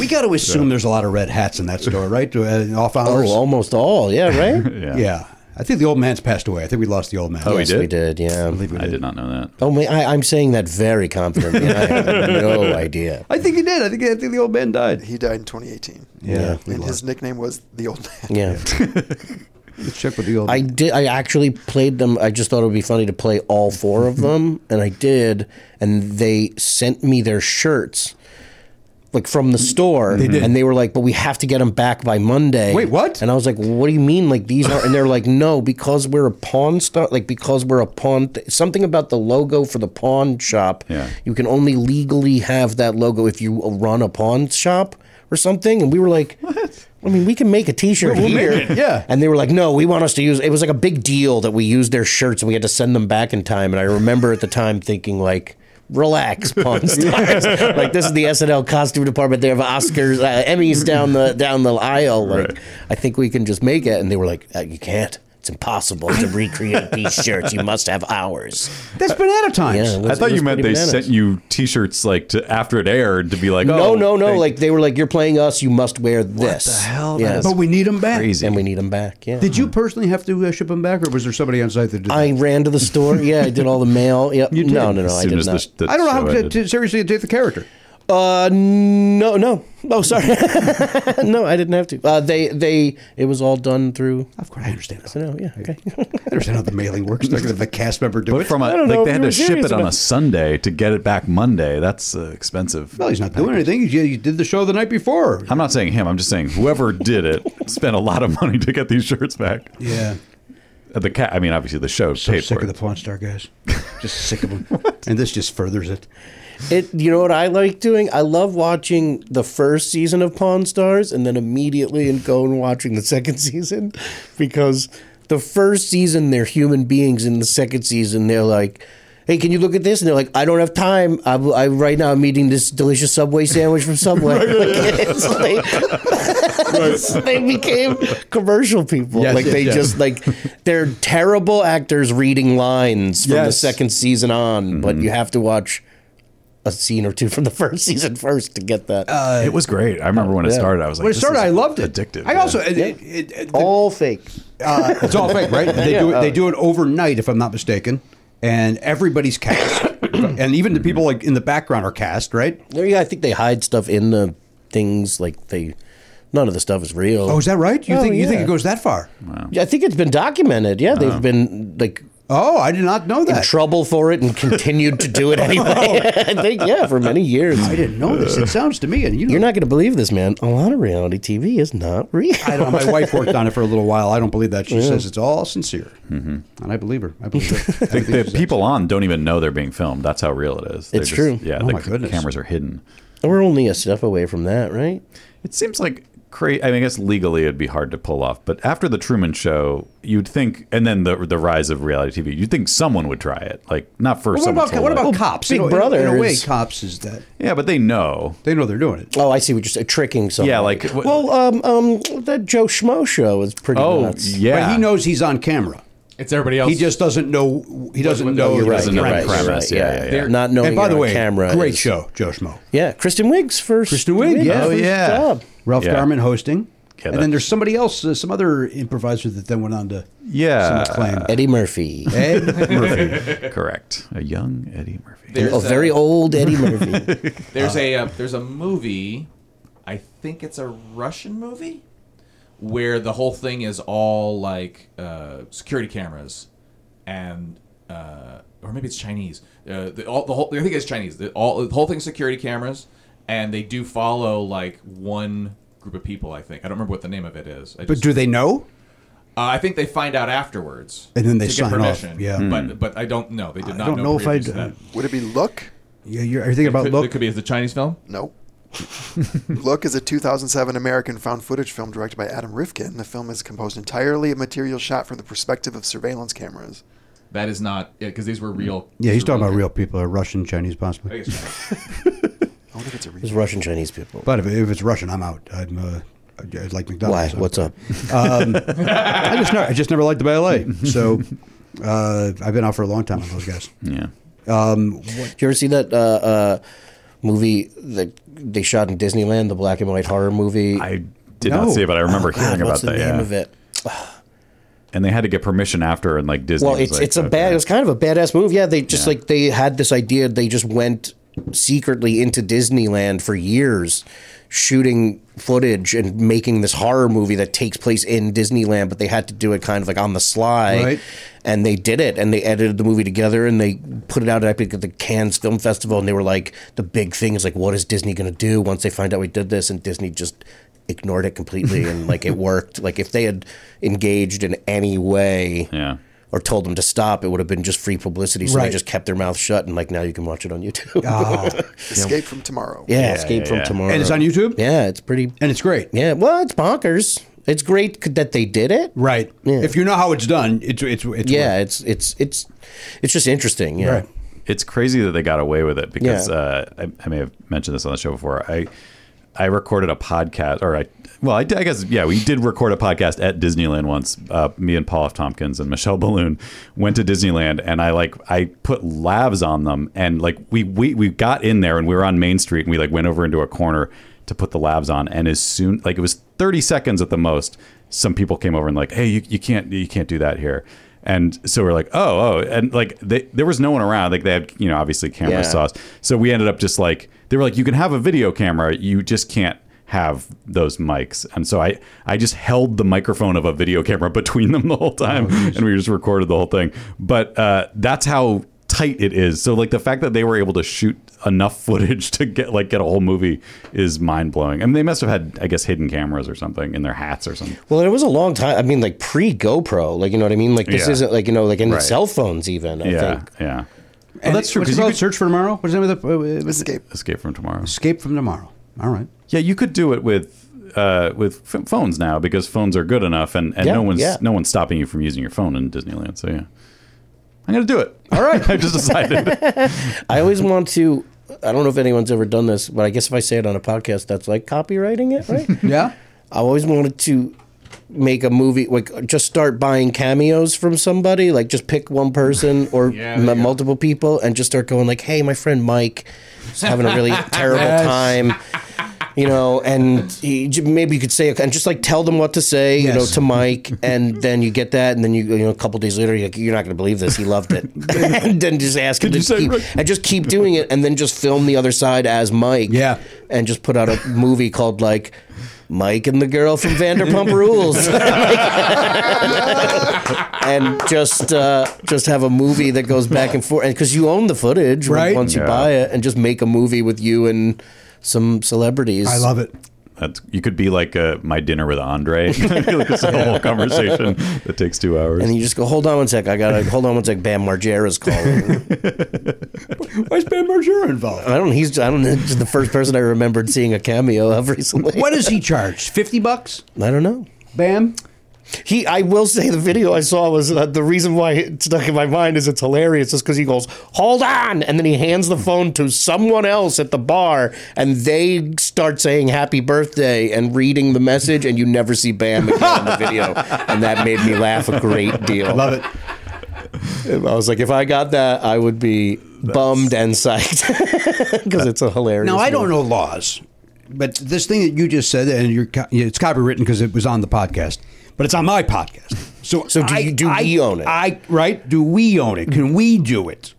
Speaker 4: we got to assume there's a lot of red hats in that store, right? Uh, in off hours.
Speaker 10: Oh, almost all. Yeah, right.
Speaker 7: yeah.
Speaker 4: yeah. I think the old man's passed away. I think we lost the old man.
Speaker 7: Oh, he
Speaker 10: yes,
Speaker 7: did?
Speaker 10: we did. Yeah.
Speaker 7: I did not know that.
Speaker 10: Oh, man, I, I'm saying that very confidently. I have no idea.
Speaker 4: I think he did. I think I think the old man died.
Speaker 9: He died in 2018.
Speaker 4: Yeah.
Speaker 10: Yeah.
Speaker 4: we
Speaker 9: and
Speaker 4: lost.
Speaker 9: his nickname was the old man.
Speaker 10: Yeah.
Speaker 4: Let's check with the old.
Speaker 10: I did. I actually played them. I just thought it would be funny to play all four of them, and I did. And they sent me their shirts, like from the store,
Speaker 4: They did.
Speaker 10: and they were like, "But we have to get them back by Monday."
Speaker 4: Wait, what?
Speaker 10: And I was like, well, "What do you mean? Like these are?" And they're like, "No, because we're a pawn store. Like because we're a pawn. Th- something about the logo for the pawn shop.
Speaker 7: Yeah.
Speaker 10: You can only legally have that logo if you run a pawn shop." Or something, and we were like, I mean, we can make a T-shirt
Speaker 4: We'll make
Speaker 10: here,
Speaker 4: it, yeah.
Speaker 10: and they were like, no, we want us to use. It was like a big deal that we used their shirts and we had to send them back in time. And I remember at the time thinking like, relax, pawn stars. like this is the SNL costume department. They have Oscars, uh, Emmys down the down the aisle. Like I think we can just make it. And they were like, uh, you can't. It's impossible to recreate these shirts. You must have ours.
Speaker 4: That's banana times.
Speaker 10: Yeah, it was-
Speaker 7: I
Speaker 10: it
Speaker 7: thought
Speaker 10: was
Speaker 7: you meant
Speaker 10: pretty
Speaker 7: they
Speaker 10: bananas.
Speaker 7: sent you T-shirts like to after it aired to be like,
Speaker 10: no,
Speaker 7: oh,
Speaker 10: no, no.
Speaker 7: thank-
Speaker 10: Like they were like, you're playing us. You must wear this.
Speaker 4: the hell?
Speaker 10: Yes.
Speaker 4: But we need them back.
Speaker 10: and we need them back. Yeah.
Speaker 4: Did you personally have to uh, ship them back, or was there somebody on site that did?
Speaker 10: I ran to the store. Yeah, I did all the mail. Yep.
Speaker 4: You did.
Speaker 10: No, no, no.
Speaker 4: As
Speaker 10: I
Speaker 4: soon
Speaker 10: did
Speaker 4: as
Speaker 10: not.
Speaker 4: that? I don't know how to, to seriously take the character.
Speaker 10: Uh, no, no. Oh, sorry. no, I didn't have to. Uh, they, they. It was all done through.
Speaker 4: Of course, I understand.
Speaker 10: So no, yeah, okay.
Speaker 4: I understand how the mailing works. Like if a cast member do
Speaker 7: But
Speaker 4: it
Speaker 7: from
Speaker 4: I
Speaker 7: a
Speaker 4: don't know if
Speaker 7: like they had
Speaker 4: you
Speaker 7: to
Speaker 4: were
Speaker 7: ship
Speaker 4: serious
Speaker 7: it on
Speaker 4: about
Speaker 7: a Sunday to get it back Monday. That's uh, expensive.
Speaker 4: Well, he's not doing anything. He, he did the show the night before.
Speaker 7: I'm not saying him. I'm just saying whoever did it spent a lot of money to get these shirts back.
Speaker 4: Yeah.
Speaker 7: Uh, The cat. I mean, obviously the show
Speaker 4: So
Speaker 7: paid
Speaker 4: sick
Speaker 7: for
Speaker 4: of the
Speaker 7: it.
Speaker 4: Pawn Star guys. Just sick of them. and this just furthers it.
Speaker 10: It. You know what I like doing? I love watching the first season of Pawn Stars and then immediately and go and watching the second season because the first season they're human beings and the second season they're like. Hey, can you look at this? And they're like, I don't have time. I, I right now I'm eating this delicious Subway sandwich from Subway. Like, it's like- they became commercial people.
Speaker 4: Yes,
Speaker 10: like
Speaker 4: yes,
Speaker 10: they
Speaker 4: yes.
Speaker 10: just like they're terrible actors reading lines from the
Speaker 4: Yes.
Speaker 10: second season on, but you have to watch a scene or two from the first season first to get that.
Speaker 7: it was great. I remember when it
Speaker 10: Yeah.
Speaker 7: started. I was like,
Speaker 4: When it
Speaker 7: this
Speaker 4: started,
Speaker 7: is
Speaker 4: I loved it.
Speaker 7: Addictive.
Speaker 4: I also it,
Speaker 10: Yeah.
Speaker 4: it, it, it-
Speaker 10: all fake.
Speaker 4: uh, it's all fake, right? They do it. They do it overnight, if I'm not mistaken. And everybody's cast, and even the people like in the background are cast, right?
Speaker 10: There, yeah, I think they hide stuff in the things like they. None of the stuff is real.
Speaker 4: Oh, is that right? You
Speaker 10: Oh,
Speaker 4: think you think
Speaker 10: yeah.
Speaker 4: it goes that far?
Speaker 10: Yeah, I think it's been documented. Yeah,
Speaker 4: Uh-huh.
Speaker 10: they've been like
Speaker 4: Oh, I did not know
Speaker 10: in
Speaker 4: that.
Speaker 10: trouble for it and continued to do it anyway. I think yeah, for many years.
Speaker 4: Oh. I didn't know this. It sounds to me, and you know,
Speaker 10: You're not going to believe this, man. A lot of reality TV is not real.
Speaker 4: I don't, my wife worked on it for a little while. I don't believe that. She says it's all sincere,
Speaker 10: Mm-hmm.
Speaker 4: and I believe her. I believe her.
Speaker 7: The- the people on don't even know they're being filmed. That's how real it is. They
Speaker 10: It's true.
Speaker 7: Yeah,
Speaker 4: Oh
Speaker 7: the
Speaker 4: my
Speaker 7: c-
Speaker 4: goodness.
Speaker 7: cameras are hidden.
Speaker 10: We're only a step away from that, right?
Speaker 7: It seems like crazy. I mean, I guess legally it'd be hard to pull off, but after the Truman Show, you'd think, and then the the rise of reality TV, you'd think someone would try it. Like not for
Speaker 4: Well, what
Speaker 7: someone.
Speaker 4: about
Speaker 7: to
Speaker 4: what
Speaker 7: like-
Speaker 4: about cops?
Speaker 10: Big
Speaker 4: in, a- in a- in a way,
Speaker 10: Brothers.
Speaker 4: cops is that
Speaker 7: Yeah, but they know.
Speaker 4: they know they're doing it.
Speaker 10: Oh, I see what you're saying. Tricking someone.
Speaker 7: Yeah, like wh-
Speaker 10: well, um, um, that Joe Schmo show is pretty.
Speaker 7: oh
Speaker 10: nuts.
Speaker 7: yeah.
Speaker 4: But he knows he's on camera.
Speaker 8: It's everybody else.
Speaker 4: He just doesn't know. He doesn't know.
Speaker 10: You're
Speaker 4: the
Speaker 10: right.
Speaker 7: doesn't
Speaker 10: You're
Speaker 7: know the
Speaker 10: right. You're
Speaker 7: premise. Yeah,
Speaker 10: right. Yeah,
Speaker 7: yeah, yeah.
Speaker 10: They're not knowing.
Speaker 4: And by
Speaker 10: you're
Speaker 4: the
Speaker 10: on
Speaker 4: way,
Speaker 10: camera.
Speaker 4: great
Speaker 10: is-
Speaker 4: show, Joe Schmo.
Speaker 10: Yeah, Kristen Wiig's first.
Speaker 4: Kristen Wiig, yeah.
Speaker 10: first
Speaker 4: Oh,
Speaker 7: yeah.
Speaker 10: job.
Speaker 4: Ralph
Speaker 7: Yeah.
Speaker 4: Garman hosting.
Speaker 7: Okay,
Speaker 4: and then
Speaker 7: that's-
Speaker 4: there's somebody else, uh, some other improviser that then went on to
Speaker 7: Yeah.
Speaker 4: some acclaim.
Speaker 10: Eddie Murphy.
Speaker 4: Ed Murphy.
Speaker 7: Correct. A young Eddie Murphy.
Speaker 8: There's
Speaker 10: a very
Speaker 8: a-
Speaker 10: old Eddie Murphy.
Speaker 8: There's a uh, there's a movie, I think it's a Russian movie, where the whole thing is all like uh, security cameras, and uh, or maybe it's Chinese. Uh, the, all, the whole I think it's Chinese. The, all the whole thing's security cameras, and they do follow like one group of people. I think I don't remember what the name of it is. I
Speaker 4: But
Speaker 8: just-
Speaker 4: do they know?
Speaker 8: uh, I think they find out afterwards,
Speaker 4: And then they
Speaker 8: to
Speaker 4: sign
Speaker 8: get
Speaker 4: off,
Speaker 8: permission.
Speaker 4: yeah.
Speaker 10: Hmm.
Speaker 4: Hmm.
Speaker 8: but but I don't know. They did
Speaker 4: I
Speaker 8: not
Speaker 4: don't know if I.
Speaker 8: previous to that.
Speaker 9: Would it be Look?
Speaker 4: Yeah, you're, are you thinking about
Speaker 8: Could-
Speaker 4: look?
Speaker 8: It could be as the Chinese film.
Speaker 9: No. Look is a 2007 American found footage film directed by Adam Rifkin. The film is composed entirely of material shot from the perspective of surveillance cameras.
Speaker 8: That is not because these were real.
Speaker 4: yeah, he's
Speaker 8: these were
Speaker 4: talking about
Speaker 8: real
Speaker 4: real people, or Russian, Chinese, possibly.
Speaker 8: people. I guess-
Speaker 9: I don't think it's a re-
Speaker 10: It's Russian Chinese people.
Speaker 4: But if, if it's Russian, I'm out. I'm uh, I'd like
Speaker 7: Oh,
Speaker 10: Why?
Speaker 4: McDonald's.
Speaker 10: What's up?
Speaker 4: I just never, I just never liked the ballet, so uh, I've been out for a long time on those guys.
Speaker 7: yeah.
Speaker 10: Did you ever see that uh, uh, movie that they shot in Disneyland, the black and white horror movie?
Speaker 7: I did
Speaker 4: No. Oh,
Speaker 7: not see it, but I remember
Speaker 10: God,
Speaker 7: hearing
Speaker 10: what's
Speaker 7: about
Speaker 10: the
Speaker 7: that.
Speaker 10: name
Speaker 7: yeah.
Speaker 10: of it?
Speaker 7: And they had to get permission after, and like Disney.
Speaker 10: Well,
Speaker 7: was
Speaker 10: it's
Speaker 7: like,
Speaker 10: it's a
Speaker 7: "Oh,
Speaker 10: bad.
Speaker 7: yeah."
Speaker 10: It's kind of a badass move. Yeah, they just
Speaker 7: Yeah.
Speaker 10: like they had this idea. They just went secretly into Disneyland for years, shooting footage and making this horror movie that takes place in Disneyland, but they had to do it kind of like on the sly.
Speaker 4: Right.
Speaker 10: And they did it, and they edited the movie together, and they put it out I think, at the Cannes Film Festival, and they were like, the big thing is like, what is Disney going to do once they find out we did this? And Disney just ignored it completely, and like it worked. Like if they had engaged in any way,
Speaker 7: yeah.
Speaker 10: Or told them to stop, it would have been just free publicity. So they
Speaker 9: Right.
Speaker 10: just kept their mouth shut, and like now you can watch it on YouTube.
Speaker 9: Escape from tomorrow.
Speaker 10: Yeah, Escape from Tomorrow.
Speaker 4: And it's on
Speaker 10: YouTube? Yeah, it's pretty.
Speaker 4: And it's great.
Speaker 10: Yeah, well, it's bonkers. It's great c- that they did it.
Speaker 4: Right. If you know how it's done, it's it's, it's
Speaker 10: yeah, it's it's it's it's just interesting. Yeah.
Speaker 7: It's crazy that they got away with it because
Speaker 10: Yeah.
Speaker 7: uh, I, I may have mentioned this on the show before. I I recorded a podcast, or I well, I, did- I guess yeah, we did record a podcast at Disneyland once. Uh, me and Paul F. Tompkins and Michelle Balloon went to Disneyland, and I like I put labs on them, and like we we we got in there, and we were on Main Street, and we like went over into a corner to put the labs on, and as soon like it was thirty seconds at the most, some people came over and like, hey, you, you can't you can't do that here. And so we're like, oh, oh, and like they, there was no one around. Like they had, you know, obviously camera
Speaker 6: Yeah.
Speaker 7: saws. So we ended up just like they were like, you can have a video camera, you just can't have those mics. And so I, I just held the microphone of a video camera between them the whole
Speaker 10: Oh,
Speaker 7: time, and we just recorded the whole thing. But uh, that's how tight it is. So like the fact that they were able to shoot enough footage to get like get a whole movie is mind blowing. I mean, they must have had, I guess, hidden cameras or something in their hats or something.
Speaker 10: Well, it was a long time. I mean, like pre GoPro. Like you know what I mean. Like this
Speaker 7: Yeah.
Speaker 10: isn't like you know like in
Speaker 7: Right.
Speaker 10: cell phones even. I
Speaker 7: yeah,
Speaker 10: think.
Speaker 7: yeah.
Speaker 4: And that's true. What's it called? Search for Tomorrow? What's the name of the. Uh,
Speaker 9: Escape.
Speaker 7: Escape from Tomorrow.
Speaker 4: Escape from Tomorrow. All right.
Speaker 7: Yeah, you could do it with uh, with f- phones now because phones are good enough, and, and
Speaker 4: Yeah,
Speaker 7: no one's
Speaker 4: yeah.
Speaker 7: no one's stopping you from using your phone in Disneyland. So yeah, I'm gonna do it. All right, I just decided.
Speaker 10: I always want to. I don't know if anyone's ever done this, but I guess if I say it on a podcast, that's like copywriting it, right?
Speaker 4: yeah.
Speaker 10: I always wanted to make a movie, like just start buying cameos from somebody, like just pick one person or
Speaker 8: Yeah,
Speaker 10: m- multiple people, and just start going like, "Hey, my friend Mike is having a really terrible
Speaker 8: Yes.
Speaker 10: time." You know, and he, j- maybe you could say, and just like tell them what to say, you know,
Speaker 4: Yes.
Speaker 10: to Mike, and then you get that, and then you, you know, a couple days later, you're like, you're not going to believe this. He loved it, and then just ask him to keep, and just keep doing it, and then just film the other side as Mike, yeah, and just put out a movie called like Mike and the girl from Vanderpump Rules, and just uh, just have a movie that goes back and forth, because you own the footage
Speaker 4: Right.
Speaker 10: once you
Speaker 7: Yeah.
Speaker 10: buy it, and just make a movie with you and some celebrities.
Speaker 4: I love it.
Speaker 7: That's, you could be like uh, my dinner with Andre. it's a whole conversation that takes two hours.
Speaker 10: And you just go, hold on one sec. I gotta hold on one sec. Bam Margera's calling.
Speaker 4: Why is Ben Margera involved?
Speaker 10: I don't. He's. I don't. know. He's the first person I remembered seeing a cameo of recently.
Speaker 4: What does he charge? 50 bucks?
Speaker 10: I don't know.
Speaker 4: Bam.
Speaker 10: He. I will say the video I saw was uh, the reason why it stuck in my mind is it's hilarious. Just because he goes, hold on, and then he hands the phone to someone else at the bar, and they start saying happy birthday and reading the message, and you never see Bam again on the video, and that made me laugh a great deal.
Speaker 4: Love it.
Speaker 10: I was like, if I got that, I would be bummed and psyched because it's a hilarious.
Speaker 4: Now, I don't know laws, but this thing that you just said, and you're, co- yeah, it's copywritten because it was on the podcast, but it's on my podcast. So, so
Speaker 10: do you- do we own it?
Speaker 4: I right? Do we own it? Can we do it?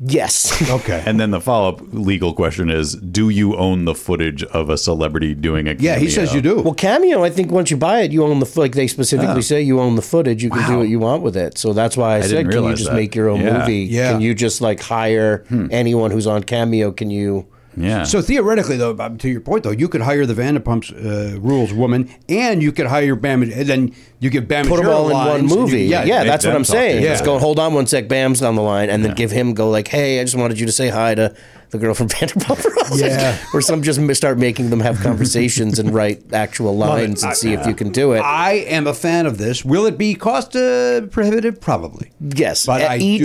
Speaker 10: Yes.
Speaker 4: Okay.
Speaker 7: And then the follow up legal question is: Do you own the footage of a celebrity doing a?
Speaker 4: Yeah, he
Speaker 7: cameo?
Speaker 4: says you do.
Speaker 10: Well, Cameo, I think once you buy it, you own the fo- like they specifically
Speaker 7: Oh.
Speaker 10: say you own the footage. You can do what you want with it. So that's why I,
Speaker 7: I
Speaker 10: said,
Speaker 7: didn't
Speaker 10: can you
Speaker 7: realize
Speaker 10: just
Speaker 7: that.
Speaker 10: make your own
Speaker 7: Yeah. Hmm.
Speaker 10: movie?
Speaker 7: Yeah.
Speaker 10: Can you just like hire anyone who's on Cameo? Can you?
Speaker 7: Yeah.
Speaker 4: So theoretically, though, Bob, to your point, though, you could hire the Vanderpump's uh, rules woman, and you could hire Bam, and then you give Bam
Speaker 10: Put them
Speaker 4: Margera
Speaker 10: all in
Speaker 4: lines,
Speaker 10: one
Speaker 4: and you-
Speaker 10: movie. Yeah,
Speaker 4: make
Speaker 10: that's what
Speaker 4: them
Speaker 10: I'm
Speaker 4: talk
Speaker 10: saying.
Speaker 4: together.
Speaker 10: Just go, hold on one sec, Bam's on the line, and then give him, go like, hey, I just wanted you to say hi to the girl from Vanderpump Rules.
Speaker 4: Yeah.
Speaker 10: or some just m- start making them have conversations and write actual
Speaker 4: Love it.
Speaker 10: lines and
Speaker 4: I-
Speaker 10: see if you can do it.
Speaker 4: I am a fan of this. Will it be cost uh, prohibitive? Probably.
Speaker 10: Yes,
Speaker 4: But
Speaker 10: Uh,
Speaker 4: I
Speaker 10: each
Speaker 4: do-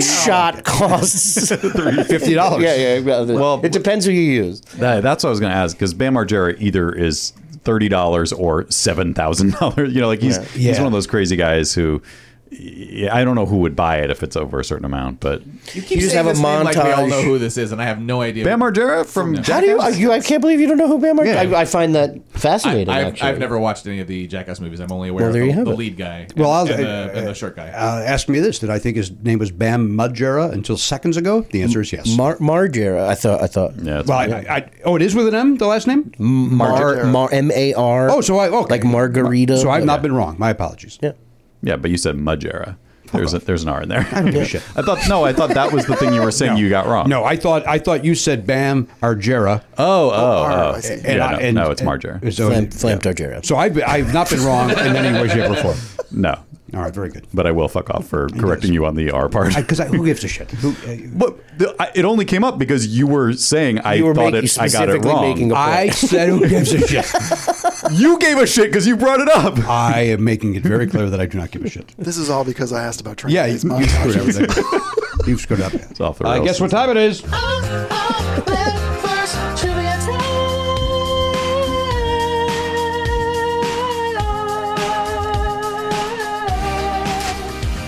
Speaker 10: shot costs
Speaker 4: fifty dollars.
Speaker 10: Yeah, yeah. Well, it depends who you use.
Speaker 7: That, that's what I was going to ask because Bam Margera either is thirty dollars or seven thousand dollars. You know, like he's
Speaker 4: Yeah.
Speaker 7: he's one of those crazy guys who yeah, I don't know who would buy it if it's over a certain amount, but
Speaker 8: You keep saying this name Like we all know who this is, and I have no idea.
Speaker 7: Bam Margera from
Speaker 10: How do you, are you? I can't believe you don't know who Bam Margera.
Speaker 8: Yeah.
Speaker 10: I, I find that fascinating.
Speaker 8: I, have
Speaker 10: actually,
Speaker 8: I've never watched any of the Jackass movies. I'm only aware
Speaker 10: Well, there
Speaker 8: of
Speaker 10: you
Speaker 8: the,
Speaker 10: have
Speaker 8: the
Speaker 10: it.
Speaker 8: lead guy
Speaker 4: Well,
Speaker 8: and,
Speaker 4: I'll-
Speaker 8: and the, and the short guy.
Speaker 4: Uh, ask me this: Did I think his name was Bam Margera until seconds ago? The answer is yes.
Speaker 10: Mar- Margera. I thought. I thought. Yeah.
Speaker 4: Well, I, I, I, oh, it is with an M. The last name
Speaker 10: Mar Mar M A R.
Speaker 4: Oh, so I okay.
Speaker 10: like margarita.
Speaker 4: So I've not been wrong. My apologies.
Speaker 10: Yeah.
Speaker 7: Yeah, but you said Mudgera. There's a, there's an R in there. I
Speaker 4: don't give a shit.
Speaker 7: I thought no, I thought that was the thing you were saying you got wrong.
Speaker 4: No, I thought I thought you said Bam Argera.
Speaker 7: Oh, oh, oh.
Speaker 4: I see.
Speaker 7: Yeah,
Speaker 4: And I-
Speaker 7: no,
Speaker 4: and-
Speaker 7: no, it's Margera.
Speaker 4: and so- Flam- Flam
Speaker 10: Targera.
Speaker 4: So I've, been- I've not been wrong in any way, shape, or form.
Speaker 7: No.
Speaker 4: All right, very good.
Speaker 7: But I will fuck off for correcting you on the R part.
Speaker 4: Because who gives a shit? Who, uh,
Speaker 7: But the, I, it only came up because you were saying I
Speaker 10: You were
Speaker 7: thought
Speaker 10: making-
Speaker 7: it, I got it
Speaker 10: specifically
Speaker 7: wrong.
Speaker 10: making a point.
Speaker 4: I said who gives a shit.
Speaker 7: you gave a shit because you brought it up.
Speaker 4: I am making it very clear that I do not give a shit.
Speaker 9: This is all because I asked about train.
Speaker 4: Yeah, you,
Speaker 9: these
Speaker 4: you screwed
Speaker 9: montages.
Speaker 4: everything. You screwed up. It's
Speaker 7: off the
Speaker 4: Uh,
Speaker 7: rails.
Speaker 4: guess what time it is?
Speaker 11: First trivia time.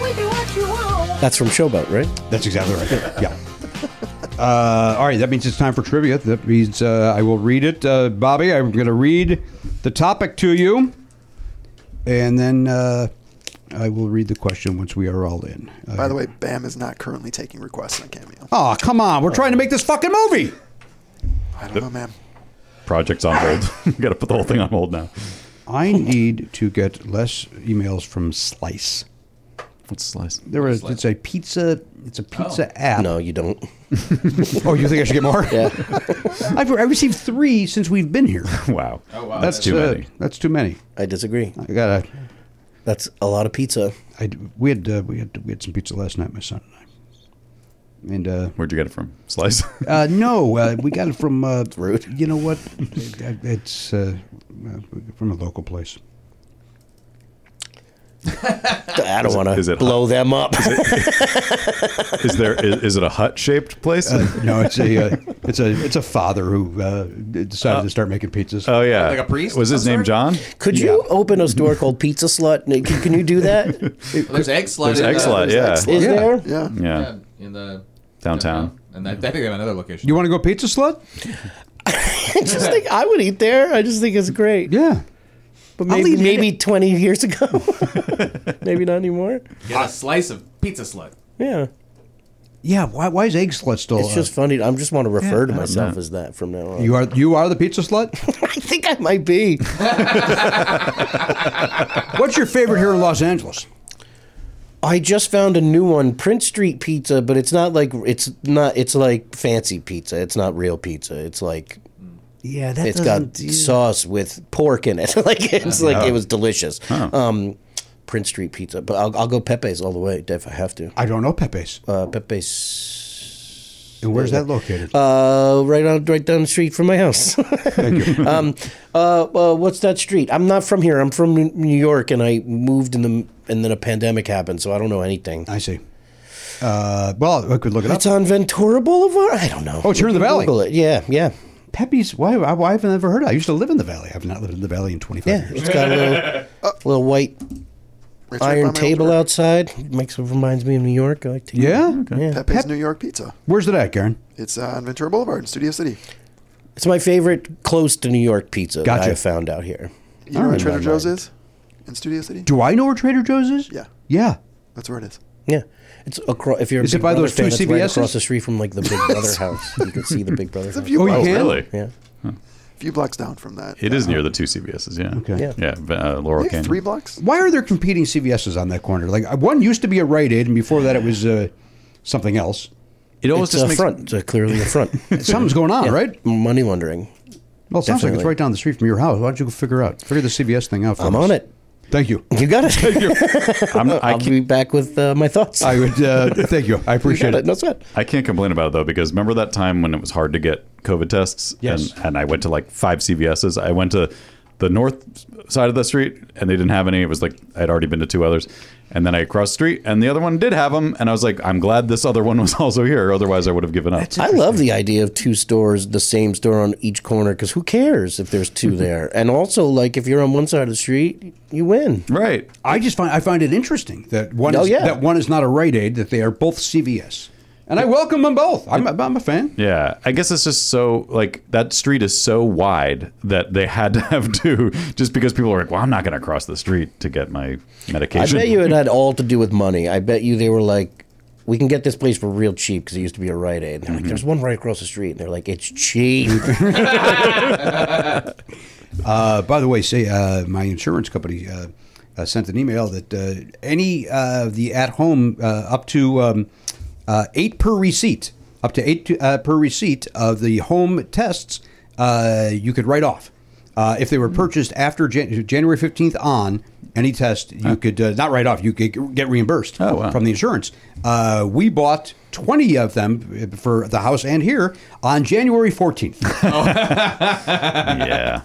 Speaker 11: We do what you want.
Speaker 10: That's from Showboat, right?
Speaker 4: That's exactly right. Yeah. Uh, all right, that means it's time for trivia. That means uh, I will read it, uh, Bobby. I'm going to read the topic to you, and then uh, I will read the question once we are all in. Uh,
Speaker 9: By the way, Bam is not currently taking requests on Cameo.
Speaker 4: oh, come on! We're trying to make this fucking movie.
Speaker 9: I don't know, man.
Speaker 7: Project's on hold. got to put the whole thing on hold now.
Speaker 4: I need to get less emails from Slice.
Speaker 7: What's Slice?
Speaker 4: There was it's a pizza. It's a pizza app.
Speaker 10: No, you don't.
Speaker 4: Oh, you think I should get more?
Speaker 10: Yeah.
Speaker 4: I've, I received three since we've been here.
Speaker 7: Wow.
Speaker 8: Oh, wow.
Speaker 4: That's, too many. That's too many.
Speaker 10: I disagree.
Speaker 4: I gotta.
Speaker 10: That's a lot of pizza.
Speaker 4: I d- we had uh, we had we had some pizza last night, my son and I. And uh,
Speaker 7: Where'd you get it from? Slice.
Speaker 4: uh, no, uh, we got it from uh, You know what? It- it- It's uh, uh, from a local place.
Speaker 10: I don't
Speaker 7: Is it-
Speaker 10: want
Speaker 7: is
Speaker 10: to
Speaker 7: it
Speaker 10: blow them up.
Speaker 7: is there? Is, is it a hut shaped place?
Speaker 4: Uh, no, it's a uh, it's a it's a father who uh, d- decided to start making pizzas.
Speaker 7: oh yeah. Was his name John?
Speaker 10: Could you open a store called Pizza Slut? Nick? Can, can you do that?
Speaker 8: there's egg slide.
Speaker 7: There's
Speaker 8: in
Speaker 7: egg
Speaker 8: the-
Speaker 7: slide, yeah.
Speaker 10: uh, Is there?
Speaker 9: Yeah.
Speaker 7: Yeah.
Speaker 8: in the
Speaker 7: Downtown.
Speaker 8: and I, I think they have another location.
Speaker 4: You want to go pizza slut?
Speaker 10: I just think I would eat there. I just think it's great.
Speaker 4: Yeah.
Speaker 10: But
Speaker 4: I'll
Speaker 10: maybe,
Speaker 4: eat it.
Speaker 10: maybe 20 years ago. maybe not anymore.
Speaker 8: Get a slice of pizza slut.
Speaker 10: Yeah.
Speaker 4: Yeah. Why why is egg slut still?
Speaker 10: It's
Speaker 4: uh,
Speaker 10: just funny. I am just want to
Speaker 4: Yeah, I
Speaker 10: refer to
Speaker 4: don't
Speaker 10: myself
Speaker 4: know.
Speaker 10: as that from now on.
Speaker 4: you are you are the pizza slut.
Speaker 10: I think I might be.
Speaker 4: What's your favorite here in Los Angeles?
Speaker 10: I just found a new one, Prince Street Pizza, but it's not like it's not. It's like fancy pizza. It's not real pizza. It's like
Speaker 4: Yeah,
Speaker 10: it's got sauce with pork in it. like it's like it was delicious. Um, Prince Street Pizza, but I'll, I'll go Pepe's all the way if I have to.
Speaker 4: I don't know Pepe's.
Speaker 10: Uh, Pepe's.
Speaker 4: And where's that located?
Speaker 10: Uh, right on, right down the street from my house. Thank you. um, uh, uh, what's that street? I'm not from here. I'm from New- New York, and I moved in the and then a pandemic happened, so I don't know anything.
Speaker 4: I see. Uh, well, I could look it
Speaker 10: It's
Speaker 4: up.
Speaker 10: on Ventura Boulevard. I don't know.
Speaker 4: Oh, it's here in the valley.
Speaker 10: Google it. Yeah, yeah,
Speaker 4: Pepe's. Why? Why have I never heard of? it? I used to live in the valley. I've not lived in the valley in 25
Speaker 10: yeah.
Speaker 4: years.
Speaker 10: It's got a little,
Speaker 4: Uh,
Speaker 10: little white
Speaker 9: Right there by my
Speaker 10: iron
Speaker 9: old
Speaker 10: table
Speaker 9: work.
Speaker 10: outside. Makes it reminds me of New York. I like to.
Speaker 4: Yeah.
Speaker 10: yeah.
Speaker 9: Pepe's
Speaker 4: Pep-
Speaker 9: New York Pizza.
Speaker 4: Where's it at, Karen?
Speaker 9: It's uh, on Ventura Boulevard in Studio City.
Speaker 10: It's my favorite close to New York pizza
Speaker 4: Gotcha.
Speaker 10: that I found out here.
Speaker 9: You know where
Speaker 4: right,
Speaker 9: Trader
Speaker 10: my
Speaker 9: Joe's
Speaker 10: mind.
Speaker 9: is in Studio City?
Speaker 4: Do I know where Trader Joe's is?
Speaker 9: Yeah,
Speaker 4: Yeah.
Speaker 9: that's where it is.
Speaker 10: Yeah. It's across. If you're a
Speaker 4: Is it
Speaker 10: Big
Speaker 4: by
Speaker 10: Brother
Speaker 4: those two
Speaker 10: fan, it's right
Speaker 4: CVSs?
Speaker 10: across the street from like the Big Brother house. You can see the Big Brother. house.
Speaker 9: few
Speaker 4: Oh, you
Speaker 7: Oh,
Speaker 4: can?
Speaker 7: really?
Speaker 10: Yeah.
Speaker 9: A few blocks down from that.
Speaker 7: It is
Speaker 8: Uh,
Speaker 7: near the two CBSs. Yeah.
Speaker 4: Okay.
Speaker 10: Yeah.
Speaker 7: Yeah. Uh, Laurel
Speaker 9: Maybe
Speaker 7: Canyon.
Speaker 9: three blocks.
Speaker 4: Why are there competing CVS's on that corner? Like uh, one used to be a Rite Aid, and before that it was uh, something else.
Speaker 7: It always
Speaker 10: It's
Speaker 7: just
Speaker 10: a
Speaker 7: makes
Speaker 10: front. It's a clearly a front.
Speaker 4: Something's going on, right?
Speaker 10: Money laundering.
Speaker 4: Well, it sounds like it's
Speaker 10: Definitely.
Speaker 4: right down the street from your house. Why don't you go figure out, figure the CVS thing out? For
Speaker 10: I'm
Speaker 4: us.
Speaker 10: on it.
Speaker 4: Thank you.
Speaker 10: You got it.
Speaker 7: I'm not, I
Speaker 10: I'll
Speaker 7: can't,
Speaker 10: be back with uh, my thoughts.
Speaker 4: I would uh, thank you. I
Speaker 10: You got
Speaker 4: appreciate it.
Speaker 10: No sweat.
Speaker 7: I can't complain about it though because remember that time when it was hard to get COVID tests?
Speaker 4: Yes.
Speaker 7: And, and I went to like five CVSs. I went to the north side of the street and they didn't have any. It was like I'd already been to two others. And then I crossed the street, and the other one did have them. And I was like, I'm glad this other one was also here. Otherwise, I would have given up.
Speaker 10: I love the idea of two stores, the same store on each corner, because who cares if there's two there? And also, like, if you're on one side of the street, you win.
Speaker 7: Right.
Speaker 4: I just find I find it interesting that one
Speaker 10: Oh,
Speaker 4: is,
Speaker 10: yeah.
Speaker 4: that one is not a Rite Aid that they are both CVS, and I welcome them both. I'm, I'm a fan.
Speaker 7: Yeah, I guess it's just so like that street is so wide that they had to have two, just because people are like, "Well, I'm not going to cross the street to get my
Speaker 10: I
Speaker 7: medication."
Speaker 10: bet you it had all to do with money. I bet you they were like, we can get this place for real cheap because it used to be a Rite Aid. And they're
Speaker 4: Mm-hmm.
Speaker 10: like, there's one right across the street. And they're like, it's cheap.
Speaker 4: Uh, by the way, say uh, my insurance company uh, uh, sent an email that uh, any uh, the at home uh, up to um, uh, eight per receipt, up to eight uh, per receipt of the home tests, uh, you could write off. Uh, if they were purchased after Jan- January 15th on any test, you could uh, not write off. You could get reimbursed from the insurance. Uh, we bought 20 of them uh, for the house and here on January 14th.
Speaker 7: yeah.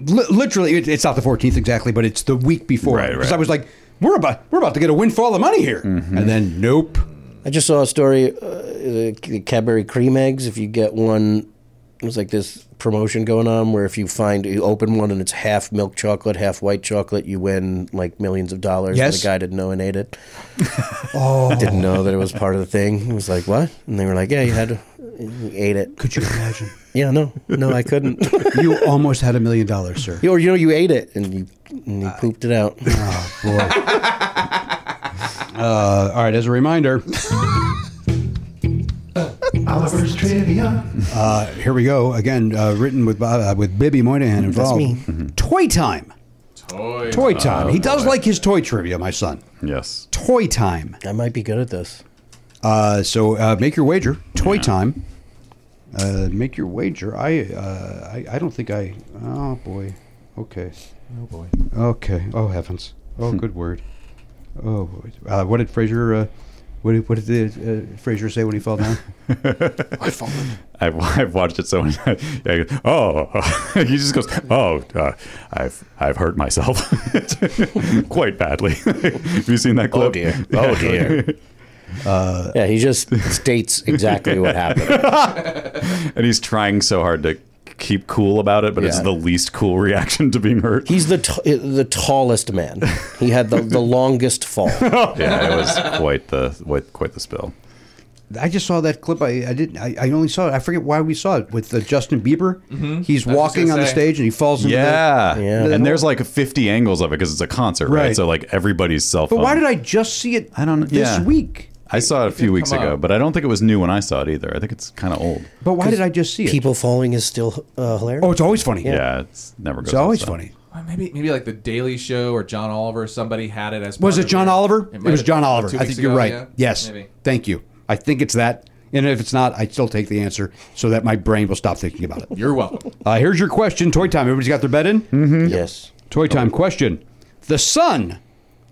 Speaker 4: Li- literally, it, it's not the 14th exactly, but it's the week before. Right, Mm-hmm. I was like, we're about we're about to get a windfall of money here, and then nope.
Speaker 10: I just saw a story, uh, the the Cadbury cream eggs. If you get one, it was like this promotion going on where if you find you open one and it's half milk chocolate, half white chocolate, you win like millions of dollars. And
Speaker 4: Yes.
Speaker 10: the guy didn't know and ate it.
Speaker 4: Oh,
Speaker 10: Didn't know that it was part of the thing. He was like, "What?" And they were like, "Yeah, you had to." He ate it.
Speaker 4: Could you imagine?
Speaker 10: Yeah, no, no, I couldn't.
Speaker 4: you almost had a million dollars, sir.
Speaker 10: or you know, you ate it and you, and you pooped it out.
Speaker 4: Oh boy. uh, all right, as a reminder,
Speaker 12: Oliver's trivia.
Speaker 4: uh, here we go again. Uh, written with Bob, uh, with Bibby Moynihan
Speaker 12: That's
Speaker 4: involved. Mm-hmm.
Speaker 12: me.
Speaker 4: Toy time.
Speaker 8: Toy,
Speaker 4: Toy time. Oh, he does like his toy trivia, my son.
Speaker 7: Yes.
Speaker 4: Toy time.
Speaker 10: I might be good at this.
Speaker 4: Uh, so uh, make your wager. Toy time. Uh, make your wager. I, uh, I I don't think I. Oh boy. Okay.
Speaker 8: Oh, boy.
Speaker 4: Okay. Oh heavens. Oh
Speaker 7: Hmm.
Speaker 4: good word. Oh. boy. Uh, what did Fraser? Uh, what did, what did the, uh, Fraser say when he fell down?
Speaker 9: I fall.
Speaker 7: I've, I've watched it so many times. Yeah, he- oh, he just goes, oh, uh, I've I've hurt myself quite badly. Have you seen that clip?
Speaker 10: Oh, dear. Oh, dear.
Speaker 7: Uh,
Speaker 10: yeah, he just states exactly what
Speaker 7: happened. and he's trying so hard to keep cool about it, but it's
Speaker 10: Yeah.
Speaker 7: the least cool reaction to being hurt.
Speaker 10: He's the t- eh, the tallest man. He had the, the longest fall.
Speaker 4: Oh,
Speaker 7: yeah, it was quite the quite, quite the spill.
Speaker 4: I just saw that clip. I, I didn't. I, I only saw it. I forget why we saw it with uh, Justin Bieber.
Speaker 7: Mhm.
Speaker 4: He's
Speaker 7: I was just
Speaker 4: walking
Speaker 7: gonna
Speaker 4: on the
Speaker 7: say.
Speaker 4: stage and he falls. Into
Speaker 7: yeah.
Speaker 4: The,
Speaker 7: yeah. And there's like 50 angles of it because it's a concert, right?
Speaker 4: Right.
Speaker 7: So like everybody's cell
Speaker 4: But
Speaker 7: phone.
Speaker 4: why did I just see it? I don't. This
Speaker 7: yeah.
Speaker 4: week.
Speaker 7: I saw it a few weeks
Speaker 4: come
Speaker 7: ago,
Speaker 4: up.
Speaker 7: but I don't think it was new when I saw it either. I think it's kind of old.
Speaker 4: But why did I just see it?
Speaker 10: People falling is still uh, hilarious.
Speaker 4: Oh, it's always funny.
Speaker 7: Yeah, it's never goes.
Speaker 4: It's always funny.
Speaker 7: outside.
Speaker 8: Or maybe maybe like the Daily Show or John Oliver. Somebody had it as
Speaker 4: Was
Speaker 8: part
Speaker 4: it
Speaker 8: of
Speaker 4: John
Speaker 8: their-
Speaker 4: Oliver? It,
Speaker 8: might
Speaker 4: was
Speaker 8: have-
Speaker 4: John
Speaker 8: like,
Speaker 4: Oliver.
Speaker 8: two
Speaker 4: I
Speaker 8: weeks
Speaker 4: think
Speaker 8: ago,
Speaker 4: you're right.
Speaker 8: yeah?
Speaker 4: Yes.
Speaker 8: Maybe.
Speaker 4: Thank you. I think it's that. And if it's not, I still take the answer so that my brain will stop thinking about it.
Speaker 8: You're welcome.
Speaker 4: Uh, here's your question. Toy time. Everybody's got their bet in? Mm-hmm.
Speaker 10: Yes.
Speaker 4: Toy time question. The son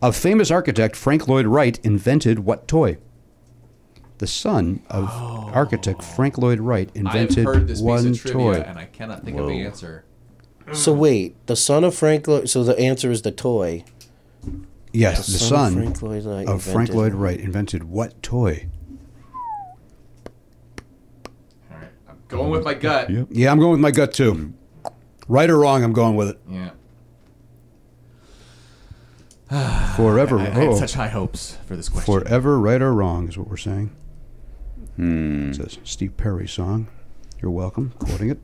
Speaker 4: of famous architect Frank Lloyd Wright invented what toy? The son of architect Frank Lloyd Wright
Speaker 8: Oh. I've
Speaker 4: invented
Speaker 8: heard this
Speaker 4: one
Speaker 8: piece of trivia,
Speaker 4: toy.
Speaker 8: and I cannot think of the
Speaker 10: Whoa.
Speaker 8: answer.
Speaker 10: So wait, the son of Frank Lloyd. So the answer is the toy.
Speaker 4: Yes, the son,
Speaker 10: of Frank Lloyd Wright.
Speaker 4: of Frank
Speaker 10: invented-
Speaker 4: Lloyd Wright invented what toy?
Speaker 8: Going with my gut.
Speaker 4: Yeah, I'm going with my gut too. Right or wrong, I'm going with it.
Speaker 8: Yeah.
Speaker 4: Forever.
Speaker 8: I- I had
Speaker 4: oh.
Speaker 8: such high hopes for this question.
Speaker 4: Forever, right or wrong, is what we're saying.
Speaker 8: Hmm.
Speaker 4: It's a Steve Perry song. You're welcome. Quoting it.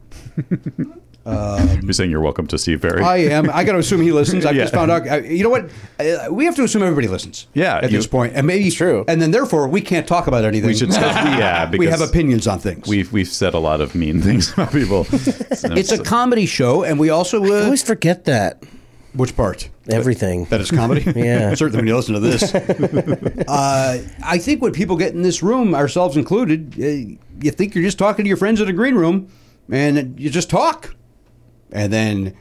Speaker 4: um,
Speaker 7: You're saying you're welcome to Steve Perry.
Speaker 4: I am. I got to assume he listens. I have
Speaker 7: Yeah.
Speaker 4: just found out. I, you know what? Uh, we have to assume everybody listens.
Speaker 7: Yeah,
Speaker 4: At
Speaker 7: you-
Speaker 4: this point, and maybe true. And then therefore, we can't talk about anything.
Speaker 7: We should stop. Yeah,
Speaker 4: we
Speaker 7: because
Speaker 4: have opinions on things.
Speaker 7: We've we've said a lot of mean things about people. So-
Speaker 4: It's a comedy show, and we also uh, always
Speaker 10: forget that.
Speaker 4: Which part?
Speaker 10: Everything.
Speaker 4: That it's comedy.
Speaker 10: Yeah.
Speaker 4: Certainly, when you listen to this, uh, I think when people get in this room, ourselves included, uh, you think you're just talking to your friends in a green room, and you just talk, and then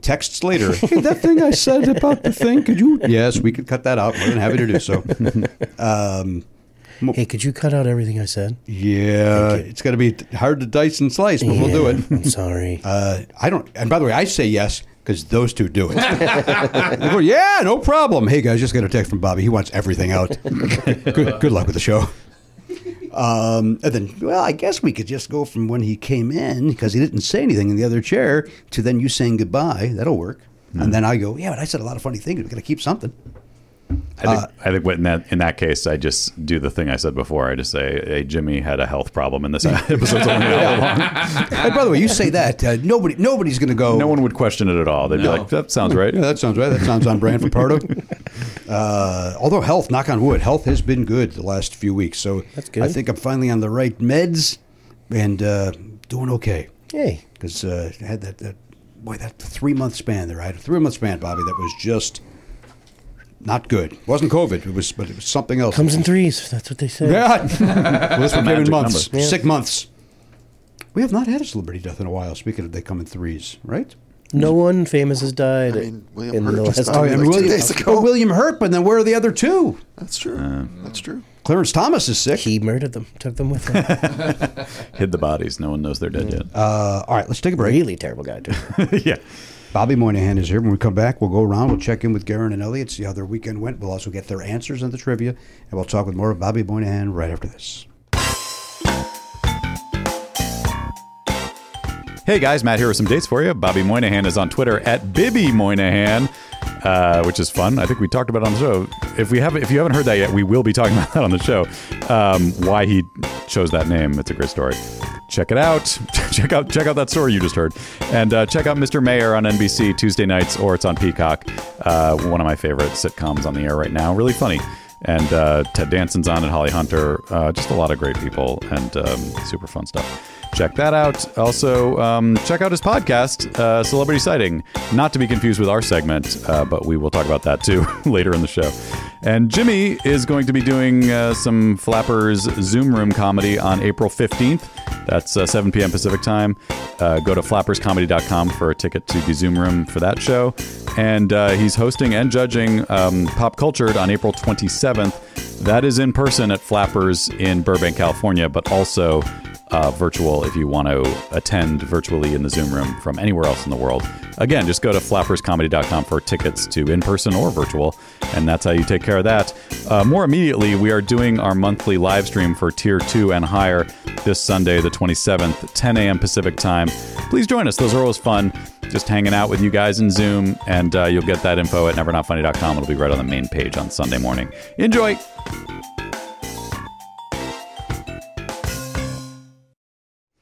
Speaker 4: texts later. hey, that thing I said about the thing, could you? Yes, we could cut that out. We're happy to do so. Um,
Speaker 10: Hey, could you cut out everything I said?
Speaker 4: yeah, it's going to be hard to dice and slice, but we'll do it.
Speaker 10: I'm sorry.
Speaker 4: Uh, I don't. And by the way, I say yes because those two do it. They go, yeah, no problem. Hey guys, just got a text from Bobby. He wants everything out. good, good luck with the show. Um, and then, well, I guess we could just go from when he came in because he didn't say anything in the other chair to then you saying goodbye. That'll work. And then I go, yeah, but I said a lot of funny things. We got to keep something.
Speaker 7: I think, I think in that in that case, I just do the thing I said before. I just say, "Hey, Jimmy had a health problem, and this episode's only an hour long."
Speaker 4: and by the way, you say that uh, nobody nobody's going to go.
Speaker 7: No one would question it at all. They'd
Speaker 4: No.
Speaker 7: be like, "That sounds right."
Speaker 4: Yeah, that sounds right. That sounds on brand for Pardo. Uh, although health, knock on wood, health has been good the last few weeks. So That's
Speaker 10: good.
Speaker 4: I think I'm finally on the right meds and uh, doing okay.
Speaker 10: Hey.
Speaker 4: Because uh, I had that, that, boy, that three month span there. I had a three month span, Bobby, that was just not good. It wasn't COVID, it was, but it was something else.
Speaker 10: Comes in threes. That's what they say.
Speaker 4: Yeah. well, this one came in
Speaker 10: Magic
Speaker 4: months.
Speaker 10: number. Yeah.
Speaker 4: Sick months. We have not had a celebrity death in a while. Speaking of they come in threes, right?
Speaker 10: No one famous has died in the last
Speaker 4: Oh, yeah, William, oh, William Hurt, but then where are the other two?
Speaker 9: That's
Speaker 7: Uh,
Speaker 9: true.
Speaker 4: Mm-hmm.
Speaker 9: That's true.
Speaker 4: Clarence Thomas is sick.
Speaker 10: He murdered them, took them with him.
Speaker 7: Hid the bodies. No one knows they're dead yet.
Speaker 4: Uh, all right, let's take a break.
Speaker 10: Really terrible guy, too.
Speaker 7: yeah.
Speaker 4: Bobby Moynihan is here. When we come back, we'll go around. We'll check in with Garen and Elliot, see how their weekend went. We'll also get their answers on the trivia, and we'll talk with more of Bobby Moynihan right after this.
Speaker 7: Hey guys, Matt here with some dates for you. Bobby Moynihan is on Twitter at Bibby Moynihan, uh, which is fun. I think we talked about it on the show. If we haven't, if you haven't heard that yet, we will be talking about that on the show. Um, why he chose that name? It's a great story. Check it out. check out check out that story you just heard, and uh, check out Mr. Mayor on NBC Tuesday nights, or it's on Peacock. Uh, one of my favorite sitcoms on the air right now. Really funny. And uh, Ted Danson's on and Holly Hunter. Uh, just a lot of great people and um, super fun stuff check that out. Also, um, check out his podcast, uh, Celebrity Sighting. Not to be confused with our segment, uh, but we will talk about that too later in the show. And Jimmy is going to be doing uh, some Flappers Zoom Room comedy on April 15th. That's uh, 7 p.m. Pacific time. Uh, go to flapperscomedy.com for a ticket to the Zoom Room for that show. And uh, he's hosting and judging um, Pop Cultured on April 27th. That is in person at Flappers in Burbank, California, but also uh, virtual if you want to attend virtually in the Zoom room from anywhere else in the world. Again, just go to flapperscomedy.com for tickets to in person or virtual, and that's how you take care of that. Uh, more immediately, we are doing our monthly live stream for tier two and higher this Sunday, the 27th, 10 a.m. Pacific time. Please join us, those are always fun. Just hanging out with you guys in Zoom, and uh, you'll get that info at nevernotfunny.com. It'll be right on the main page on Sunday morning. Enjoy!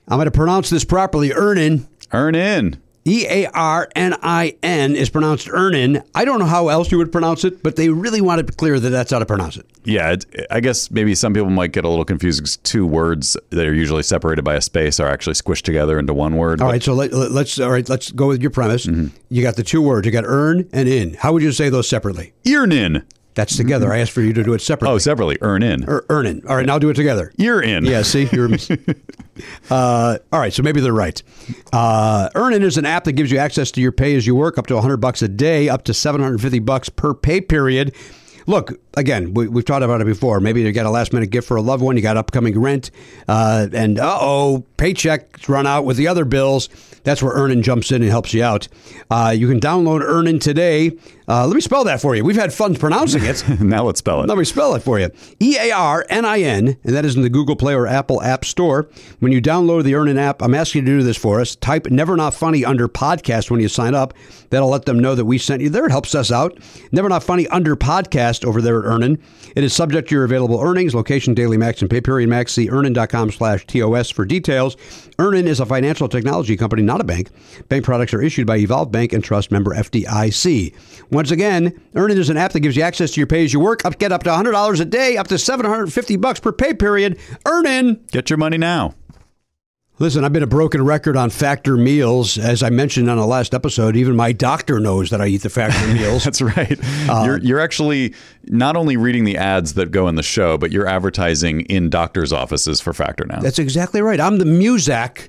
Speaker 4: I'm going to pronounce this properly. Earnin.
Speaker 7: Earnin.
Speaker 4: E A R N I N is pronounced Earnin. I don't know how else you would pronounce it, but they really wanted to clear that that's how to pronounce it.
Speaker 7: Yeah, it, I guess maybe some people might get a little confused because two words that are usually separated by a space are actually squished together into one word.
Speaker 4: All
Speaker 7: but
Speaker 4: right, so let, let- let's all right. Let's go with your premise.
Speaker 10: Mm-hmm.
Speaker 4: You got the two words. You got earn and in. How would you say those separately?
Speaker 7: Earn in.
Speaker 4: That's
Speaker 10: Mm-hmm.
Speaker 4: together. I asked for you to do it separately. Oh,
Speaker 7: separately. Earn in.
Speaker 4: Or earn in. All right, now do it together.
Speaker 7: Ear in.
Speaker 4: Yeah. See, you're. uh, all right, so maybe they're right. Uh, earn in is an app that gives you access to your pay as you work, up to 100 bucks a day, up to 750 bucks per pay period. Look, again, we, we've talked about it before. Maybe you got a last minute gift for a loved one, you got upcoming rent, uh, and uh oh, paycheck's run out with the other bills. That's where Earnin jumps in and helps you out. Uh, you can download Earnin today. Uh, let me spell that for you. We've had fun pronouncing it.
Speaker 7: now let's spell it.
Speaker 4: Let me spell it for you. E A R N I N, and that is in the Google Play or Apple App Store. When you download the Earnin app, I'm asking you to do this for us. Type Never Not Funny under podcast when you sign up. That'll let them know that we sent you there. It helps us out. Never Not Funny under podcast over there at Earnin. It is subject to your available earnings, location, daily max, and pay period max. See earnin.com slash TOS for details. Earnin is a financial technology company, not a bank. Bank products are issued by Evolve Bank and Trust member FDIC. Once again, Earnin is an app that gives you access to your pay as you work. Up, get up to $100 a day, up to 750 bucks per pay period. Earnin.
Speaker 7: Get your money now.
Speaker 4: Listen, I've been a broken record on factor meals. As I mentioned on the last episode, even my doctor knows that I eat the factor meals.
Speaker 7: That's right.
Speaker 4: Uh,
Speaker 7: you're, you're actually not only reading the ads that go in the show, but you're advertising in doctors' offices for Factor now.
Speaker 4: That's exactly right. I'm the Muzak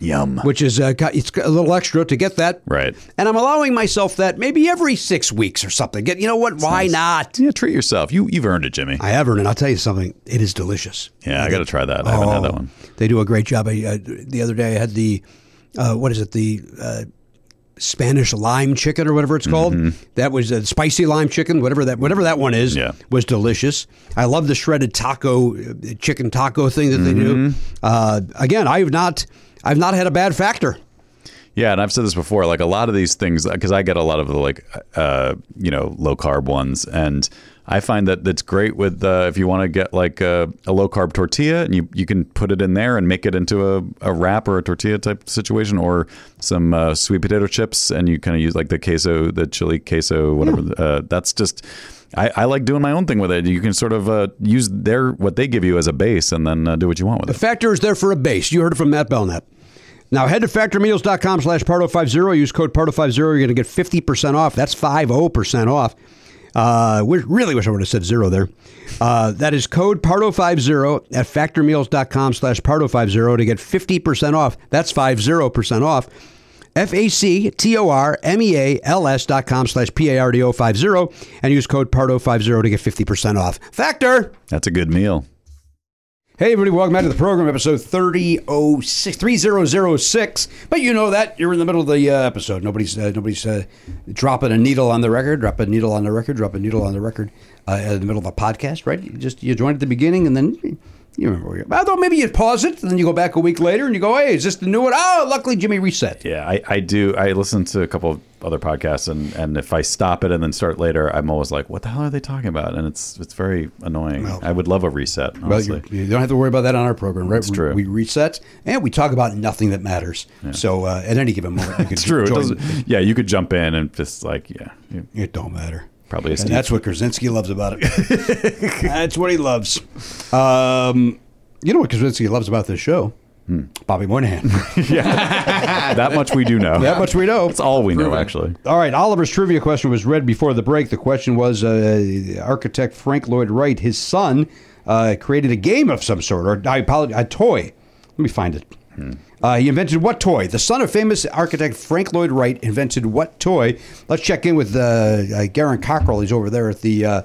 Speaker 7: Yum.
Speaker 4: Which is uh, got- it's got a little extra to get that.
Speaker 7: Right.
Speaker 4: And I'm allowing myself that maybe every six weeks or something. Get you know what? Why not?
Speaker 7: Yeah, treat yourself. You you've earned it, Jimmy.
Speaker 4: I have earned it. I'll tell you something. It is delicious.
Speaker 7: Yeah, I got to try that. I haven't had that one.
Speaker 4: Oh. They do a great job. I, uh, the other day I had the uh, what is it? The uh, Spanish lime chicken or whatever it's called. That was a spicy lime chicken, whatever that whatever that one is. was delicious. I love the shredded taco, uh, chicken taco thing that they do. Uh, again, I have not I've not had a bad factor.
Speaker 7: Yeah, and I've said this before. Like a lot of these things, because I get a lot of the like, uh, you know, low carb ones, and I find that that's great with uh, if you want to get like a, a low carb tortilla, and you you can put it in there and make it into a, a wrap or a tortilla type situation, or some uh, sweet potato chips, and you kind of use like the queso, the chili queso, whatever. Uh, that's just. I, I like doing my own thing with it. You can sort of uh, use their what they give you as a base, and then uh, do what you want with it.
Speaker 4: The Factor is there for a base. You heard it from Matt Belknap. Now head to factormeals.com slash part050. Use code part050. You're going to get 50% off. That's 50% off. Uh, wish, really wish I would have said zero there. Uh, that is code part050 at factormeals.com slash part050 to get 50% off. That's 50% off. E F-A-C-T-O-R-M-E-A-L-S dot com slash P-A-R-D-O-50 and use code part050 to get 50% off. Factor!
Speaker 7: That's a good meal.
Speaker 4: Hey, everybody, welcome back to the program, episode 3006, 3006. But you know that. You're in the middle of the uh, episode. Nobody's uh, nobody's uh, dropping a needle on the record, drop a needle on the record, drop a needle on the record uh, in the middle of a podcast, right? You just you join at the beginning and then you remember where you're Although maybe you pause it and then you go back a week later and you go, hey, is this the new one? Oh, luckily Jimmy reset.
Speaker 7: Yeah, I, I do. I listen to a couple of other podcasts, and, and if I stop it and then start later, I'm always like, what the hell are they talking about? And it's it's very annoying. I would love a reset,
Speaker 4: Well,
Speaker 7: honestly.
Speaker 4: you, you don't have to worry about that on our program, right?
Speaker 7: It's
Speaker 4: we,
Speaker 7: true.
Speaker 4: We reset and we talk about nothing that matters. So uh, at any given moment, you can
Speaker 7: it's true. It
Speaker 4: join-
Speaker 7: doesn't, yeah, you could jump in and just like, yeah.
Speaker 4: It don't matter.
Speaker 7: Probably a
Speaker 4: And
Speaker 7: Steve.
Speaker 4: that's what Krasinski loves about it. that's what he loves. Um, you know what Krasinski loves about this show? Bobby Moynihan.
Speaker 7: that much we do know.
Speaker 4: That much we know.
Speaker 7: That's all we know, actually.
Speaker 4: All right, Oliver's trivia question was read before the break. The question was uh, architect Frank Lloyd Wright, his son, uh, created a game of some sort, or I apologize, a toy. Let me find it. Uh, he invented what toy? The son of famous architect Frank Lloyd Wright invented what toy? Let's check in with uh, uh, Garen Cockrell. He's over there at the uh,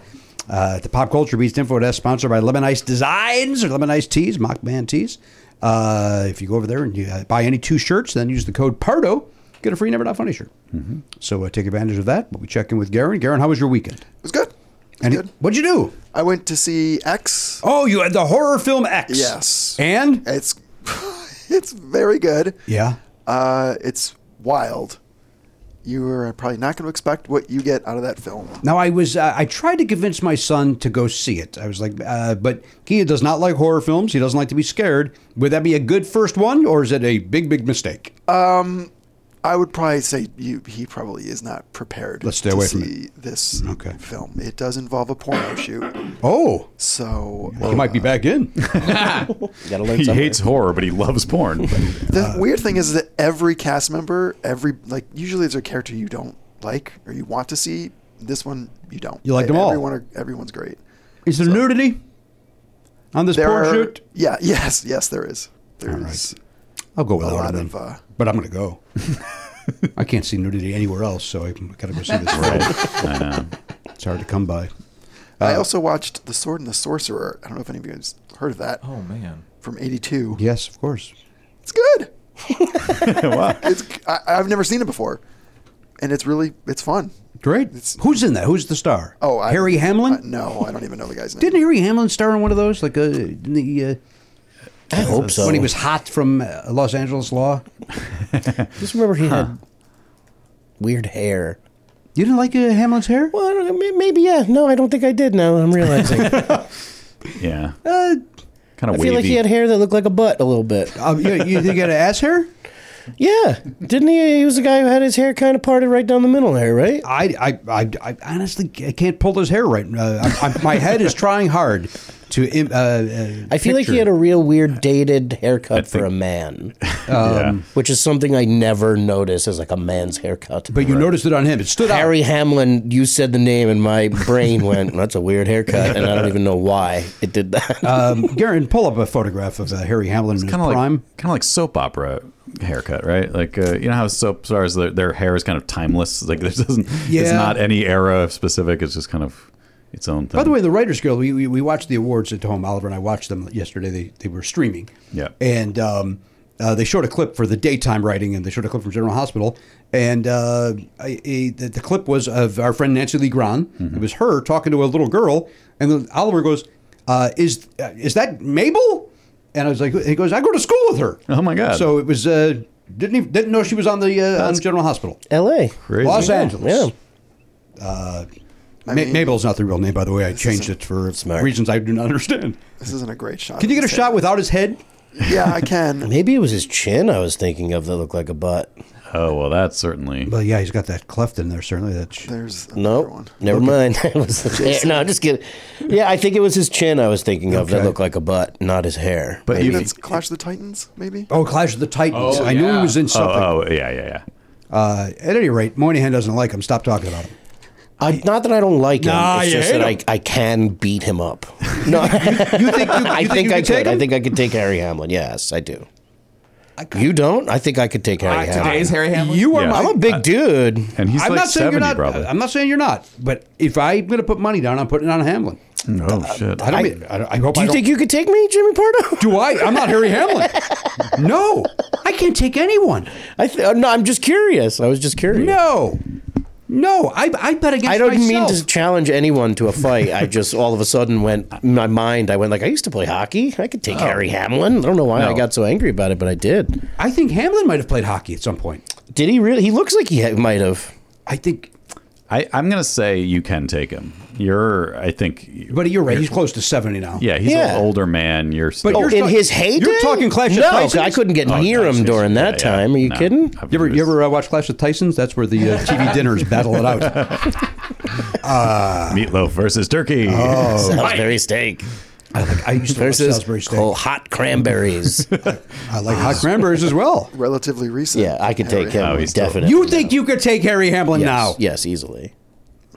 Speaker 4: uh, at the Pop Culture Beast Info Desk, sponsored by Lemon Ice Designs or Lemon Ice Tees, Mock Band Tees. Uh, if you go over there and you uh, buy any two shirts, then use the code PARDO, get a free Never Not Funny shirt. So uh, take advantage of that. But we check in with Garen. Garen, how was your weekend? It
Speaker 9: was good.
Speaker 4: And what'd you do?
Speaker 9: I went to see X.
Speaker 4: Oh, you had the horror film X.
Speaker 9: Yes. Eh.
Speaker 4: And
Speaker 9: it's it's very good.
Speaker 4: Yeah.
Speaker 9: Uh, it's wild. You were probably not going to expect what you get out of that film.
Speaker 4: Now I was uh, I tried to convince my son to go see it. I was like, uh, but Kia does not like horror films. He doesn't like to be scared. Would that be a good first one, or is it a big big mistake?
Speaker 9: Um, I would probably say you, he probably is not prepared.
Speaker 4: Let's stay
Speaker 9: to
Speaker 4: away
Speaker 9: see
Speaker 4: from
Speaker 9: this film. It does involve a porno shoot.
Speaker 4: Oh,
Speaker 9: so
Speaker 4: he might be back in.
Speaker 10: Gotta
Speaker 7: He hates horror, but he loves porn.
Speaker 9: The
Speaker 4: uh,
Speaker 9: weird thing is that every cast member, every like usually there's a character you don't like or you want to see. This one you don't.
Speaker 4: You liked them
Speaker 9: E-
Speaker 4: all.
Speaker 9: Everyone, are, everyone's great.
Speaker 4: Is there nudity on this
Speaker 9: There
Speaker 4: porn
Speaker 9: are-
Speaker 4: shoot?
Speaker 9: Yeah. Yes. Yes. There is. There is
Speaker 4: I'll go
Speaker 9: a
Speaker 4: without
Speaker 9: lot
Speaker 4: it. then.
Speaker 9: of. Uh,
Speaker 4: but I'm going to go. I can't see nudity anywhere else, so I gotta go see this.
Speaker 9: Right.
Speaker 4: film. It's hard to come by.
Speaker 9: I
Speaker 4: Uh,
Speaker 9: also watched The Sword and the Sorcerer. I don't know if any of you guys heard of that.
Speaker 8: Oh man.
Speaker 9: From '82.
Speaker 4: Yes, of course.
Speaker 9: It's good. It's, I, I've never seen it before, and it's really it's fun.
Speaker 4: Great. Who's in that? Who's the star?
Speaker 9: Oh, I,
Speaker 4: Harry Hamlin.
Speaker 9: I- no, I don't even know the guy's name.
Speaker 4: Didn't Harry Hamlin star in one of those? Like uh, in the. Uh, I
Speaker 10: hope so.
Speaker 4: When he was hot from uh, Los Angeles Law.
Speaker 10: Just remember he had weird hair.
Speaker 4: You didn't like uh, Hamlin's hair?
Speaker 10: Well, I don't know, may- maybe yeah. No, I don't think I did. Now I'm realizing.
Speaker 7: Yeah.
Speaker 10: Uh,
Speaker 7: Kind
Speaker 10: I
Speaker 7: of
Speaker 10: feel like
Speaker 7: wavy.
Speaker 9: Uh,
Speaker 10: he had hair that looked like a butt a little bit.
Speaker 4: Um, you, you, you got an ass hair?
Speaker 10: Yeah, didn't he? He was the guy who had his hair kind of parted right down the middle there, right?
Speaker 4: I, I, I, I honestly I can't pull his hair right. Uh, I, I, my head is trying hard to. im- Uh, uh,
Speaker 10: I feel like he had a real weird dated haircut for a man, um, which is something I never notice as like a man's haircut.
Speaker 4: But you noticed it on him; it stood
Speaker 10: Harry Hamlin, you said the name, and my brain went, "That's a weird haircut," and I don't even know why it did that.
Speaker 4: um, Garen, pull up a photograph of uh, Harry Hamlin in his
Speaker 7: kind of like
Speaker 4: prime.
Speaker 7: kind of like soap opera haircut, right? Like uh, you know how soap stars their, their hair is kind of timeless. Like there doesn't, it's
Speaker 4: Yeah.
Speaker 7: not any era specific. It's just kind of its own thing.
Speaker 4: By the way, the Writers Guild, we, we, we watched the awards at home. Oliver and I watched them yesterday. They, they were streaming.
Speaker 7: Yeah.
Speaker 4: And um, uh, they showed a clip for the daytime writing, and they showed a clip from General Hospital. And uh, I, I, the, the clip was of our friend Nancy Lee Gran.
Speaker 7: Mm-hmm.
Speaker 4: It was her talking to a little girl, and then Oliver goes, uh, "Is uh, is that Mabel?" And I was like, "He goes, I go to school with her."
Speaker 7: Oh my God.
Speaker 4: So it was. Uh, didn't even, didn't know she was on the uh, on
Speaker 10: That's
Speaker 4: General Hospital,
Speaker 10: L.A.,
Speaker 7: Crazy.
Speaker 4: Los
Speaker 10: Yeah,
Speaker 4: Angeles. Yeah. Uh, Ma- Mabel's not the real name, by the way. I changed it for reasons I do not understand.
Speaker 9: This isn't a great shot.
Speaker 4: Can you get a shot without his head?
Speaker 9: Yeah, I can.
Speaker 10: Maybe it was his chin I was thinking of that looked like a butt.
Speaker 7: oh well, that's certainly.
Speaker 4: Well, yeah, he's got that cleft in there. Certainly, that's
Speaker 9: There's
Speaker 10: No, never mind. That was the hair. No, I'm just kidding. Yeah, I think it was his chin I was thinking of that
Speaker 4: Okay.
Speaker 10: looked like a butt, not his hair.
Speaker 7: But
Speaker 10: Maybe.
Speaker 7: even-
Speaker 9: It's Clash of the Titans, maybe.
Speaker 4: oh, Clash of the Titans.
Speaker 8: Oh,
Speaker 4: I knew he
Speaker 8: yeah.
Speaker 4: was in
Speaker 7: Oh,
Speaker 4: something.
Speaker 7: oh, yeah, yeah, yeah.
Speaker 4: Uh, at any rate, Moynihan doesn't like him. Stop talking about him.
Speaker 10: I, not that I don't like him.
Speaker 4: Nah,
Speaker 10: it's
Speaker 4: you
Speaker 10: just
Speaker 4: hate
Speaker 10: that I,
Speaker 4: him.
Speaker 10: I can beat him up. No,
Speaker 4: You think you, you
Speaker 10: I think,
Speaker 4: you
Speaker 10: I
Speaker 4: could take
Speaker 10: could. I
Speaker 4: him?
Speaker 10: think I could take Harry Hamlin. Yes, I do. you don't? I think I could take Harry Hamlin.
Speaker 8: Today's Harry Hamlin.
Speaker 4: you are
Speaker 7: Yeah.
Speaker 4: Uh, my.
Speaker 10: I'm a big dude.
Speaker 7: And he's
Speaker 4: I'm
Speaker 7: like
Speaker 4: not saying
Speaker 7: seventy,
Speaker 4: you're not. uh,
Speaker 7: probably.
Speaker 4: I'm not saying you're not. But if I'm going to put money down, I'm putting it on Hamlin.
Speaker 7: oh shit.
Speaker 4: I don't. mean, I, don't- I hope.
Speaker 10: Do
Speaker 4: I
Speaker 10: you
Speaker 4: don't-
Speaker 10: think you could take me, Jimmy Pardo?
Speaker 4: Do I? I'm not Harry Hamlin. No, I can't take anyone.
Speaker 10: I th- uh, no, I'm just curious. I was just curious.
Speaker 4: No, no. I I bet against
Speaker 10: I don't
Speaker 4: myself.
Speaker 10: mean to challenge anyone to a fight. I just all of a sudden went in my mind. I went like I used to play hockey. I could
Speaker 4: Oh.
Speaker 10: take Harry Hamlin. I don't know why I
Speaker 7: No.
Speaker 10: got so angry about it, but I did.
Speaker 4: I think Hamlin might have played hockey at some point.
Speaker 10: Did he really? He looks like he ha- might have.
Speaker 4: I think,
Speaker 7: I, I'm gonna say you can take him. You're, I think.
Speaker 4: but you're right. He's close to seventy now.
Speaker 7: Yeah, he's
Speaker 10: Yeah.
Speaker 7: an older man. You're still.
Speaker 4: you're-
Speaker 10: in
Speaker 4: talk-
Speaker 10: his heyday,
Speaker 4: you're talking Clash of
Speaker 10: no,
Speaker 4: Titans?
Speaker 10: I couldn't get
Speaker 7: Oh,
Speaker 10: near
Speaker 7: nice.
Speaker 10: him during
Speaker 7: Yeah,
Speaker 10: that
Speaker 7: yeah.
Speaker 10: time. Are you
Speaker 7: No.
Speaker 10: kidding?
Speaker 7: I've
Speaker 4: You ever,
Speaker 7: never
Speaker 4: you ever uh, watch Clash of the Titans? That's where the uh, TV dinners battle it out. uh,
Speaker 7: Meatloaf versus Turkey.
Speaker 4: Oh.
Speaker 10: Salisbury steak
Speaker 4: I, like, I used to watch
Speaker 10: versus
Speaker 4: Salisbury steak.
Speaker 10: cold hot cranberries.
Speaker 4: I like hot cranberries as well.
Speaker 9: Relatively recent.
Speaker 10: yeah, I could take him
Speaker 7: Oh, he's still-
Speaker 10: definitely.
Speaker 4: You think you could take Harry Hamlin
Speaker 10: yes,
Speaker 4: now?
Speaker 10: Yes, easily.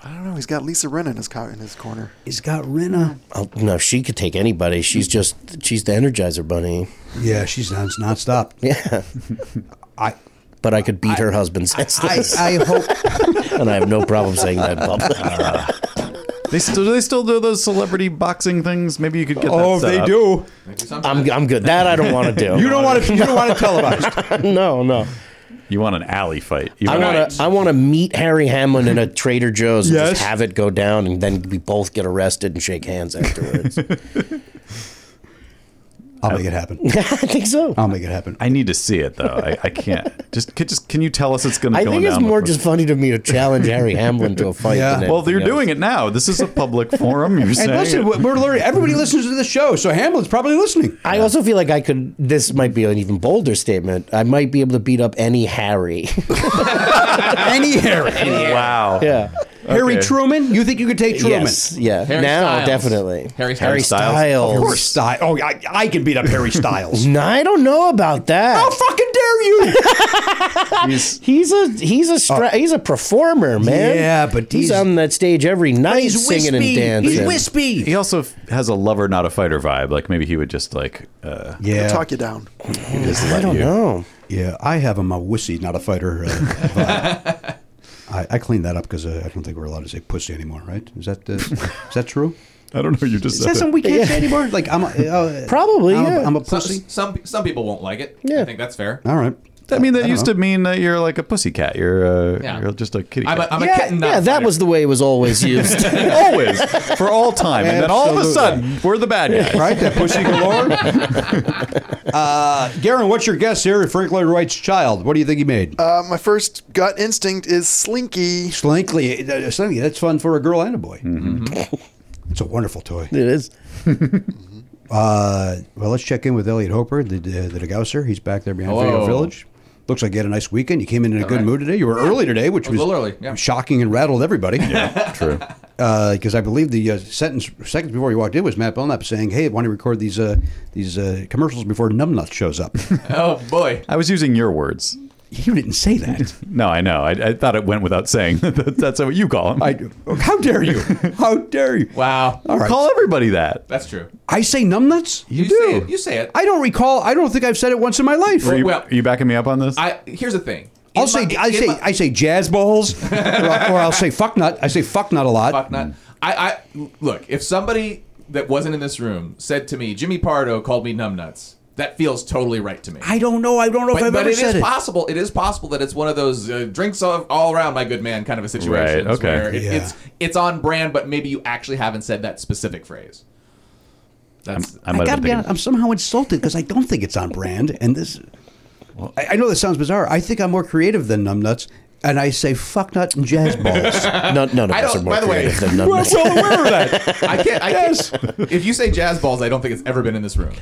Speaker 9: I don't know. He's got Lisa Rinna in his co- in his corner.
Speaker 4: He's got Rinna.
Speaker 10: Oh, no, she could take anybody. She's just she's the Energizer Bunny.
Speaker 4: Yeah, she's non nonstop.
Speaker 10: Yeah,
Speaker 4: I
Speaker 10: but I could beat her husband
Speaker 4: I,
Speaker 10: senseless,
Speaker 4: I hope.
Speaker 10: and I have no problem saying that in public.
Speaker 4: Uh,
Speaker 7: They still do they still do those celebrity boxing things? Maybe you could get.
Speaker 4: oh,
Speaker 7: that
Speaker 4: if they
Speaker 7: set up.
Speaker 4: do.
Speaker 10: I'm I'm good. That I don't want to do.
Speaker 4: You don't want to. You don't want to televise.
Speaker 10: no, no.
Speaker 7: You want an alley fight? You
Speaker 10: I want to. I want to meet Harry Hamlin in a Trader Joe's and
Speaker 4: Yes.
Speaker 10: just have it go down, and then we both get arrested and shake hands afterwards.
Speaker 4: I'll make it happen.
Speaker 10: I think so.
Speaker 4: I'll make it happen.
Speaker 7: I need to see it though. I, I can't. Just can, just can you tell us it's gonna?
Speaker 10: I
Speaker 7: going
Speaker 10: think it's
Speaker 7: down
Speaker 10: more
Speaker 7: before-
Speaker 10: just funny to me to challenge Harry Hamlin to a fight.
Speaker 4: Yeah.
Speaker 10: than
Speaker 7: Well, you're
Speaker 10: anything
Speaker 7: doing
Speaker 10: else.
Speaker 7: it now. This is a public forum. You're saying
Speaker 4: And listen,
Speaker 7: it.
Speaker 4: we're we're learning. Everybody listens to the show, so Hamlin's probably listening.
Speaker 10: I also feel like I could. This might be an even bolder statement. I might be able to beat up any Harry.
Speaker 4: Any Harry.
Speaker 7: wow.
Speaker 10: yeah.
Speaker 4: Harry
Speaker 7: Okay.
Speaker 4: Truman? You think you could take Truman?
Speaker 10: Yes. Yeah.
Speaker 8: Harry
Speaker 10: now,
Speaker 8: Styles.
Speaker 10: definitely.
Speaker 8: Harry
Speaker 10: Harry
Speaker 8: Styles.
Speaker 10: Styles.
Speaker 4: Harry Styles. Oh, I, I can beat up Harry Styles.
Speaker 10: No, I don't know about that.
Speaker 4: How fucking dare you?
Speaker 7: He's-
Speaker 10: He's a he's a stra- he's a performer, man.
Speaker 4: Oh. Yeah, but
Speaker 10: he's,
Speaker 4: he's-
Speaker 10: on that stage every night
Speaker 4: He's
Speaker 10: singing
Speaker 4: wispy.
Speaker 10: and dancing.
Speaker 4: He's wispy.
Speaker 7: he also f- has a lover, not a fighter vibe. Like maybe he would just like. Uh,
Speaker 4: Yeah,
Speaker 9: He'll talk you down.
Speaker 10: I don't know.
Speaker 4: yeah. I have him a wussy, not a fighter. Uh, vibe. I, I cleaned that up because uh, I don't think we're allowed to say pussy anymore, right? Is that uh, is that true?
Speaker 7: I don't know. You just
Speaker 4: Is that something we can't say anymore? Like I'm a, uh,
Speaker 10: Probably,
Speaker 4: I'm, a,
Speaker 10: yeah.
Speaker 4: I'm a
Speaker 8: Some,
Speaker 4: pussy.
Speaker 8: some some people won't like it.
Speaker 10: Yeah.
Speaker 8: I think that's fair.
Speaker 4: All right.
Speaker 7: I mean, that
Speaker 4: don't
Speaker 7: used
Speaker 4: know.
Speaker 7: to mean that you're like a pussycat. You're uh,
Speaker 8: Yeah.
Speaker 7: you're just a kitty.
Speaker 8: I'm a,
Speaker 7: cat.
Speaker 8: I'm a
Speaker 10: Yeah,
Speaker 8: kitten. not
Speaker 10: yeah,
Speaker 8: a
Speaker 10: that
Speaker 8: fighter.
Speaker 10: was the way it was always used.
Speaker 7: Always for all time, and then all of a
Speaker 4: Absolutely.
Speaker 7: sudden we're the bad guys.
Speaker 4: Right, that pussy galore. uh, Garen, what's your guess here at Frank Lloyd Wright's child? What do you think he made?
Speaker 9: Uh, my first gut instinct is Slinky.
Speaker 4: Slinkly, uh, Slinky, that's fun for a girl and a boy. Mm-hmm. It's a wonderful toy.
Speaker 10: it is.
Speaker 4: Uh, well, let's check in with Elliot Hopper, the the, the Gauser. He's back there behind Video
Speaker 8: Hello.
Speaker 4: Village. Looks like you had a nice weekend. You came in in a good
Speaker 8: right.
Speaker 4: mood today. You were early today, which
Speaker 8: I was
Speaker 4: was,
Speaker 8: a little early, yeah.
Speaker 4: shocking and rattled everybody. Yeah,
Speaker 7: true.
Speaker 4: Because I believe the uh, sentence seconds before you walked in was Matt Belknap saying, "Hey, why don't you record these uh, these uh, commercials before Numbnut shows up?"
Speaker 8: Oh boy.
Speaker 7: I was using your words.
Speaker 4: You didn't say that.
Speaker 7: no, I know. I, I thought it went without saying. That- That's what you call them. I,
Speaker 4: how dare you? How dare you?
Speaker 8: Wow.
Speaker 7: You call everybody that.
Speaker 8: That's true.
Speaker 4: I say numbnuts. You, do.
Speaker 8: Say it. You say it.
Speaker 4: I don't recall. I don't think I've said it once in my life.
Speaker 7: Are you, are you backing me up on this?
Speaker 8: I here's the thing.
Speaker 4: I'll say I say I say jazz balls, or, I'll- or I'll say fuck nut. I say fuck nut a lot.
Speaker 8: Fuck not. I, I look. If somebody that wasn't in this room said to me, "Jimmy Pardo called me numbnuts," that feels totally right to me.
Speaker 4: I don't know. I don't know
Speaker 8: but
Speaker 4: if I've
Speaker 8: but
Speaker 4: ever
Speaker 8: it
Speaker 4: said
Speaker 8: is
Speaker 4: it.
Speaker 8: possible. It is possible that it's one of those uh, drinks all, all around, my good man, kind of a situation.
Speaker 7: Right, okay.
Speaker 8: Where it-
Speaker 7: Yeah.
Speaker 8: It's it's on brand, but maybe you actually haven't said that specific phrase. That's
Speaker 4: I gotta be honest, I'm somehow insulted because I don't think it's on brand. And this, I, I know this sounds bizarre. I think I'm more creative than numbnuts, and I say fuck nut and jazz balls.
Speaker 10: None, none of
Speaker 8: I
Speaker 10: us are
Speaker 8: don't.
Speaker 10: more
Speaker 8: By the way,
Speaker 10: creative than none of us.
Speaker 4: well aware of that.
Speaker 8: I can't. I can't. If you say jazz balls, I don't think it's ever been in this room.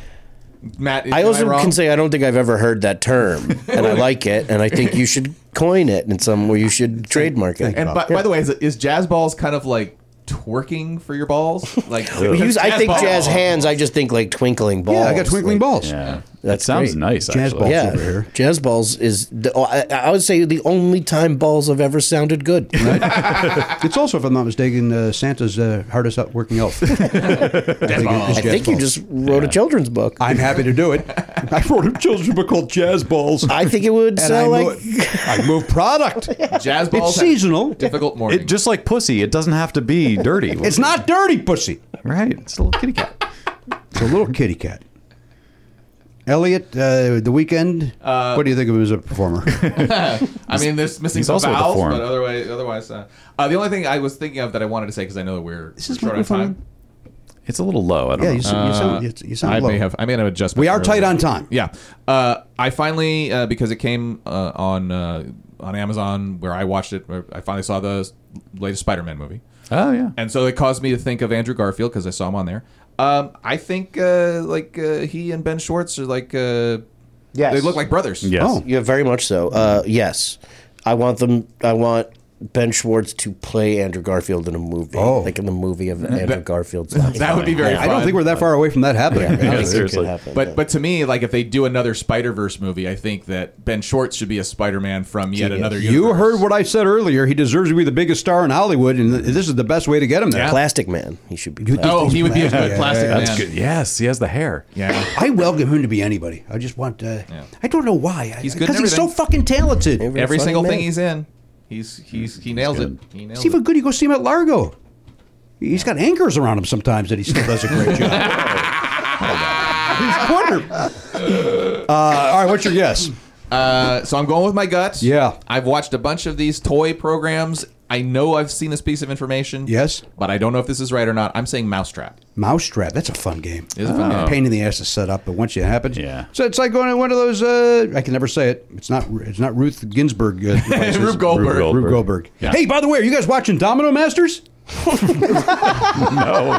Speaker 8: Matt, am
Speaker 10: I also
Speaker 8: wrong?
Speaker 10: can say I don't think I've ever heard that term, and I like it, and I think you should coin it in some way. You should trademark it.
Speaker 8: And by, by the way, is, is jazz balls kind of like twerking for your balls? Like
Speaker 10: We use, I think
Speaker 8: balls.
Speaker 10: jazz hands. I just think like twinkling balls.
Speaker 4: Yeah, I got twinkling balls.
Speaker 7: Yeah.
Speaker 10: That
Speaker 7: sounds nice,
Speaker 4: Jazz
Speaker 7: actually.
Speaker 4: balls
Speaker 10: yeah,
Speaker 4: over here.
Speaker 10: jazz balls is. The, oh, I, I would say the only time balls have ever sounded good.
Speaker 4: It's also, if I'm not mistaken, uh, Santa's uh, hardest out working elf.
Speaker 10: I think you just wrote a children's book.
Speaker 4: I'm happy to do it. I wrote a children's book called Jazz Balls.
Speaker 10: I think it
Speaker 4: And
Speaker 10: would sound
Speaker 4: I,
Speaker 10: like
Speaker 4: move, I move product.
Speaker 8: Jazz balls. have
Speaker 4: seasonal.
Speaker 8: Difficult morning.
Speaker 7: It, just like pussy, it doesn't have to be dirty.
Speaker 4: It's not dirty, pussy.
Speaker 7: Right. It's a little kitty cat.
Speaker 4: It's a little kitty cat. Elliot, uh, the weekend.
Speaker 8: Uh,
Speaker 4: what do you think of him as a performer?
Speaker 8: I mean, there's missing
Speaker 7: he's
Speaker 8: some
Speaker 7: also
Speaker 8: vowels,
Speaker 7: deformed.
Speaker 8: but otherwise, otherwise, uh, uh, the only thing I was thinking of that I wanted to say because I know that we're, we're
Speaker 4: is
Speaker 8: short on
Speaker 4: microphone.
Speaker 8: time.
Speaker 7: It's a little low. I don't
Speaker 4: yeah,
Speaker 7: know.
Speaker 4: you, sound- you sound, you, you sound
Speaker 8: Uh, I
Speaker 4: low.
Speaker 8: may have. I may have adjusted.
Speaker 4: We are tight on time.
Speaker 8: Yeah. Uh, I finally uh, because it came uh, on uh, on Amazon where I watched it. Where I finally saw the latest Spider-Man movie,
Speaker 7: oh, yeah.
Speaker 8: and so it caused me to think of Andrew Garfield because I saw him on there. Um, I think uh, like uh, he and Ben Schwartz are like. Uh,
Speaker 10: Yes.
Speaker 8: They look like brothers.
Speaker 7: Yes.
Speaker 4: Oh.
Speaker 10: yeah, very much so. Uh, yes, I want them. I want Ben Schwartz to play Andrew Garfield in a movie,
Speaker 4: Oh.
Speaker 10: like in the movie of Andrew Garfield's.
Speaker 8: That would be very
Speaker 4: I don't
Speaker 8: fun.
Speaker 4: think we're that far away from that happening.
Speaker 10: I don't think it could
Speaker 7: seriously.
Speaker 10: happen,
Speaker 8: But but to me, like if they do another Spider Verse movie, I think that Ben Schwartz should be a Spider Man from yet another.
Speaker 4: You
Speaker 8: universe.
Speaker 4: heard what I said earlier. He deserves to be the biggest star in Hollywood, and th- this is the best way to get him there.
Speaker 10: Plastic Man. He should be.
Speaker 4: You
Speaker 10: Plastic.
Speaker 8: Oh, he would be a good
Speaker 4: Yeah,
Speaker 8: plastic
Speaker 4: yeah,
Speaker 8: man.
Speaker 7: That's good. Yes, he has the hair.
Speaker 8: Yeah.
Speaker 4: I welcome him to be anybody. I just want. Uh, I don't know why. I-
Speaker 8: He's good in
Speaker 4: he's so
Speaker 8: everything.
Speaker 4: fucking talented.
Speaker 10: Every
Speaker 8: Every
Speaker 10: funny
Speaker 8: single
Speaker 10: man.
Speaker 8: thing he's in, he's he's he nails it.
Speaker 7: good.
Speaker 8: He nails
Speaker 4: It's even good. You go see him at Largo. He's got anchors around him sometimes, and he still does a great job. He's wonderful. Uh, all right, what's your guess?
Speaker 8: it. Uh, so I'm going with my gut.
Speaker 4: Yeah.
Speaker 8: I've watched a bunch of these toy programs. I know I've seen this piece of information.
Speaker 4: Yes.
Speaker 8: But I don't know if this is right or not. I'm saying Mousetrap.
Speaker 4: Mousetrap. That's a fun game.
Speaker 8: It's a fun game.
Speaker 4: Pain in the ass to set up, but once it happens,
Speaker 7: Yeah.
Speaker 4: So it's like going to one of those. Uh, I can never say it. It's not. It's not Ruth Ginsburg. Uh, devices.
Speaker 8: Rube Goldberg.
Speaker 4: Rube Goldberg.
Speaker 7: Rube Goldberg. Yeah.
Speaker 4: Hey, by the way, are you guys watching Domino Masters?
Speaker 7: No.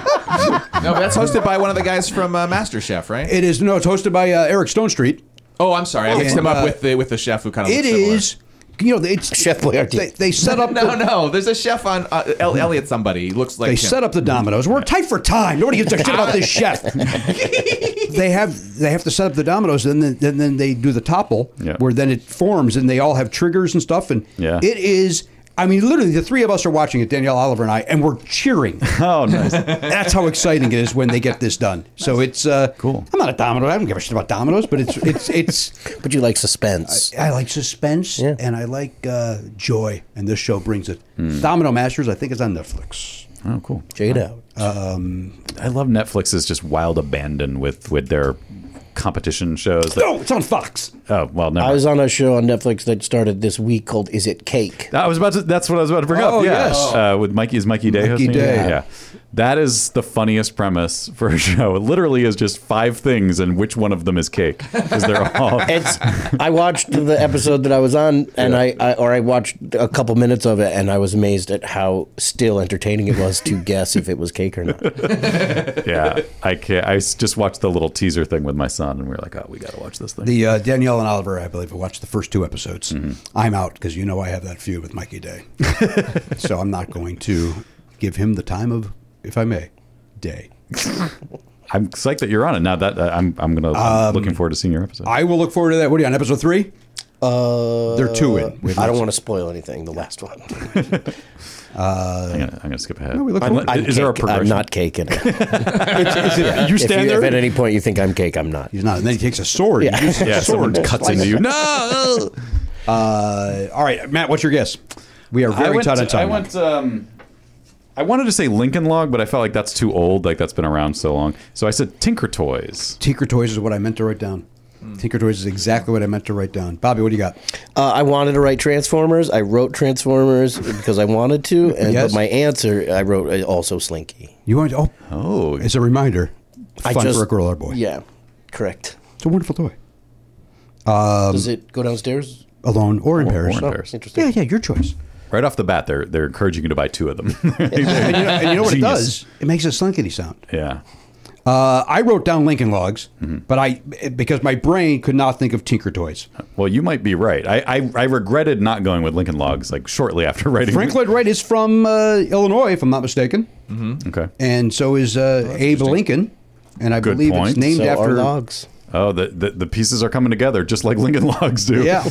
Speaker 8: No, but that's hosted by one of the guys from uh, MasterChef, right?
Speaker 4: It is. No, it's hosted by uh, Eric Stone Street.
Speaker 8: oh, I'm sorry. I mixed
Speaker 4: And,
Speaker 8: him up
Speaker 4: uh,
Speaker 8: with the with the chef who kind of
Speaker 4: It
Speaker 8: looks similar.
Speaker 4: is. You know, it's
Speaker 10: Chef Boyardee.
Speaker 4: They, they set up.
Speaker 8: No, no. There's a chef on uh, El- Elliot. Somebody He looks like
Speaker 4: Mm-hmm. They
Speaker 8: him.
Speaker 4: set up the dominoes. We're tight for time. Nobody gives a shit about this chef. they have they have to set up the dominoes, and then then, then they do the topple,
Speaker 7: Yeah.
Speaker 4: where then it forms, and they all have triggers and stuff. And
Speaker 7: Yeah.
Speaker 4: it is. I mean, literally, the three of us are watching it, Danielle Oliver and I, and we're cheering.
Speaker 7: Oh, nice.
Speaker 4: That's how exciting it is when they get this done. So it's uh,
Speaker 7: Cool.
Speaker 4: I'm not a domino. I don't give a shit about dominoes, but it's it's it's.
Speaker 10: But you like suspense.
Speaker 4: I like suspense
Speaker 10: Yeah.
Speaker 4: and I like uh, joy, and this show brings it.
Speaker 7: Hmm.
Speaker 4: Domino Masters, I think, is on Netflix.
Speaker 7: Oh, cool.
Speaker 10: Jada.
Speaker 7: I love Netflix's just wild abandon with with their competition shows. That,
Speaker 4: No, it's on Fox.
Speaker 7: oh, well, never.
Speaker 10: I was on a show on Netflix that started this week called "Is It Cake."
Speaker 7: I was about to. That's what I was about to bring
Speaker 4: Oh,
Speaker 7: up. Yeah,
Speaker 4: yes.
Speaker 7: uh, with Mikey is Mikey Day.
Speaker 4: Mikey
Speaker 7: hosting it?
Speaker 4: Day.
Speaker 7: Yeah. That is the funniest premise for a show. It literally is just five things, and which one of them is cake? Because they're all.
Speaker 10: it's I watched the episode that I was on, and I, I or I watched a couple minutes of it, and I was amazed at how still entertaining it was to guess if it was cake or not.
Speaker 7: yeah, I can't. I s- just watched the little teaser thing with my son, and we were like, "Oh, we got to watch this thing."
Speaker 4: The uh, Danielle and Oliver, I believe, watched the first two episodes. I'm out because you know I have that feud with Mikey Day, so I'm not going to give him the time of, if I may, day.
Speaker 7: I'm psyched that you're on it now. That uh, I'm, I'm gonna I'm
Speaker 4: Um,
Speaker 7: looking forward to seeing your episode.
Speaker 4: I will look forward to that. What are you on episode three?
Speaker 10: Uh,
Speaker 4: They're two in.
Speaker 10: I don't want to spoil anything. The last one.
Speaker 4: Uh,
Speaker 7: I'm, gonna, I'm gonna skip ahead.
Speaker 10: No, we look
Speaker 7: I'm-
Speaker 10: forward- I'm
Speaker 7: is there a
Speaker 10: cake. I'm
Speaker 7: progression?
Speaker 10: not cake in it.
Speaker 7: Yeah. You
Speaker 10: If
Speaker 7: stand
Speaker 10: If
Speaker 7: there?
Speaker 10: at any point you think I'm cake, I'm not.
Speaker 4: He's not. And then he takes a sword.
Speaker 10: Yeah.
Speaker 4: He uses
Speaker 10: Yeah,
Speaker 4: a sword
Speaker 10: someone
Speaker 4: to
Speaker 10: cuts
Speaker 4: slice
Speaker 10: into you.
Speaker 4: it.
Speaker 7: No.
Speaker 4: uh, all right, Matt. What's your guess? We are
Speaker 7: I
Speaker 4: very
Speaker 7: went.
Speaker 4: tight on time.
Speaker 7: I went. Um, I wanted to say Lincoln Log, but I felt like that's too old. Like that's been around so long. So I said Tinker Toys.
Speaker 4: Tinker Toys is what I meant to write down.
Speaker 7: Hmm.
Speaker 4: Tinker Toys is exactly what I meant to write down. Bobby, what do you got?
Speaker 10: Uh, I wanted to write Transformers. I wrote Transformers because I wanted to, and
Speaker 4: Yes.
Speaker 10: but my answer I wrote uh, also Slinky.
Speaker 4: You want? Oh,
Speaker 7: oh,
Speaker 4: it's a reminder.
Speaker 10: I
Speaker 4: Fun for a girl or a boy.
Speaker 10: Yeah, correct.
Speaker 4: It's a wonderful toy. Um,
Speaker 10: Does it go downstairs?
Speaker 4: alone or in
Speaker 7: Or-
Speaker 4: pairs?
Speaker 7: or in Oh, pairs.
Speaker 10: interesting.
Speaker 4: Yeah, yeah, your choice.
Speaker 7: Right off the bat, they're they're encouraging you to buy two of them. and, you know,
Speaker 4: and, you know, and you know what it does? It makes a slinkity sound.
Speaker 7: Yeah.
Speaker 4: Uh, I wrote down Lincoln Logs,
Speaker 7: Mm-hmm.
Speaker 4: but I because my brain could not think of Tinker Toys.
Speaker 7: Well, you might be right. I, I I regretted not going with Lincoln Logs like shortly after writing.
Speaker 4: Frank Lloyd Wright is from uh, Illinois, if I'm not mistaken,
Speaker 7: Okay.
Speaker 4: and so is uh, Abe Lincoln, and I
Speaker 7: Oh, Good
Speaker 4: believe
Speaker 7: point.
Speaker 4: it's named after
Speaker 7: Oh, the, the the pieces are coming together just like Lincoln Logs do.
Speaker 4: Yeah.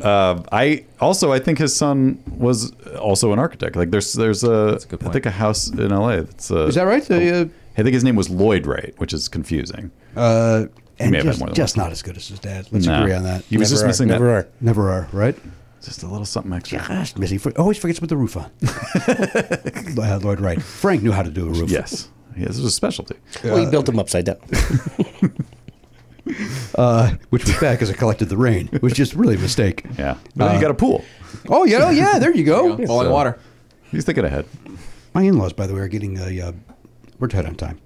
Speaker 7: uh, I also I think his son was also an architect. Like there's there's a, I think a house in L.A. That's uh,
Speaker 4: Is that right? The, uh,
Speaker 7: I think his name was Lloyd Wright, which is confusing.
Speaker 4: Uh,
Speaker 7: He
Speaker 4: and
Speaker 7: may have had
Speaker 4: just,
Speaker 7: more than
Speaker 4: just
Speaker 7: one.
Speaker 4: not as good as his dad. Let's
Speaker 7: No.
Speaker 4: agree on that.
Speaker 7: He was just missing that.
Speaker 4: Never are, right?
Speaker 7: Just a little something extra.
Speaker 4: Gosh, Missy for, always forgets to put the roof on. uh, Lloyd Wright. Frank knew how to do a roof.
Speaker 7: Yes. Yeah, this was a specialty.
Speaker 10: Well, you built them upside down.
Speaker 4: uh, which was bad because I collected the rain, which is really a mistake.
Speaker 7: Yeah. But
Speaker 4: Uh,
Speaker 7: then you got a pool.
Speaker 4: Oh, yeah, oh, yeah, there you go.
Speaker 8: Falling water.
Speaker 7: He's thinking ahead.
Speaker 4: My in laws, by the way, are getting a. Uh, we're tight on time.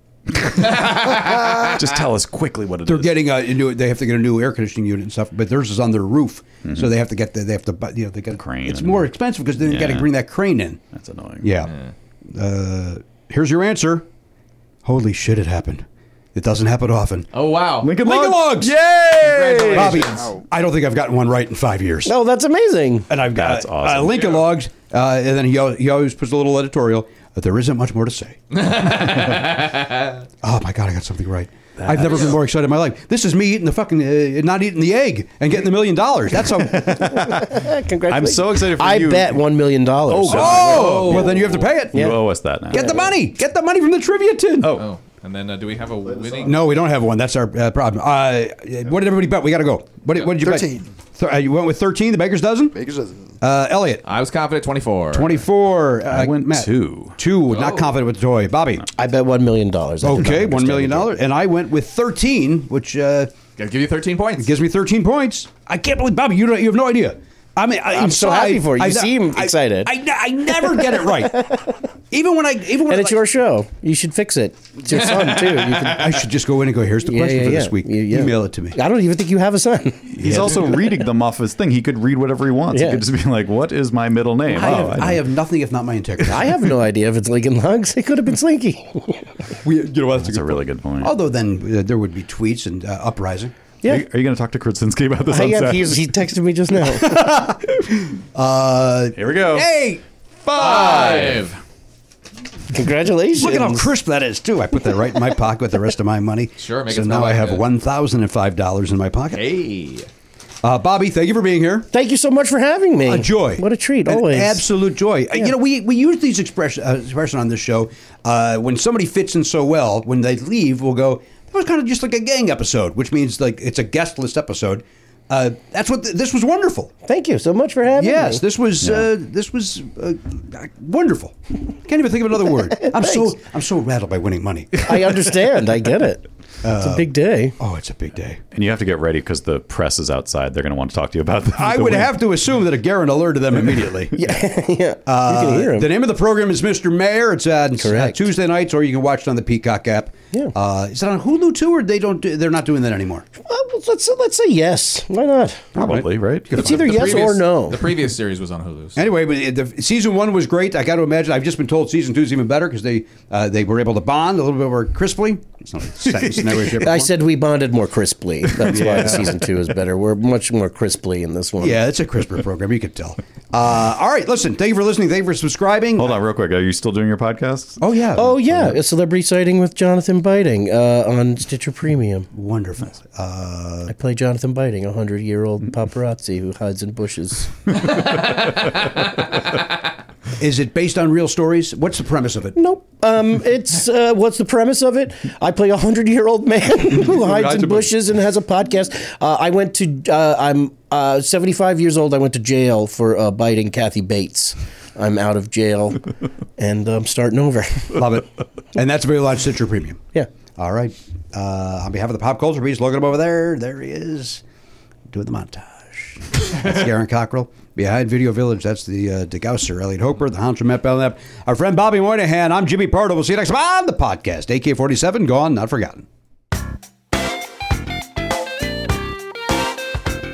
Speaker 7: Just tell us quickly what it
Speaker 4: They're getting a new. They have to get a new air conditioning unit and stuff, but theirs is on their roof, so they have to get Mm-hmm. the. They have to. bu- You know, they get crane. It's more expensive because then you got to
Speaker 7: Yeah.
Speaker 4: bring that crane in.
Speaker 7: That's annoying.
Speaker 4: Yeah. Uh, here's your answer. Holy shit! It happened. It doesn't happen often.
Speaker 8: Oh wow.
Speaker 4: Lincoln Logs.
Speaker 7: Yay!
Speaker 4: Bobby, I don't think I've gotten one right in five years.
Speaker 10: No, that's amazing.
Speaker 4: And I've got
Speaker 7: That's awesome.
Speaker 4: uh, Lincoln Logs, uh, and then he, al- he always puts a little editorial. But there isn't much more to say. oh my god, I got something right. I've never been more excited in my life. This is me eating the fucking, uh, not eating the egg and getting the million dollars. That's how.
Speaker 10: Congratulations.
Speaker 7: I'm so excited for
Speaker 10: I
Speaker 7: you.
Speaker 10: bet $1 million.
Speaker 7: Oh,
Speaker 4: oh, well then you have to pay it.
Speaker 7: You owe us that now.
Speaker 4: Get the money. Get the money from the trivia tin.
Speaker 7: Oh.
Speaker 8: And then uh, do we have a winning?
Speaker 4: No, we don't have one. That's our uh, problem. Uh, what did everybody bet? We got to go. What did, what did you
Speaker 9: Thirteen.
Speaker 4: bet? Thir- uh, you went with thirteen. The baker's dozen.
Speaker 9: Baker's dozen.
Speaker 4: Uh, Elliot,
Speaker 8: I was confident 24.
Speaker 4: twenty-four. Uh,
Speaker 7: I went
Speaker 4: Matt,
Speaker 7: two. Oh.
Speaker 4: Two. Not confident with joy. Bobby.
Speaker 10: I bet $1 million. I did
Speaker 4: Okay,
Speaker 10: not
Speaker 4: one
Speaker 10: understand
Speaker 4: million
Speaker 10: the joke.
Speaker 4: dollars, and I went with thirteen, which uh,
Speaker 8: Gotta give you 13 points.
Speaker 4: gives me thirteen points. I can't believe Bobby, you don't, you have no idea. I mean, I,
Speaker 10: I'm so
Speaker 4: inside-
Speaker 10: happy for you. You
Speaker 4: I-
Speaker 10: seem
Speaker 4: I-
Speaker 10: excited.
Speaker 4: I, I never get it right, even when I even when
Speaker 10: And
Speaker 4: I,
Speaker 10: it's your show. You should fix it. It's your son, too. You can,
Speaker 4: I should just go in and go. Here's the
Speaker 10: Yeah,
Speaker 4: question
Speaker 10: yeah,
Speaker 4: for
Speaker 10: yeah.
Speaker 4: this week.
Speaker 10: Yeah, yeah.
Speaker 4: Email it to me.
Speaker 10: I don't even think you have a son.
Speaker 7: He's also reading them off his thing. He could read whatever he wants.
Speaker 10: Yeah.
Speaker 7: He could just be like, "What is my middle name?"
Speaker 4: I,
Speaker 7: oh,
Speaker 4: have, I have nothing if not my integrity.
Speaker 10: I have no idea if it's Lincoln Logs. It could have been Slinky.
Speaker 4: we, you know, that's,
Speaker 7: That's a really good point.
Speaker 4: Although then uh, there would be tweets and uh, uprising.
Speaker 10: Yeah.
Speaker 7: Are you, are you going to talk to Krasinski about this?
Speaker 10: I
Speaker 7: on
Speaker 10: got,
Speaker 7: Saturday?
Speaker 10: he's, he texted me just now.
Speaker 4: Uh,
Speaker 7: Here we
Speaker 10: Oh.
Speaker 7: go.
Speaker 4: hey,
Speaker 8: Five.
Speaker 10: Congratulations.
Speaker 4: look at how crisp that is too. I put that right in my pocket with the rest of my money.
Speaker 8: Sure, make
Speaker 4: So
Speaker 8: it smell
Speaker 4: now I
Speaker 8: like
Speaker 4: have
Speaker 8: it.
Speaker 4: one thousand and five dollars in my pocket.
Speaker 8: Hey.
Speaker 4: Uh, Bobby, thank you for being here.
Speaker 10: Thank you so much for having me.
Speaker 4: A joy.
Speaker 10: What a treat,
Speaker 4: An
Speaker 10: always.
Speaker 4: Absolute joy. Uh, You know, we, we use these expression, uh, expression on this show. Uh, when somebody fits in so well, when they leave, we'll go, that was kind of just like a gang episode, which means like it's a guest list episode. Uh, that's what th- this was wonderful.
Speaker 10: Thank you so much for having me.
Speaker 4: Yes, this was uh, this was uh, wonderful. Can't even think of another word. I'm so I'm so rattled by winning money.
Speaker 10: I understand. I get it. It's a big day.
Speaker 4: Oh, it's a big day.
Speaker 7: And you have to get ready because the press is outside. They're going to want to talk to you about that.
Speaker 4: I would have to assume that a Garen alerted them immediately.
Speaker 10: yeah, yeah.
Speaker 4: Uh,
Speaker 10: you can hear him.
Speaker 4: The name of the program is Mr. Mayor. It's on Correct. Tuesday nights, or you can watch it on the Peacock app. Yeah. Uh, is it on Hulu too, or they don't? Do, they're not doing that anymore.
Speaker 10: Well, let's let's say yes. Why not?
Speaker 7: Probably right.
Speaker 10: It's either yes or no.
Speaker 8: The previous series was on Hulu. so-
Speaker 4: Anyway, but it- the, season one was great. I got to imagine. I've just been told season two is even better because they uh, they were able to bond a little bit more crisply. It's not a sentence in that way, shape, or
Speaker 10: I
Speaker 4: form.
Speaker 10: said we bonded more crisply. That's
Speaker 4: Yeah.
Speaker 10: why season two is better. We're much more crisply in this one.
Speaker 4: Yeah, it's a crisper program. You could tell. Uh, all right, listen. Thank you for listening. Thank you for subscribing.
Speaker 7: Hold on, real quick. Are you still doing your podcast?
Speaker 4: Oh yeah.
Speaker 10: Oh yeah, a celebrity sighting with Jonathan Biting uh, on Stitcher Premium.
Speaker 4: Wonderful. Uh,
Speaker 10: I play Jonathan Biting, a hundred-year-old paparazzi who hides in bushes.
Speaker 4: Is it based on real stories? What's the premise of it?
Speaker 10: Nope. Um, it's uh, what's the premise of it? I play a hundred-year-old man who hides
Speaker 4: hides
Speaker 10: in
Speaker 4: in bushes.
Speaker 10: bushes and has a podcast. Uh, I went to. Uh, I'm uh, seventy-five years old. I went to jail for uh, biting Kathy Bates. I'm out of jail, and I'm starting over.
Speaker 4: Love it. And that's very large Stitcher Premium.
Speaker 10: Yeah.
Speaker 4: All right. Uh, on behalf of the Pop Culture Beast, look at him over there. There he is. Doing the montage. That's Garen Cockrell. Behind Video Village, that's the uh, DeGauser, Elliot Hoper, the Hounds from Matt Belknap, our friend Bobby Moynihan. I'm Jimmy Pardo. We'll see you next time on the podcast. AK 47, gone, not forgotten.